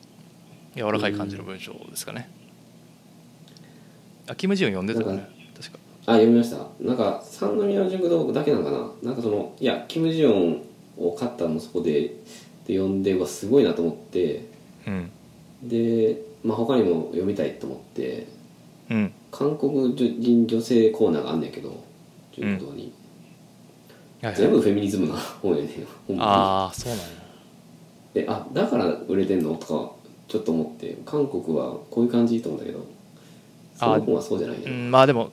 柔らかい感じの文章ですかね。あキム・ジヨン読んでたかね
なんか
確か。
あ読みましたなんか三宮の食堂だけなのかななんかそのいやキム・ジヨンを買ったのもそこでで読んでうわすごいなと思って
うん。
で、まあ、他にも読みたいと思って
うん。
韓国人女性コーナーがあんねんけど中古堂に、
はいはい
全部フェミニズムな本やねんほんま
ああ、そうなんや。
にであだから売れてんのとかちょっと思って韓国はこういう感じと思うんだけどその本はそうじゃないん
う、
やなん
まあでも、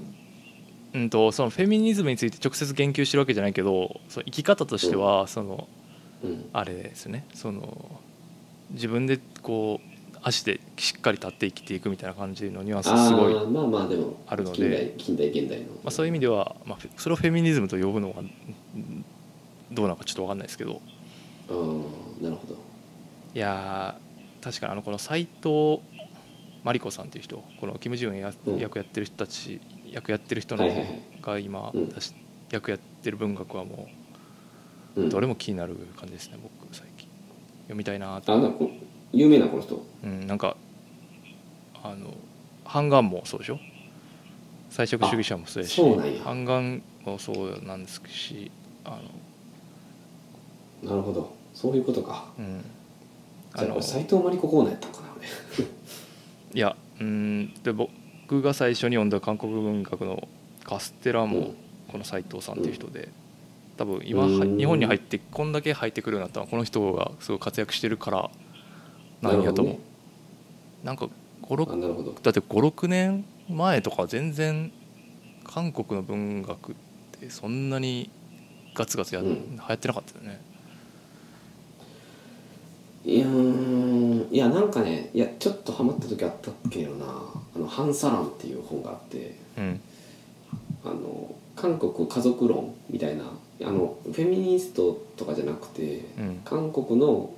うんと、そのフェミニズムについて直接言及してるわけじゃないけど、その生き方としては、その、
うん
あれですね、その、自分でこう、足でしっかり立って生きていくみたいな感じのニュアンス
あ
すごい
ーまあまあでも
あるので
近代近代現代の、
まあ、そういう意味では、まあ、フェそれをフェミニズムと呼ぶのはうんどうなのかちょっと分かんないですけど
うんなるほど
いやー確かにあのこの斎藤真理子さんという人このキム・ジヨンや
うん
役やってる人たち役やってる人
は
の
いはいはい
が今
うん
出し役やってる文学はも
うん
うどれも気になる感じですね僕最近読みたいな
あ
と、
なんかこ有名なこの人
うん、なんかあの「ハンガン」もそうでしょ菜食主義者もそうやし
そうなんや
「ハンガン」もそうなんですしあの
なるほどそういうことか
うん、あ
じゃあ
の
俺斎藤真理子コーナーやったんかな俺
いやうんで僕が最初に読んだ韓国文学のカステラ
うん
もこの斎藤さんっていう人で多分今は
うん
日本に入ってこんだけ入ってくるようになったのはこの人がすごい活躍してるからなんやと思うなんか
なるほど
56
ねあなるほど
だって56年前とか全然韓国の文学ってそんなにガツガツや、
う
流
ん
行ってなかったよね
いやーいやなんかねいやちょっとハマった時あったっけどなあの「ハン・サラン」っていう本があって
うん
あの韓国家族論みたいなあのフェミニストとかじゃなくて
うん
韓国の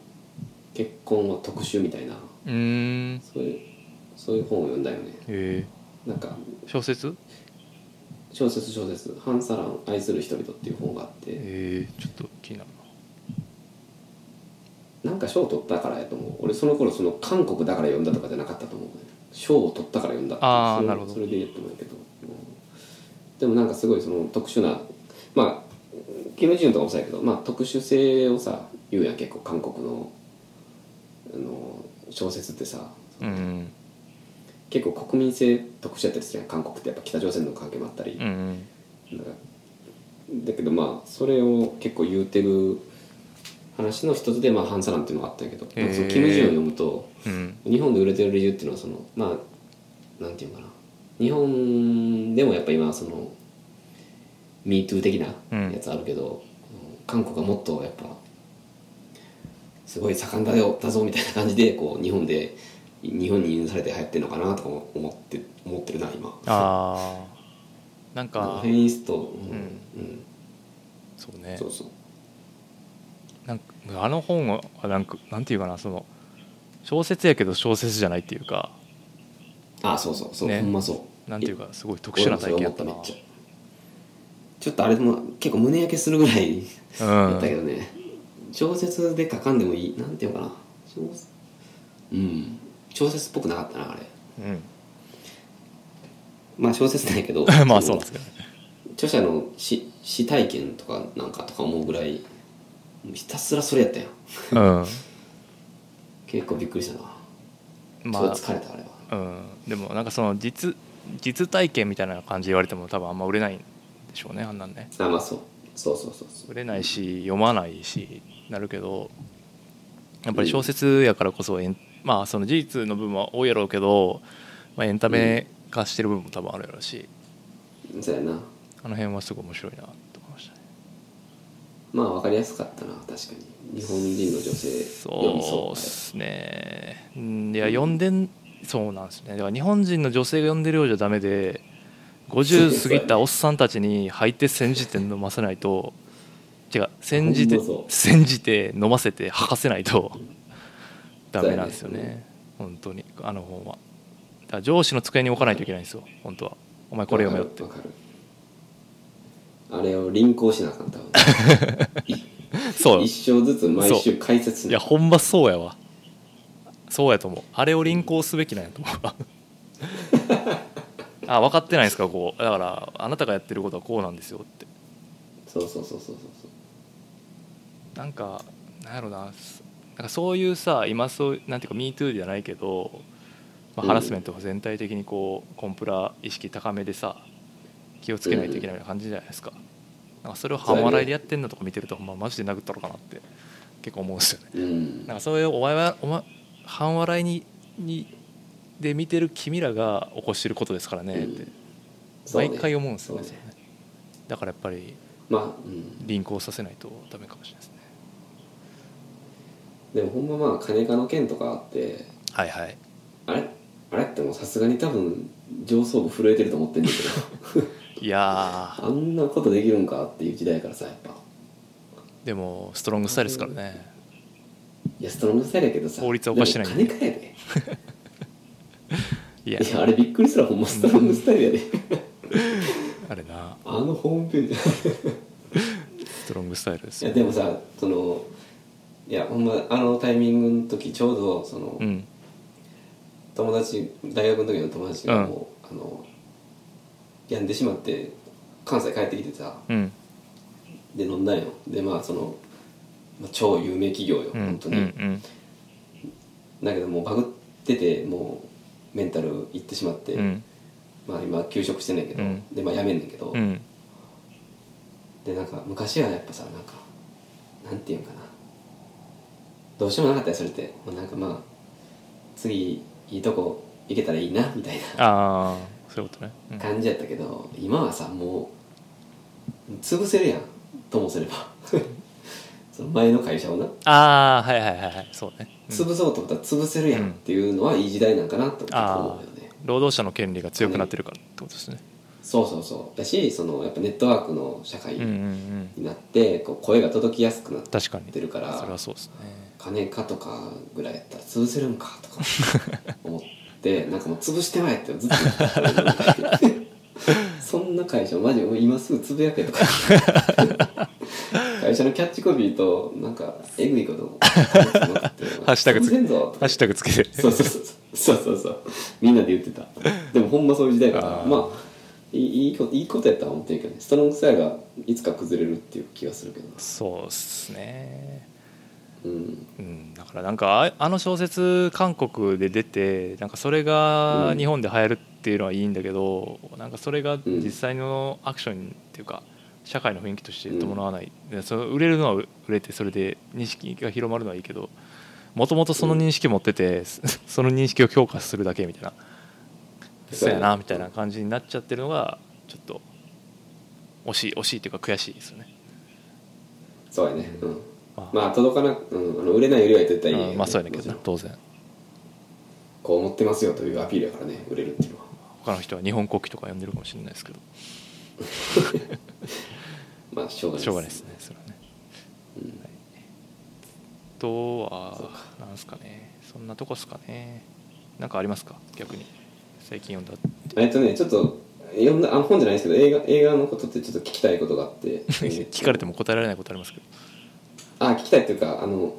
結婚は特集みたいな
うーん
そういうそういう本を読んだよね
え
なんか
ー小説
小説小説「ハン・サラン愛する人々」っていう本があって
えー、ちょっと気になるな
なんか賞を取ったからやと思う俺その頃その韓国だから読んだとかじゃなかったと思うね賞を取ったから読んだっていう
あー
それ
なるほど
それで言ってもいいけど、うんでもなんかすごいその特殊なまあキム・ジュンとかもそうやけど、まあ、特殊性をさ言うやん結構韓国のあの小説ってさ
うん
結構国民性特殊やったりするやん韓国ってやっぱ北朝鮮の関係もあったり、
うんうん
なんかだけどまあそれを結構言うてる話の一つで、まあ、ハンサランっていうのがあったんやけど、
へー
なんかそのキム・ジヨンを読むと
うん
日本で売れてる理由っていうのはそのまあなんていうのかな日本でもやっぱ今その「MeToo」的なやつあるけど、うん韓国はもっとやっぱすごい盛んだよだぞみたいな感じでこう日本で日本に輸入されて流行ってるのかなとかも思って思ってるな今。
ああなん
フ
か
ェイスト、うん
うそうね
そうそう
なんかあの本はなんかなんていうかなその小説やけど小説じゃないっていうか
あそうそうそう、
ね
ほんまそう
なんていうかすごい特殊な体験やったな
俺もそれ思っためっちゃちょっとあれも結構胸焼けするぐらい だったけ
うん
どね、小説で書かんでもいいなんていうのかな小説うん小説っぽくなかったなあれまあ小説なんやけ
う
ど
ん、 まあそうなん
の
ですけどね
著者の詩詩体験とかなんかとか思うぐらいひたすらそれやったよ
う
結構びっくりしたな、
ん
ま
ま
あ、
あ
疲れたあれは
うん、でもなんかその実実体験みたいな感じで言われても多分あんま売れないんでしょうねあんなんね
あまあそうそうそうそうそう
売れないし読まないしなるけどやっぱり小説やからこそエンまあその事実の部分は多いやろうけど、まあ、エンタメ化してる部分も多分あるやろうし
そうやな
あの辺はすごい面白いなと思いましたね
まあ分かりやすかったな確かに日本人の女性読み
そう
う
ですねうんいや読んでんそうなんですねだから日本人の女性が読んでるようじゃダメで50過ぎたおっさんたちに入って煎じて飲ませないと違う煎じて
ほんまそう
煎じて飲ませて吐かせないとダメなんですよね
そうやね
本当にあの本はだから上司の机に置かないといけないんですよ本当はお前これ読めよって
わかるわかるあれを輪行しなあかんた
そう
一生ずつ毎週解説す
い
る
やほんまそうやわそうやと思うあれを輪行すべきなんやと思う わあ分かってないんですかこうだからあなたがやってることはこうなんですよって
そうそうそうそうそうそう
なんかなんやろなすなんかそういうさ今そうなんていうか「MeToo」じゃないけど、まあ、
うん
ハラスメントが全体的にこうコンプラ意識高めでさ気をつけないといけないような感じじゃないですかなんかそれを半笑いでやってんのとか見てるとほんまマジで殴ったろかなって結構思うんですよね
うん
なんかそういうお前はお前半笑いににで見てる君らが起こしてることですからねって
そうね
毎回思うんですよね
そうね
だからやっぱり
まあ、うん、
輪行させないとダメかもしれないですね
でもほんままあ金化の件とかあって
はいはい
あれあれってもうさすがに多分上層部震えてると思ってんだけど
い や
あんなことできるんかっていう時代からさやっぱ
ーでもストロングスタイルですからね
いやストロングスタイルやけどさ
法律は犯してない
でも金かやで
いや
いやあれびっくりすらほんまストロングスタイルやで
あれな
あのホームページ
ストロングスタイルです
いや
よ
でもさそのいやほんまあのタイミングの時ちょうどその、
うん
友達大学の時の友達がもう、あの病んでしまって関西帰ってきてさ
うん
で飲んだんよでまあそのまあ超有名企業よ、
うん
本当に、
うん
だけどもうバグっててもうメンタルいってしまって、
うんうん
まあ今休職してんねんけど、
うん
でまあ辞めんねんけど、
うん
でなんか昔はやっぱさなんかなんていうんかなどうしようもなかったよそれってもうなんかまあ次いいとこ行けたらいいなみたいな
ああそういうことねうん
感じやったけど今はさもう潰せるやんともすれば その前の会社をな
ああはいはいはいはいそうねうん
潰そうと思ったら潰せるやんっていうのはいい時代なんかなと思うよね
労働者の権利が強くなってるからってことですね
そうそうそうだしそのやっぱネットワークの社会
うんうんう
に
ん
なって、こう声が届きやすくなっ
確かに
てるから
それはそうですね
金かとかぐらいやったら潰せるんかとか 思ってなんかもう潰してまえってずっと 言ってたそんな会社マジもう今すぐつぶやけとか会社のキャッチコピーとなんかえぐいことを
ハッシュタグつ
潰せんぞと
ハッ
か
シュタグつけて
そうそうそうそうそうそうみんなで言ってたでもほんまそういう時代だから
あー
まあいいいいこといいことやったら思ってるけどねストロングスタイルがいつか崩れるっていう気がするけどな
そうっすね
うん
うんだからなんかああの小説韓国で出てなんかそれが
うん
日本で流行るっていうのはいいんだけど、なんかそれが実際のアクションっていうか社会の雰囲気として伴わない、でその売れるのは売れてそれで認識が広まるのはいいけどもともとその認識持ってて、その認識を強化するだけみたいなそうやなみたいな感じになっちゃってるのがちょっと惜しい惜しいっていうか悔しいですよね。
そうやねうん
まあ
まあ届かな、うん、あの売れないよりは絶対いいよね、
うんまあそうやねんけど
も
な
ちろん
当然
こう思ってますよというアピールやからね売れるっていうのは
他の人は日本国旗とか呼んでるかもしれないですけど
まあしょうがない
しょうがないですねそれはね
うん
あとは
そう
なんですかねそんなとこですかねなんかありますか逆に最近読んだ
えっとねちょっと読んだあ本じゃないですけど映画映画のことってちょっと聞きたいことがあって
聞かれても答えられないことありますけど
あ聞きたいっていうかあの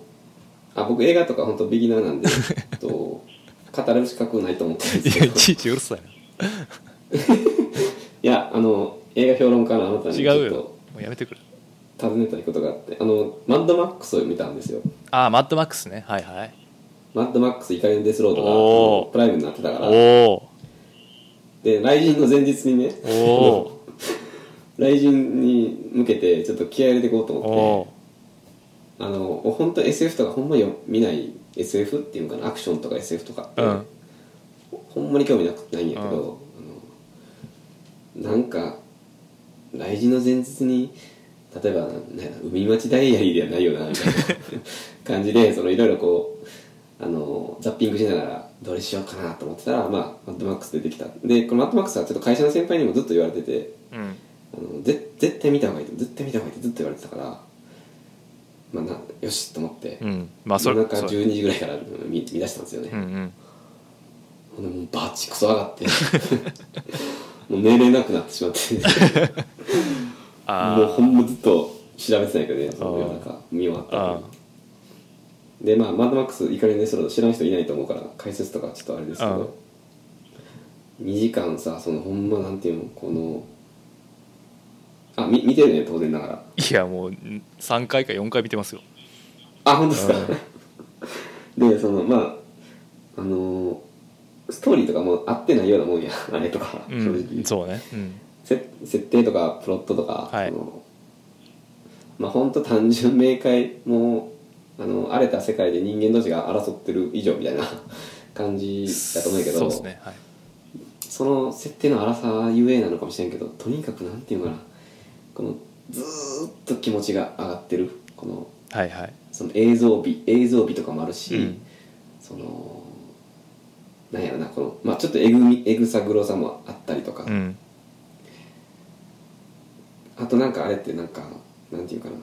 あ僕映画とか本当ビギナーな んでえっと語る資格ないと思ってるんです
いや
け
い
ど
ちいちうるさい
いやあの映画評論家のあなた
な
に
違
ちょ
う
っ
よ
と
もうやめてくれ
尋ねたいことがあってあのマッドマックスを見たんですよ
ああマッドマックスねはいはい
マッドマックス怒りのデスロードがあ
おー
のプライムになってたから
お
で雷神の前日にね
おお
雷神に向けてちょっと気合い入れていこうと
お
思って
お
あの本当 SF とかほんまよ見ない SF っていうのかなアクションとか SF とか、
うん
ほんまに興味なくないんやけど、あのなんか来神の前日に例えばなんや海町ダイアリーではないよ なみたいな感じでそのいろいろこうあのザッピングしながらどれしようかなと思ってたら、まあ、マッドマックス出てきたでこのマッドマックスはちょっと会社の先輩にもずっと言われてて
うん
あのぜ絶対見た方がいいと絶対見た方がいいってずっと言われてたから、まあ、なよしと思って、
うんまあそ
夜
れ
中
そう
12時ぐらいからうん見見出したんですよね、
うんうん
ほんでもうバチクソ上がって もう寝れなくなってしまって
あ
もうほ
あ
んまずっと調べてないけどねその夜中見終わっ
あ
たのにでまあマッドマックス怒りのデスロード知らん人いないと思うから解説とかちょっとあれですけ
うん
ど2時間さそのほんまなんていうのこのあみ見てるね当然ながら
いやもう3回か4回見てますよ
あ本当ですか、 でそのまああのーストーリーとかもう合ってないようなもんや あれとか、
う
正直、
んそうねうん
せ設定とかプロットとか、
はい
そのまあ本当単純明快もうあの荒れた世界で人間同士が争ってる以上みたいな 感じだと思うけど
そうですねはい
その設定の荒さゆえなのかもしれんけどとにかくなんていうのかなこのずーっと気持ちが上がってるこの
はいはい
その映像美映像美とかもあるし、
うん
そのなんやろなこの、まあ、ちょっとえぐみえぐさ黒さもあったりとか、
うん
あとなんかあれってなんかなんていうかな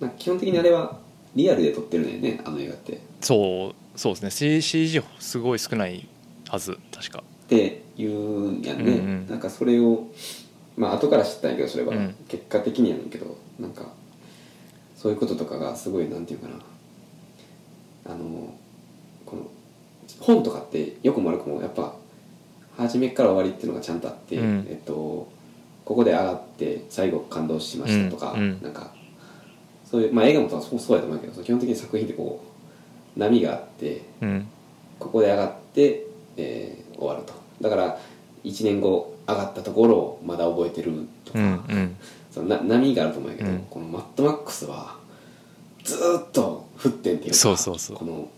なんか基本的にあれはリアルで撮ってるんだよねあの映画ってっ
そうそうですね C- CG すごい少ないはず確か
ていうんやんね、
うんうん
なんかそれをまあ後から知ったんやけどそれは、
うん
結果的にやねんけどなんかそういうこととかがすごいなんていうかなあのこの本とかってよくも悪くもやっぱ初めから終わりっていうのがちゃんとあって、
うん
えっとここで上がって最後感動しましたとか、
うんうん
なんかそういうまあ映画もそうそうやと思うけど基本的に作品ってこう波があって
うん
ここで上がって、えー終わるとだから1年後上がったところをまだ覚えてるとか、
うんうん
そのな波があると思うんやけど、
うん
このマッドマックスはずーっと降ってんっていうか
そうそうそう
この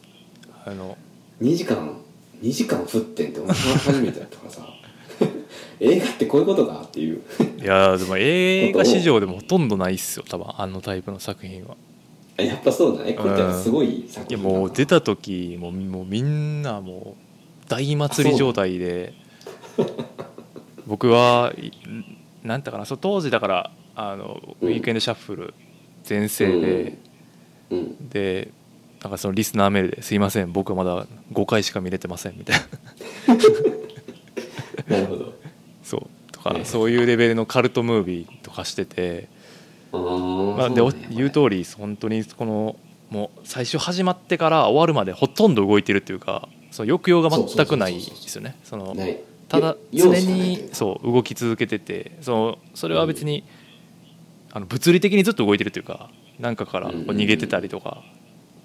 あの
2時間2時間降ってんって俺は初めてだったからさ 映画ってこういうことかっていう
いやーでも映画史上でもほとんどないっすよ多分あのタイプの作品は
あやっぱそうだねこれってすごい作
いや
品だな
もう出た時もうもうみんなもう大祭り状態で僕はいなんだかなそう当時だからあのウ
うん
ィークエンドシャッフル全盛で、
うん
でなんかそのリスナーメールで「すいません僕はまだ5回しか見れてません」みたいな
なるほど
そうと
ね
かそういうレベルのカルトムービーとかしてて。
あー
まあ、で
そ
お
うね
言う通り本当にこのもう最初始まってから終わるまでほとんど動いてるっていうかその抑揚が全くないですよねその
ない
ただ
よ
常
要素がないとい
に
うか
そう動き続けててそのそれは別にあの物理的にずっと動いてるというかなんかからこう
うん
逃げてたりとか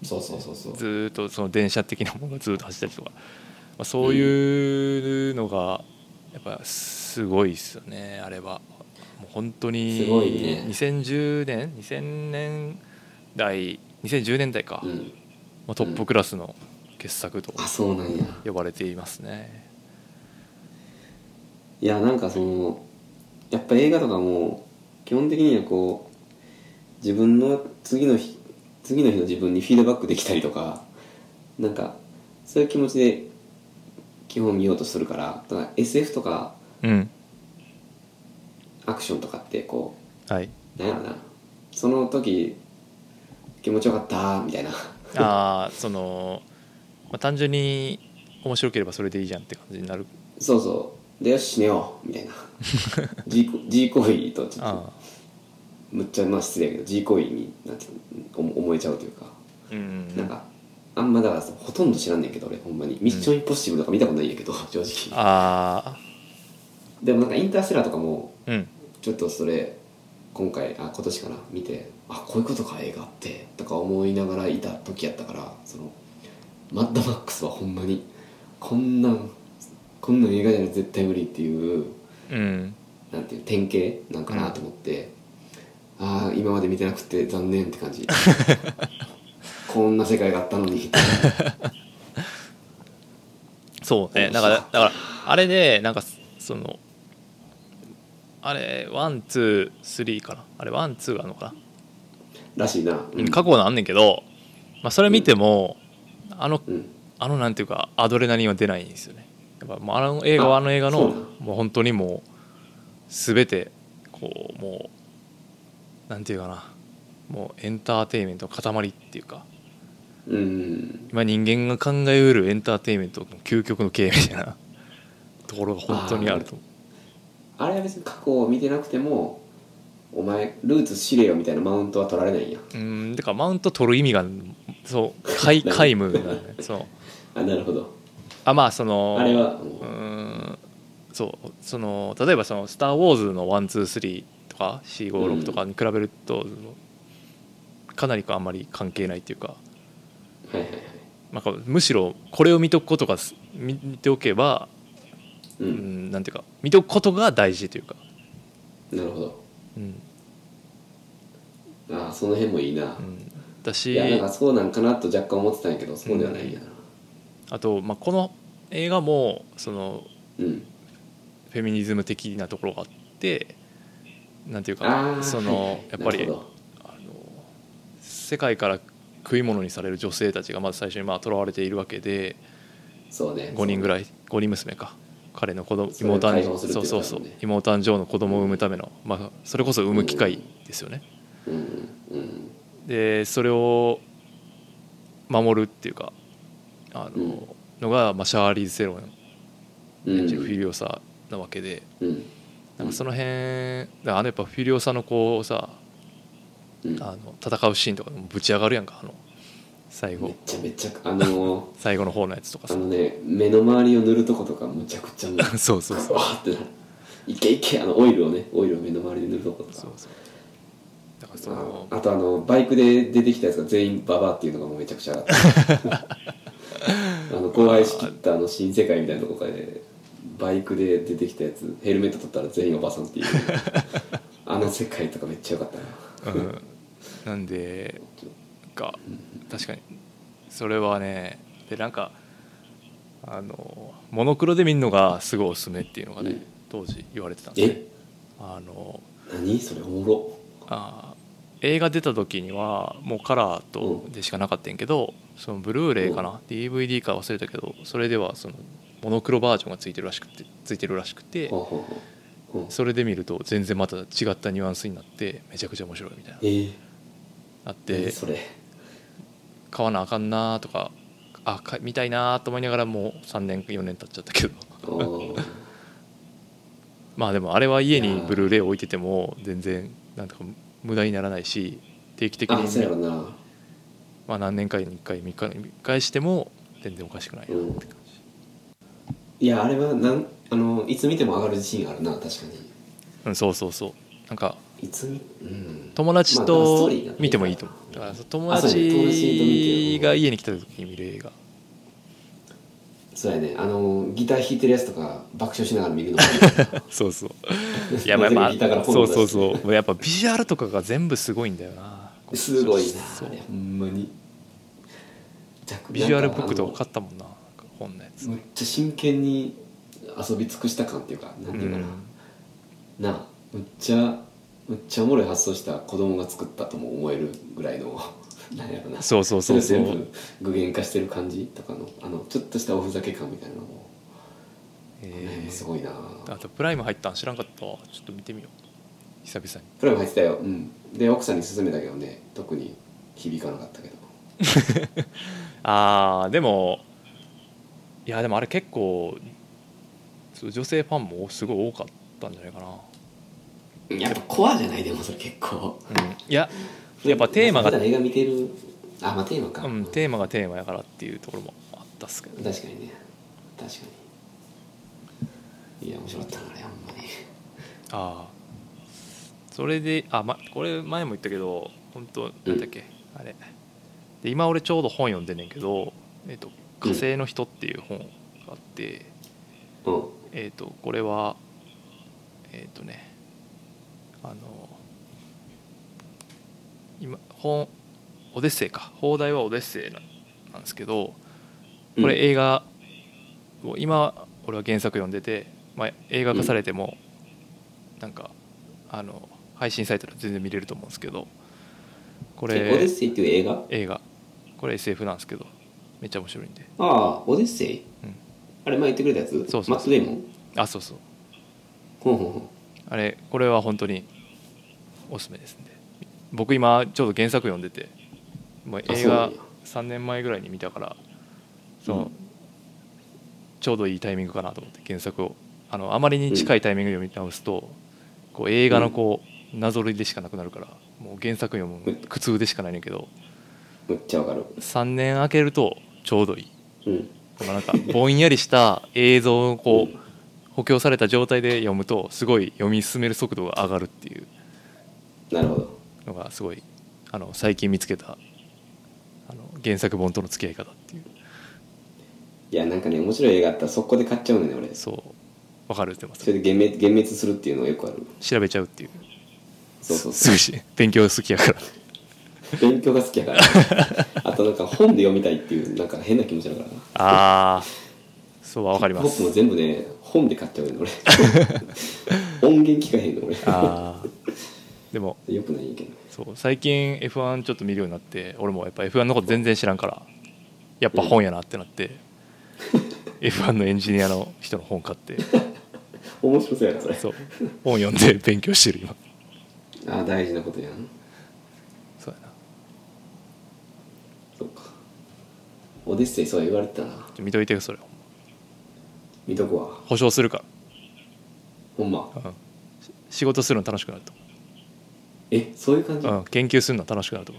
そうそうそうそう
ずーっとその電車的なものがずーっと走ったりとか、まあ、そういうのがやっぱすごいですよねあれはもう本当に
すごいね
2010年2000年代2010年代か、
う
ま
ん
あ、トップクラスの傑作と
あそうなんや
呼ばれていますね
いやなんかそのやっぱ映画とかも基本的にはこう自分の次の日次の日の自分にフィードバックできたりとかなんかそういう気持ちで基本見ようとするからだから SF とか
うん
アクションとかってこ
はいう
なんやろなその時気持ちよかったみたいな
ああその、まあ、単純に面白ければそれでいいじゃんって感じになる
そうそうでよし死ねようみたいな G 自行為とちょっと
あ
むっちゃまあ失礼やけど G 行為になんていうの思思えちゃうというか、
あうん
なんかあんまだからさほとんど知らんねんけど俺ほんまにミッションインポッシブルとか見たことないんやけど 正直
あ
でもなんかインターステラーとかも
あうん
ちょっとそれ今回あ今年かな見てあこういうことか映画ってとか思いながらいた時やったからそのマッドマックスはほんまにこんなんこんなん映画じゃ絶対無理っていう
うん
なんていう典型なんかなと思って、ああ今まで見てなくて残念って 感じこんな世界があったのに
そうね
面
だ
白
か
い
らだからあれでなんかそのあれワンツースリーかなあれワンツーがあるのか
らしいな、う
な、
ん
過去があんねんけど、まあ、それ見ても、あの
うん
あのなんていうかアドレナリンは出ないんですよねやっぱもうあの映画は
あ
あの映画
そ
の
うなの
もう本当にもう全てこうもうなんていうかなもうエンターテインメントの塊っていうか
うん
今人間が考えうるエンターテインメントの究極の形みたいなところが本当にあると思
あれは別に過去を見てなくてもお前ルーツ知れよみたいなマウントは取られないんや
ううんだからマウント取る意味がそう皆皆無なんだよねそう
あなるほど
あまあその
あれは
うーんそうその例えばその「スター・ウォーズ」の123とか456とかに比べると、かなりあんまり関係ないっていうか
はいはいはい
なんかむしろこれを見とくことがす見見ておけば、
う、
うんん、なんていうか見とくことが大事というか、
なるほど
うん
ああその辺もいいな
う、ん、だ
い
し
やなんかそうなんかなと若干思ってたんやけどそうではないんやな
あと、まあ、この映画もその
うん
フェミニズム的なところがあってなんていう
あ
か
あ
そのやっぱり
う
あの世界から食い物にされる女性たちがまず最初にまあ囚われているわけで
そうね
5人ぐ
らい
らい5人娘か彼の子供
それを
妹
解
誕
放するっ
そ
ていうう
そうそう
ことだもんね
妹誕生の子供を産むための、まあ、それこそ産む機会ですよね。
うんうん
でそれを守るっていうかあの、
うん
のが、まあ、シャーリーズ・セロン
うん
演じるフィリオサなわけで、
うん
なんかその辺だからあのやっぱフィリオサの子をさ
うん
あの戦うシーンとかでもぶち上がるやんかあの最後
めちゃめちゃ あの
最後の方のやつとか
あ
さ
のね目の周りを塗るとことかむちゃくちゃもう
そうそうそう
わーってなるいけいけあのオイルをねオイルを目の周りで塗るとことか
そうそうだからそ
あ
の
あとあのバイクで出てきたやつが全員ババアっていうのがもうめちゃくちゃ あの怖いしきったあの新世界みたいなとこからでバイクで出てきたやつヘルメット取ったら全員おばさん っていうあの世界とかめっちゃ良かったな
うんなんでが確かにそれはねでなんかあのモノクロで見るのがすごいおすすめっていうのが
う
ね
ん
当時言われてたんですね
え
あの
何それおもろ
あー映画出た時にはもうカラーと
うん
でしかなかったんやけどそのブルーレイかな DVD か忘れたけどそれではそのモノクロバージョンがついてるらしくてついてるらしくて
ほうほうほうほう
それで見ると全然また違ったニュアンスになってめちゃくちゃ面白いみたいな
えー、
あっ
何
て
それ
買わなあかんなーとかあ買い見たいなーと思いながらもう3年4年経っちゃったけど
おー
まあでもあれは家
い
に
やー
ブルーレイ置いてても全然なんとか無駄にならないし定期的
あそうや
に
ろな
まあ、何年かに1回見返見返しても全然おかしくないなって感じ、
いやあれはなんあのいつ見ても上がるシーンあるな確か
うん、そうそうそうなんか
にいつ見うん
友達
まあスト
と
ーリーがね
見てもいいと思うだから友
あそうね友達と見て
達
よ
が家に来た時に見る 映画
そうやねあのギター弾いてるやつとか爆笑しながら見るのもいい
そう そういやまあまあ
ギターから本
そ
を
う
出して
そうそうもうやっぱビジュアルとかが全部すごいんだよな
すごいな
そう
あれほんまに
ビジュアルブックとか
か
買ったもんな本のやつ
むっちゃ真剣に遊び尽くした感っていうかなんていうかな、
うん
なあむっちゃむっちゃおもろい発想した子供が作ったとも思えるぐら いのなんやろな
そうそうそう
そ
そ
れを
う
全部具現化してる感じとかのあのちょっとしたおふざけ感みたいなのも、
え
す
ー
ごいな
あとプライム入ったん知らんかったわちょっと見てみよう久々に
プライム入ってたよ、うん、で奥さんに勧めたけどね特に響かなかったけど
ああでもいやでもあれ結構そう女性ファンもすごい多かったんじゃないかな、
やっぱコアじゃないでもそれ結構
うん、いややっぱテーマが
普段映画見てるあまあテーマか、
うん、テーマがテーマやからっていうところもあったっすけどね
確かにね確かにいや面白かったなあれほんまに
ああそれであ、ま、これ前も言ったけど本当なんだっけ、あれで今俺ちょうど本読んでんねんけど「えっと火星の人」っていう本があって、
うん
えっとこれはえっとねあの今本「オデッセイ」か放題は「オデッセイな」なんですけど、これ映画を今俺は原作読んでて、まあ、映画化されてもなんかあの配信サイトで全然見れると思うんですけどこ
こオデッ
れ
セイっていう映画
映画これ SF なんですけどめっちゃ面白いんで
ああオデッセイ、
うん
あれ前言ってくれたやつ
そうそうそう
マット・デイモン
あそうそう
ほうほうほ
あれこれは本当におすすめですんで僕今ちょうど原作読んでてもう
あ
映
そうな
画
んや
3年前ぐらいに見たからそうの
ん
ちょうどいいタイミングかなと思って原作をあのあまりに近いタイミングで読み直すとこう映画のこうなぞりでしかなくなるからもう原作読むの苦痛でしかないねんだけど
うめっちゃわかる
3年空けるとちょうどいい
うん
このなんかぼんやりした映像をこう補強された状態で読むとすごい読み進める速度が上がるっていう
なるほど
のがすごいあの最近見つけたあの原作本との付き合い方っていう
いやなんかね面白い映画あったら速攻で買っちゃうのね俺
そ
そ
うわかるってます
れで幻滅幻滅するっていうのがよくある
調べちゃうっていう
そうそう
す
そう
ぐし勉強好きや から
勉強が好き やからあとなんか本で読みたいっていうなんか変な気持ちだからな
ああそうはわかりま
僕も
す
全部ね本で買っちゃう の俺音源聞かへんの俺
ああでも
よくないけど
そう最近 F1 ちょっと見るようになって俺もやっぱ F1 のこと全然知らんからやっぱ本やなってな って、F1 のエンジニアの人の本買って
面白そうやなそれ
そう本読んで勉強してる今
ああ大事なことやん
そうやな
そうかオデッセイそう言われてたな
ちょ見といてよそれを
見とくわ
保証するか
ほんま
ら、うん、し仕事するの楽しくなると
えそういう感じ
思う、うん、研究するの楽しくなると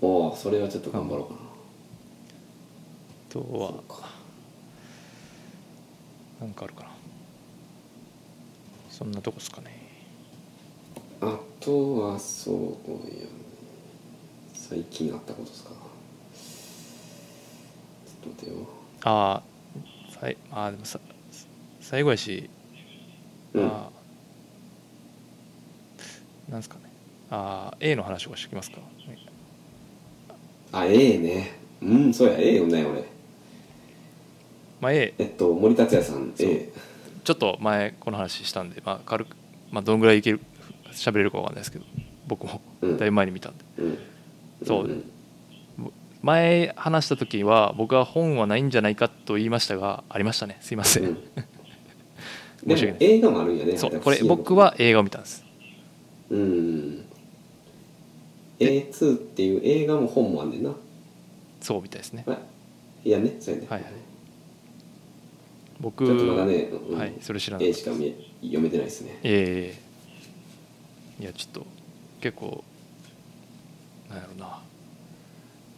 思う
おおそれはちょっと頑張ろうかな
あとは
そうか
なんかあるかなそんなとこっすかね
あとはそうやね最近あったことですかちょっと待てよ
ああさいあーでもさ最後やし、
うん
あーなんすかねああ A の話をしておきますか、ね
あ A ねうんそうや A よね俺
まあ、A
えっと森達也さん
そう
A
ちょっと前この話したんで、まあ、軽く、まあ、どんぐらいいける喋れるかわかんないですけど僕も
う
だ
ん
いぶ前に見たんで、
うん
そうん
ん
前話した時は僕は本はないんじゃないかと言いましたがありましたねすいません、
うん
申し
で
訳
も
ない
映画もあるんやね
そ
あれ
うこれ僕は映画を見たんです
うん A2 っていう映画も本もあんねんな
そうみたいですね
あいやねそうやね
はいはい僕
ちょっとまだね、うん
はいそれ知らなか
A
った
しか見え読めてないですね
ええいやちょっと結構なんやろうな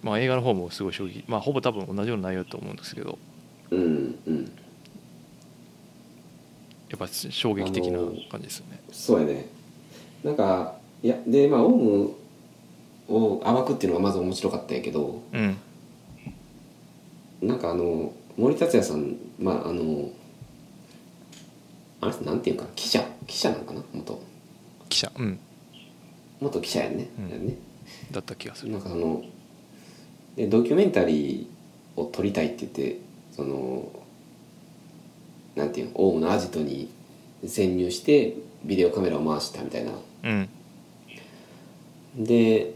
まあ映画の方もすごい衝撃まあほぼ多分同じような内容だと思うんですけど
うんうん
やっぱ衝撃的な
あのー
感じですよね
そうやねなんかいやでまあオウムを暴くっていうのがまず面白かったんやけど
うん
なんかあの森達也さんまああのあの人なんていうんかな記者記者なんかな元
記者うん
元記者やんね,、
うん
やんね
だった気がする
なんかそのでドキュメンタリーを撮りたいって言ってそのなんていうのオウムのアジトに潜入してビデオカメラを回したみたいな
うん
で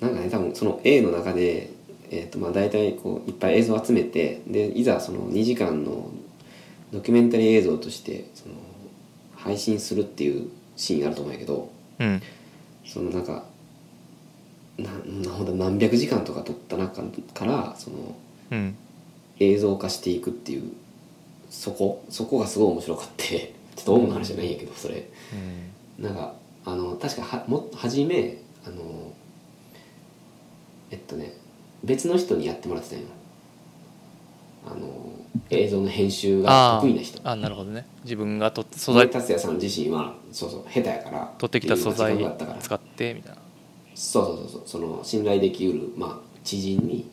なんかね多分その A の中で、えーとまあ、大体こういっぱい映像を集めてでいざその2時間のドキュメンタリー映像としてその配信するっていうシーンあると思うんやけど
うん
そのなんかななほんと何百時間とか撮った中からその
うん
映像化していくっていうそこそこがすごい面白かってちょっとオウムの話じゃないんやけどそれ
うん
なんかあの確かはも初めあのえっとね別の人にやってもらってたんよあの映像の編集が得意な人
あなるほどね自分がと素
森
材
達也さん自身はそうそう下手やから
取ってきた素材
っていうのが近くだったから
使ってみたいな
そうそうそうそうその信頼できうる、まあ、知人に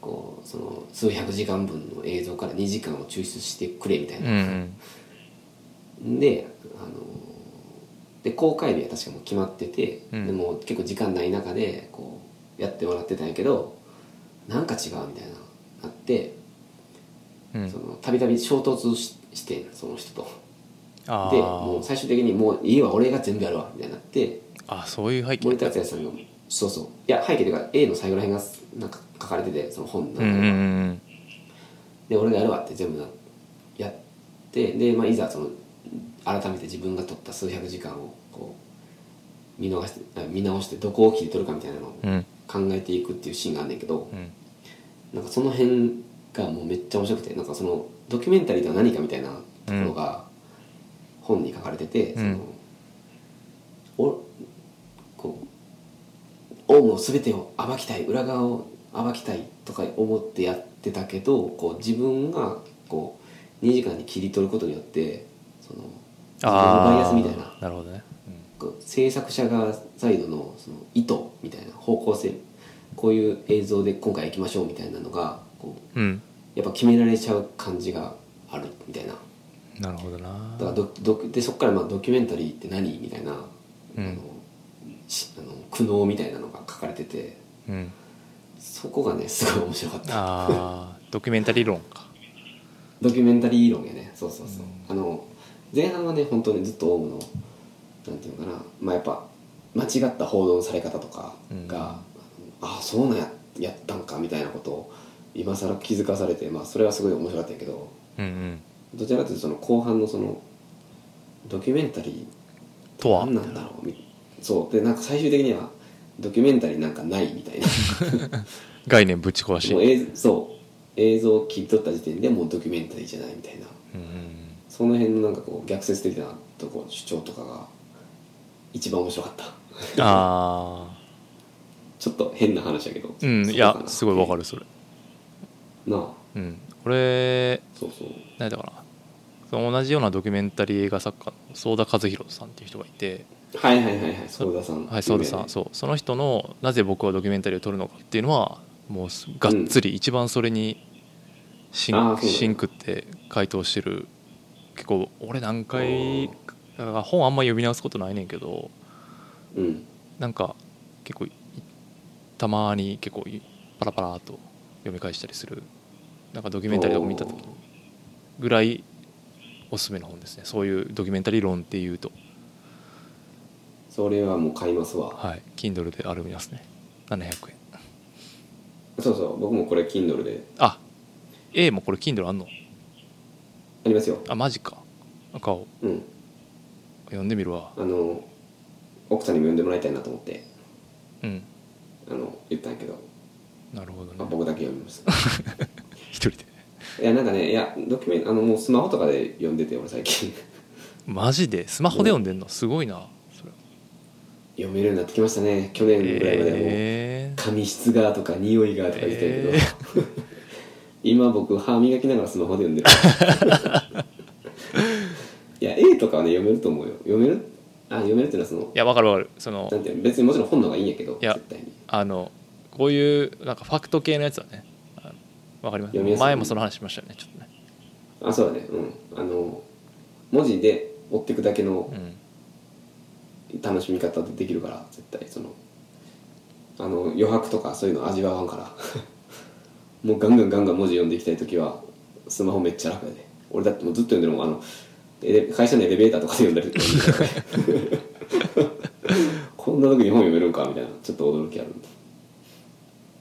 こうその数百時間分の映像から2時間を抽出してくれみたいな
う、ん
であので公開日は確かもう決まってて、
うん
でもう結構時間ない中でこうやってもらってたんやけどなんか違うみたいなあって
うんうん
そのたびたび衝突ししてんその人と
あ
でもう
ー
最終的にもう家は俺が全部やるわみたいになって
あそういう背景
森達也さんがそうそういや背景というか A の最後らへんがなんか書かれててその本の
うん
中に
うんうん
で俺がやるわって全部なやってで、まあ、いざその改めて自分が取った数百時間をこう見逃してあ見直してどこを切り取るかみたいなのを
うんうん
考えていくっていうシーンがあんねんけど
うん
なんかその辺がもうめっちゃ面白くてなんかそのドキュメンタリーとは何かみたいなところが本に書かれてて、
うん
そのおこうオウムを全てを暴きたい裏側を暴きたいとか思ってやってたけどこう自分がこう2時間に切り取ることによってその自分のバイアスみたいな
あーなるほどね
こう制作者側サイドのその意図みたいな方向性こういう映像で今回行きましょうみたいなのがこう
うん
やっぱ決められちゃう感じがあるみたいな
うんなるほどな
だからドドでそこからまあドキュメンタリーって何みたいな、
うん
あのしあの苦悩みたいなのが書かれてて
うん
そこがねすごい面白かった
あードキュメンタリー論か
ドキュメンタリー論やねそうそうそう、
うん
あの前半はね本当にずっとオウムのなんていうのかなまあやっぱ間違った報道のされ方とか
うん
が、ああそうなんややったんかみたいなことを今更気づかされてまあそれはすごい面白かったんやけど
うんうん
どちらかというとその後半のそのドキュメンタリー
とは
何なんだろうみそうでなんか最終的にはドキュメンタリーなんかないみ たいな
概念ぶち壊し
もう
う
映そう映像を切り取った時点でもうドキュメンタリーじゃないみたいなん
うん
その辺のなんかこう逆説的なとこ主張とかが一番面白かった
ああ
ちょっと変な話やけど
うんいやすごいわか
る
るそれ
なあ
うん俺
そうそう
何だかなその同じようなドキュメンタリー映画作家の相田和弘さんっていう人がいて
はいはいはいはい相田さん
はい相田さんそうその人のなぜ僕はドキュメンタリーを撮るのかっていうのはもうすがっつり一番それにシ
あ
ン
ーそうだね
シンクって回答してる結構俺何回
あ
か本あんま読み直すことないねんけど
有名ね
なんか結構いたまに結構いパラパラっと読み返したりするなんかドキ
うん
ュメンタリーとか見た
お
時
ー
ぐらいおすすめの本ですねそういうドキュメンタリー論っていうと
それはもう買いますわ
はい Kindle であるみますね700円
そうそう僕もこれ Kindle で
あ A もこれ Kindle あんの
ありますよ
あマジか赤を
うん
読んでみるわ
あの奥さんにも呼んでもらいたいなと思って
うん
あの言ったんやけど、
なるほど
まあ、
ね
僕だけ読みました
一人で
いやなんかねいやドキュメンあのもうスマホとかで読んでて俺最近
マジでスマホで読んでんのすごいなそれ
読めるようになってきましたね去年ぐらいまではもう、
えー
髪質がとか匂いがとか言ってたけど、
え
今僕歯磨きながらスマホで読ん でるいや A とかはね読めると思うよ読めるあ読めるっていうのはその
いやわかるわかるその
なんていうの別にもちろん本の方がいいんやけど
いや
絶対に
あのこういうなんかファクト系のやつはねあのわかりま
読みや
す
すい
前もその話しましたよねちょっとね
あそうだねうんあの文字で追っていくだけの
うん
楽しみ方でできるから絶対そのあの余白とかそういうの味わわんから もうガンガンガンガン文字読んでいきたい時はスマホめっちゃ楽やで俺だってもうずっと読んでるもんあのエレ会社のエレベーターとかで読んだり こんな時に本読めるんかみたいなちょっと驚きある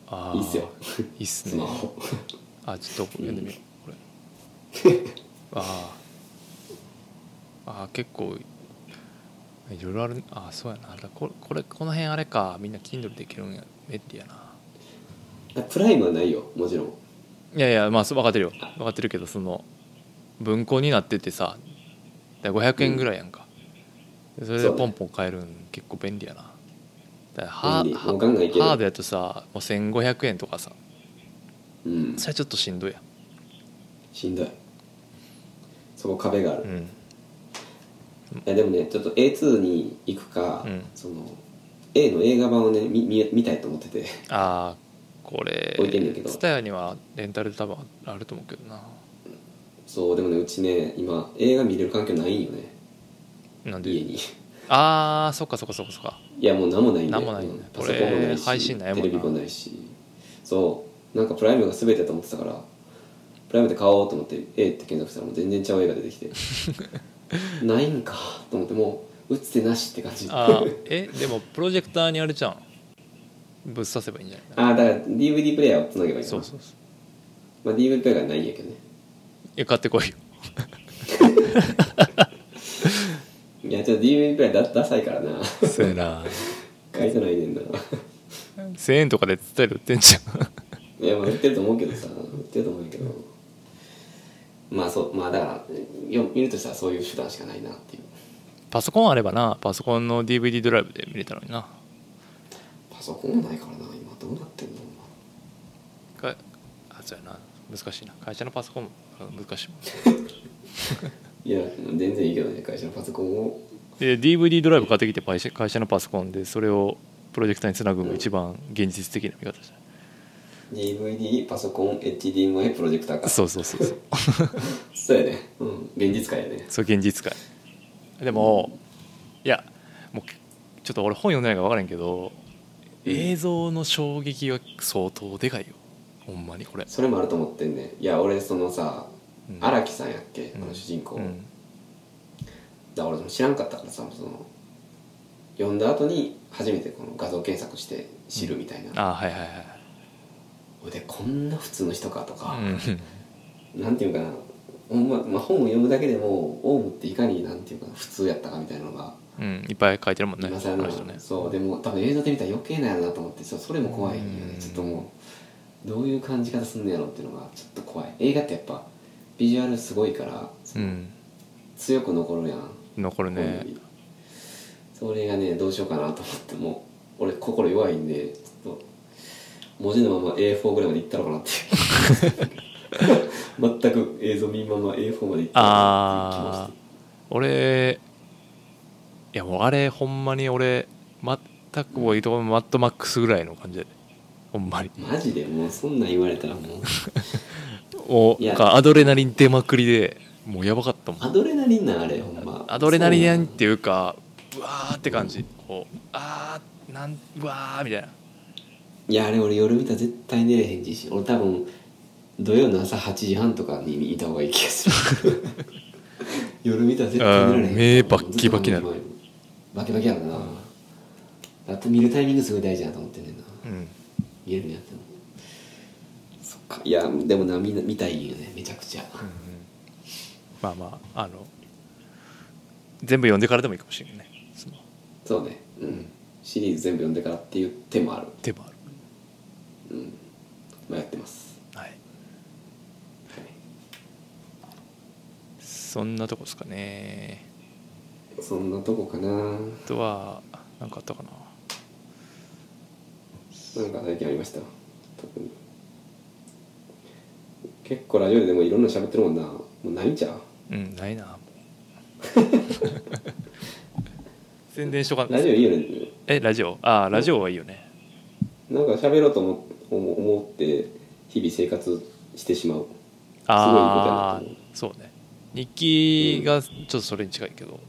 あー
いいっすよ
いいっす
ス
ね
マホ
あちょっと読んでみようこれあーあー結構いろいろあるあそうやなあれだこれこれこの辺あれかみんな Kindle できるんや便利やな
あプライムはないよもちろん
いやいやまあそう分かってるよ分かってるけどその文庫になっててさだから500円ぐらいやんか、それでポンポン買えるん結構便利やなだからハー
便利
ハ
もうガンガンいける
ハードやとさもう1500円とかさ
うん
それはちょっとしんどいやん
しんどいそこ壁がある、
う
い
ん
やでもねちょっと A2 に行くか、
うん
その A の映画版をね見見見たいと思ってて
ああこれ
置いてんねんけど
TSUTAYA にはレンタルで多分あると思うけどな
そうでもねうちね今映画見れる環境ないんよね
なんで
家にい
ああそっかそっかそっかそっか
やもう何もないんで
何もないね
うん
これ配信ないもんな
テレビもないしそうなんかプライムが全てだと思ってたからプライムで買おうと思って A って検索したらもう全然ちゃう映画出 てきてないんかと思ってもう打つ手なしって感じ
あーえでもプロジェクターにあれじゃんぶっ刺せばいいんじゃない
ああだから DVD プレイヤーをつなげばいいか
そ
な
うそうそう
まあ、DVD プレイヤーがないんやけどね
え買ってこいよ
いやちょっと DVD プレイヤーだダサいからな
そうやな
書いてないねんな
1000円とかで伝える売ってん じゃん
いやまあ売ってると思うけどさ売ってると思うんやけどまあそうまあだからよ見るとしたらそういう手段しかないなっていう
パソコンあればなパソコンの DVD ドライブで見れたのにな
パソコンがないからな今どうなってんの
かあそうやな難しいな会社のパソコンも難しいもん
いや全然いいけどね会社のパソコンを
で DVD ドライブ買ってきて会社会社のパソコンでそれをプロジェクターにつなぐのが一番現実的な見方じゃない
DVD パソコン HDMI プロジェクターか
そうそうそうそう
そうやねうん現実界やね
そう現実界でもいやもうちょっと俺本読んでないから分からんけど映像の衝撃が相当でかいよほんまにこれ
それもあると思ってんねいや俺そのさ荒、木さんやっけあの主人公、
うん
だから俺も知らんかったからさその読んだ後に初めてこの画像検索して知るみたいな、
あはいはいはい
ほいでこんな普通の人かとか、
うん
なんていうかなほんま、まあ、本を読むだけでもオウムっていかになんていうかな普通やったかみたいなのが
うん、いっぱい書いてるもんね
今
あ
更
の
な
人ね
そうでも多分映像で見たら余計なんやろなと思ってそうそれも怖いんよね
うん
ちょっともうどういう感じ方すんのやろっていうのがちょっと怖い映画ってやっぱビジュアルすごいからそうの
ん
強く残るやん
残るね
それがねどうしようかなと思ってもう俺心弱いんでちょっと文字のまま A4 ぐらいまでいったのかなっていう 全く映像見んまま A4 までいったの
あ
かな
あ
っていう
俺いやもうあれほんまに俺全くもういいとこマットマックスぐらいの感じでほんまに
気もしてマジでもうそんなん言われたらもう
お
いや
なんかアドレナリン出まくりでもうやばかったも
ア
ん
ドレナリンなんあれほんま
アドレナリンっ
そう
ていうかうわーって感じこうあーなんうわーみたいない
やあれ俺夜見たら絶対寝れへんし俺多分土曜の朝8時半とかに見た方がいい気がする夜見たら絶対寝られ
うん
へ
ん目バッキバキなる
バキバキやろなだって見るタイミングすごい大事だと思ってんねんな
うん
見えるんやってもそっかいやでもなみんな見たいよねめちゃくちゃ
うんうんまあまああの全部読んでからでもいいかもしれないねその
そうねうんシリーズ全部読んでからっていう手もある
手もある
うんまあやってます
はい
はい
そんなとこですかね
そんなとこかななん
あとは何かあったかな
か最近ありました特に結構ラジオででもいろんなの喋ってるもんなもうないんちゃう
うんない なもう宣伝しとかん
ラジオいいよね
えラジオああラジオはいいよね
なんか喋ろうと思思思って日々生活してしまう
ああ
すごいいいことやなと思
そうね日記がちょっとそれに近いけど、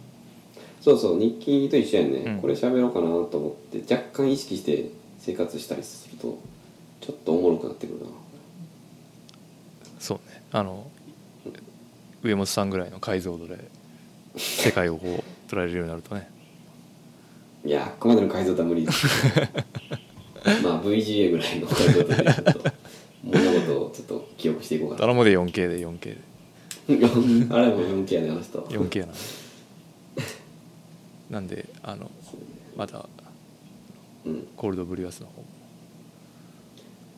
そうそう日記と一緒やね、
うん
これ喋ろうかなと思って若干意識して生活したりするとちょっとおもろくなってくるな
そうねあの上本さんぐらいの解像度で世界をこう捉えれるようになるとね
いやここまでの解像度は無 理ですまあ VGA ぐらいの解像度でちょっと物事をちょっと記憶していこうかな
頼むで 4K で 4K で
あれも 4K やねあの人
4K やななんであのまた
うん、
コールドブリュアスの方も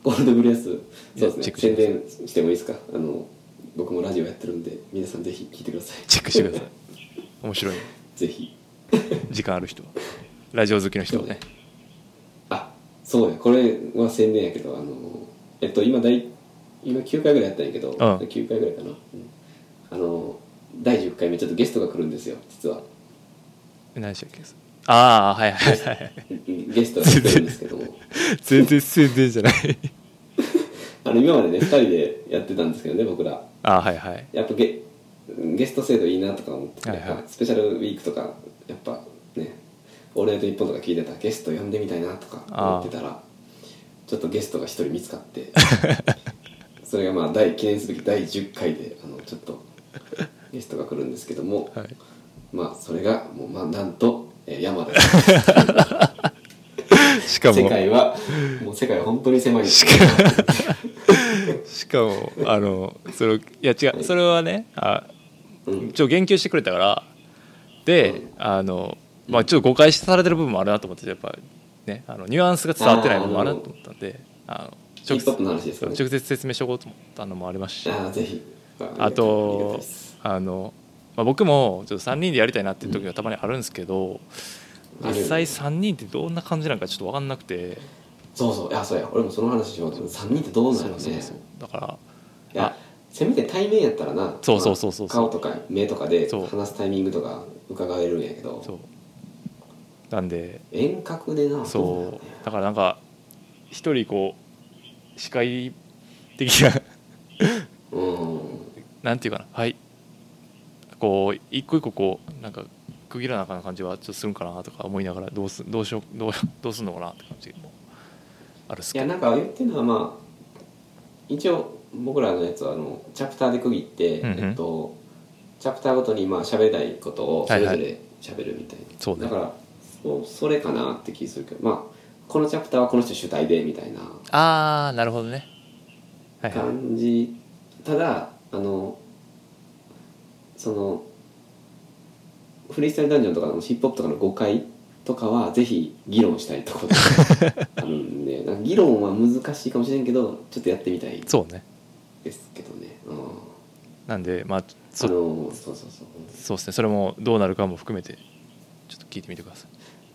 ゴールドブレスそうで
チ
す
ェッ
ね
クし
宣
ます
伝してもいいですかあの僕もラジオやってるんで皆さんぜひ聞いてください
チェックしてください面白い
ぜひ
時間ある人はラジオ好きの人はね
あそうねこれは宣伝やけどあのえっと今第今9回ぐらいやったんやけど、9回ぐらいかな、うんあの第10回目ちょっとゲストが来るんですよ 実は
何でしたっけああはいはいはいはい
うんゲストが来てるんですけども
全然全然じゃない
あの今までね2人でやってたんですけどね僕ら
ああはいはい
やっぱゲゲスト制度いいなとか思って、
はいはい
やっぱスペシャルウィークとかやっぱね「オールナイトニッポン」とか聞いてたらゲスト呼んでみたいなとか思ってたらちょっとゲストが一人見つかって それがまあ第記念すべき第10回であのちょっとゲストが来るんですけども、
はい
まあそれがもうまあなんと、えー山田
しか
世
も
界はもう世界は本当に狭いです
しかもあのそれをいや違うそれはねあ
うん
ちょ言及してくれたからで、
うん
あのまあちょっと誤解されてる部分もあるなと思ってやっぱねあのニュアンスが伝わってない部分もあるなと思ったんであの
ヒ
直
ップホッ
接
プの話です
そ
か
う
ね
直接説明しておこうと思ったのもありますし
ああぜひ
あ
りがたい
と
です
あの、まあ、僕もちょっと3人でやりたいなっていう時はたまにあるんですけど、
うん
実際3人ってどんな感じなのかちょっと分かんなくて、
そうそういやそうや俺もその話しようと思って3人ってどうな
そ
る
う
のね
そうそうだから
いやせめて対面やったらな
そうそうそうそう
まあ顔とか目とかで
そう
話すタイミングとか伺えるんやけ
そ
ど
うなんで
遠隔でな
そ
ど
うだからなんか一人こう視界的な
うなんやろ
なんていうかなはいこう一個一個こうなんか区切らなあかん感じはちょっとするんかなとか思いながらどうすどうしようどうどうすんのかなって感じもあるっす
うんい
け
や
ど
なんか言ってるのはまあ一応僕らのやつはあのチャプターで区切って、
うんうん
えっと、チャプターごとにまあ喋りたいことをそれぞ
はい
れ喋るみたいな、
そうね
だからそうそれかなって気するけどまあこのチャプターはこの人主体でみたいな
ああなるほどねはいはい
感じただあのそのフリースタイルダンジョンとかのヒップホップとかの誤解とかはぜひ議論したいところで あるんでなんか議論は難しいかもしれんけどちょっとやってみたい
そうね
ですけどね、うん、
なんでまあ
そ
そ
あのそうそうそう
そうですねそれもどうなるかも含めてちょっと聞いてみてください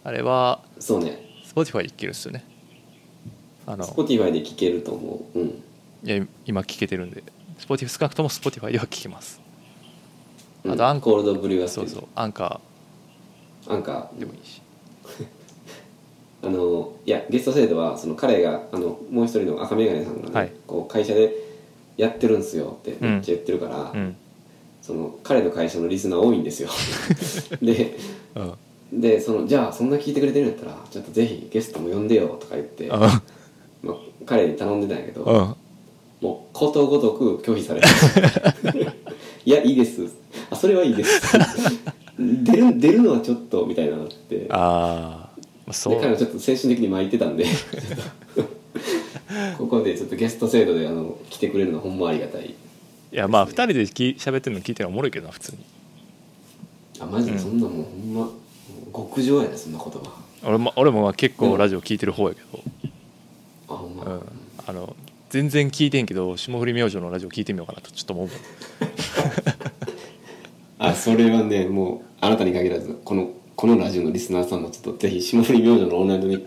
あれは
そうね
Spotify 聞けるっすよねあの
Spotify で聴けると思ううん
いや今聞けてるんで Spotify 少なくとも Spotify では聞けます
うん
あとアン
コールドブリュアス
そうそうアンカ
アンカ
ーでもいいし
あのいやゲスト制度はその彼があのもう一人の赤眼鏡さんがね、
はい
こう会社でやってるんですよってめっちゃ言ってるから、
うん
その彼の会社のリスナー多いんです よで
うん
でそのじゃあそんな聞いてくれてるんやったらちょっとぜひゲストも呼んでよとか言って、まあ、彼に頼んでたんやけど、
うん
もうことごとく拒否されました 「いやいいです」あ「それはいいです」出る出るのはちょっとみたいなのがあって
ああそ
で彼
う
はちょっと精神的に巻いてた んでちょっとここでちょっとゲスト制度であの来てくれるのほんまありがたい
いやまあ2人でき喋ってるの聞いてるのおもろいけどな普通に
あマジ
う
で
ん
そんなもうほんま、もう極上やねそんな言葉
俺も俺もまあ結
う
構
ん
ラジオ聞いてる方やけ
あほんま、
ど、うん、あの全然聞いてんけど霜降り明星のラジオ聞いてみようかなとちょっと思う
あそれはねもうあなたに限らずこのこのラジオのリスナーさんもちょっとぜひ霜降り明星のオールナイトニッ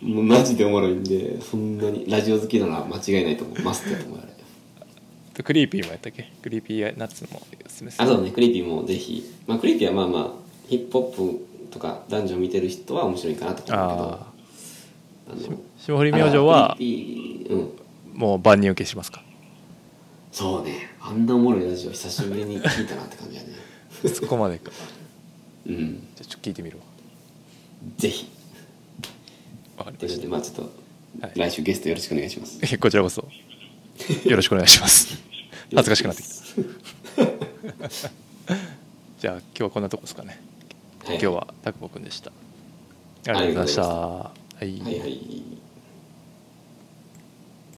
ポン もうマジでおもろいんでそんなにラジオ好きなのは間違いないと思いますって思われ
でクリーピーもやったっけクリーピーナッツもおすすめす
あ
る
そうねクリーピーもぜひまあクリーピーはまあまあヒップホップとか男女見てる人は面白いかなと思うけど
あ
あの
ー霜降り明星は
クリーピーうん
もう万人受けし ますか
そうねあんなおもろいラジオ久しぶりに聞いたなって感 じやね
そこまでか
うん
じゃあちょっと聞いてみるわ
ぜひ
わかり
と
ま
いうこ
し
と
た
でま
は
あちょっ
い
と来週ゲストよろしくお願いします
えこちらこそよろしくお願いします 恥ずかしくなってきたじゃあ今日はこんなとこですかね
はい
今日は拓保くんでしたありがとうございました、はい
はいはい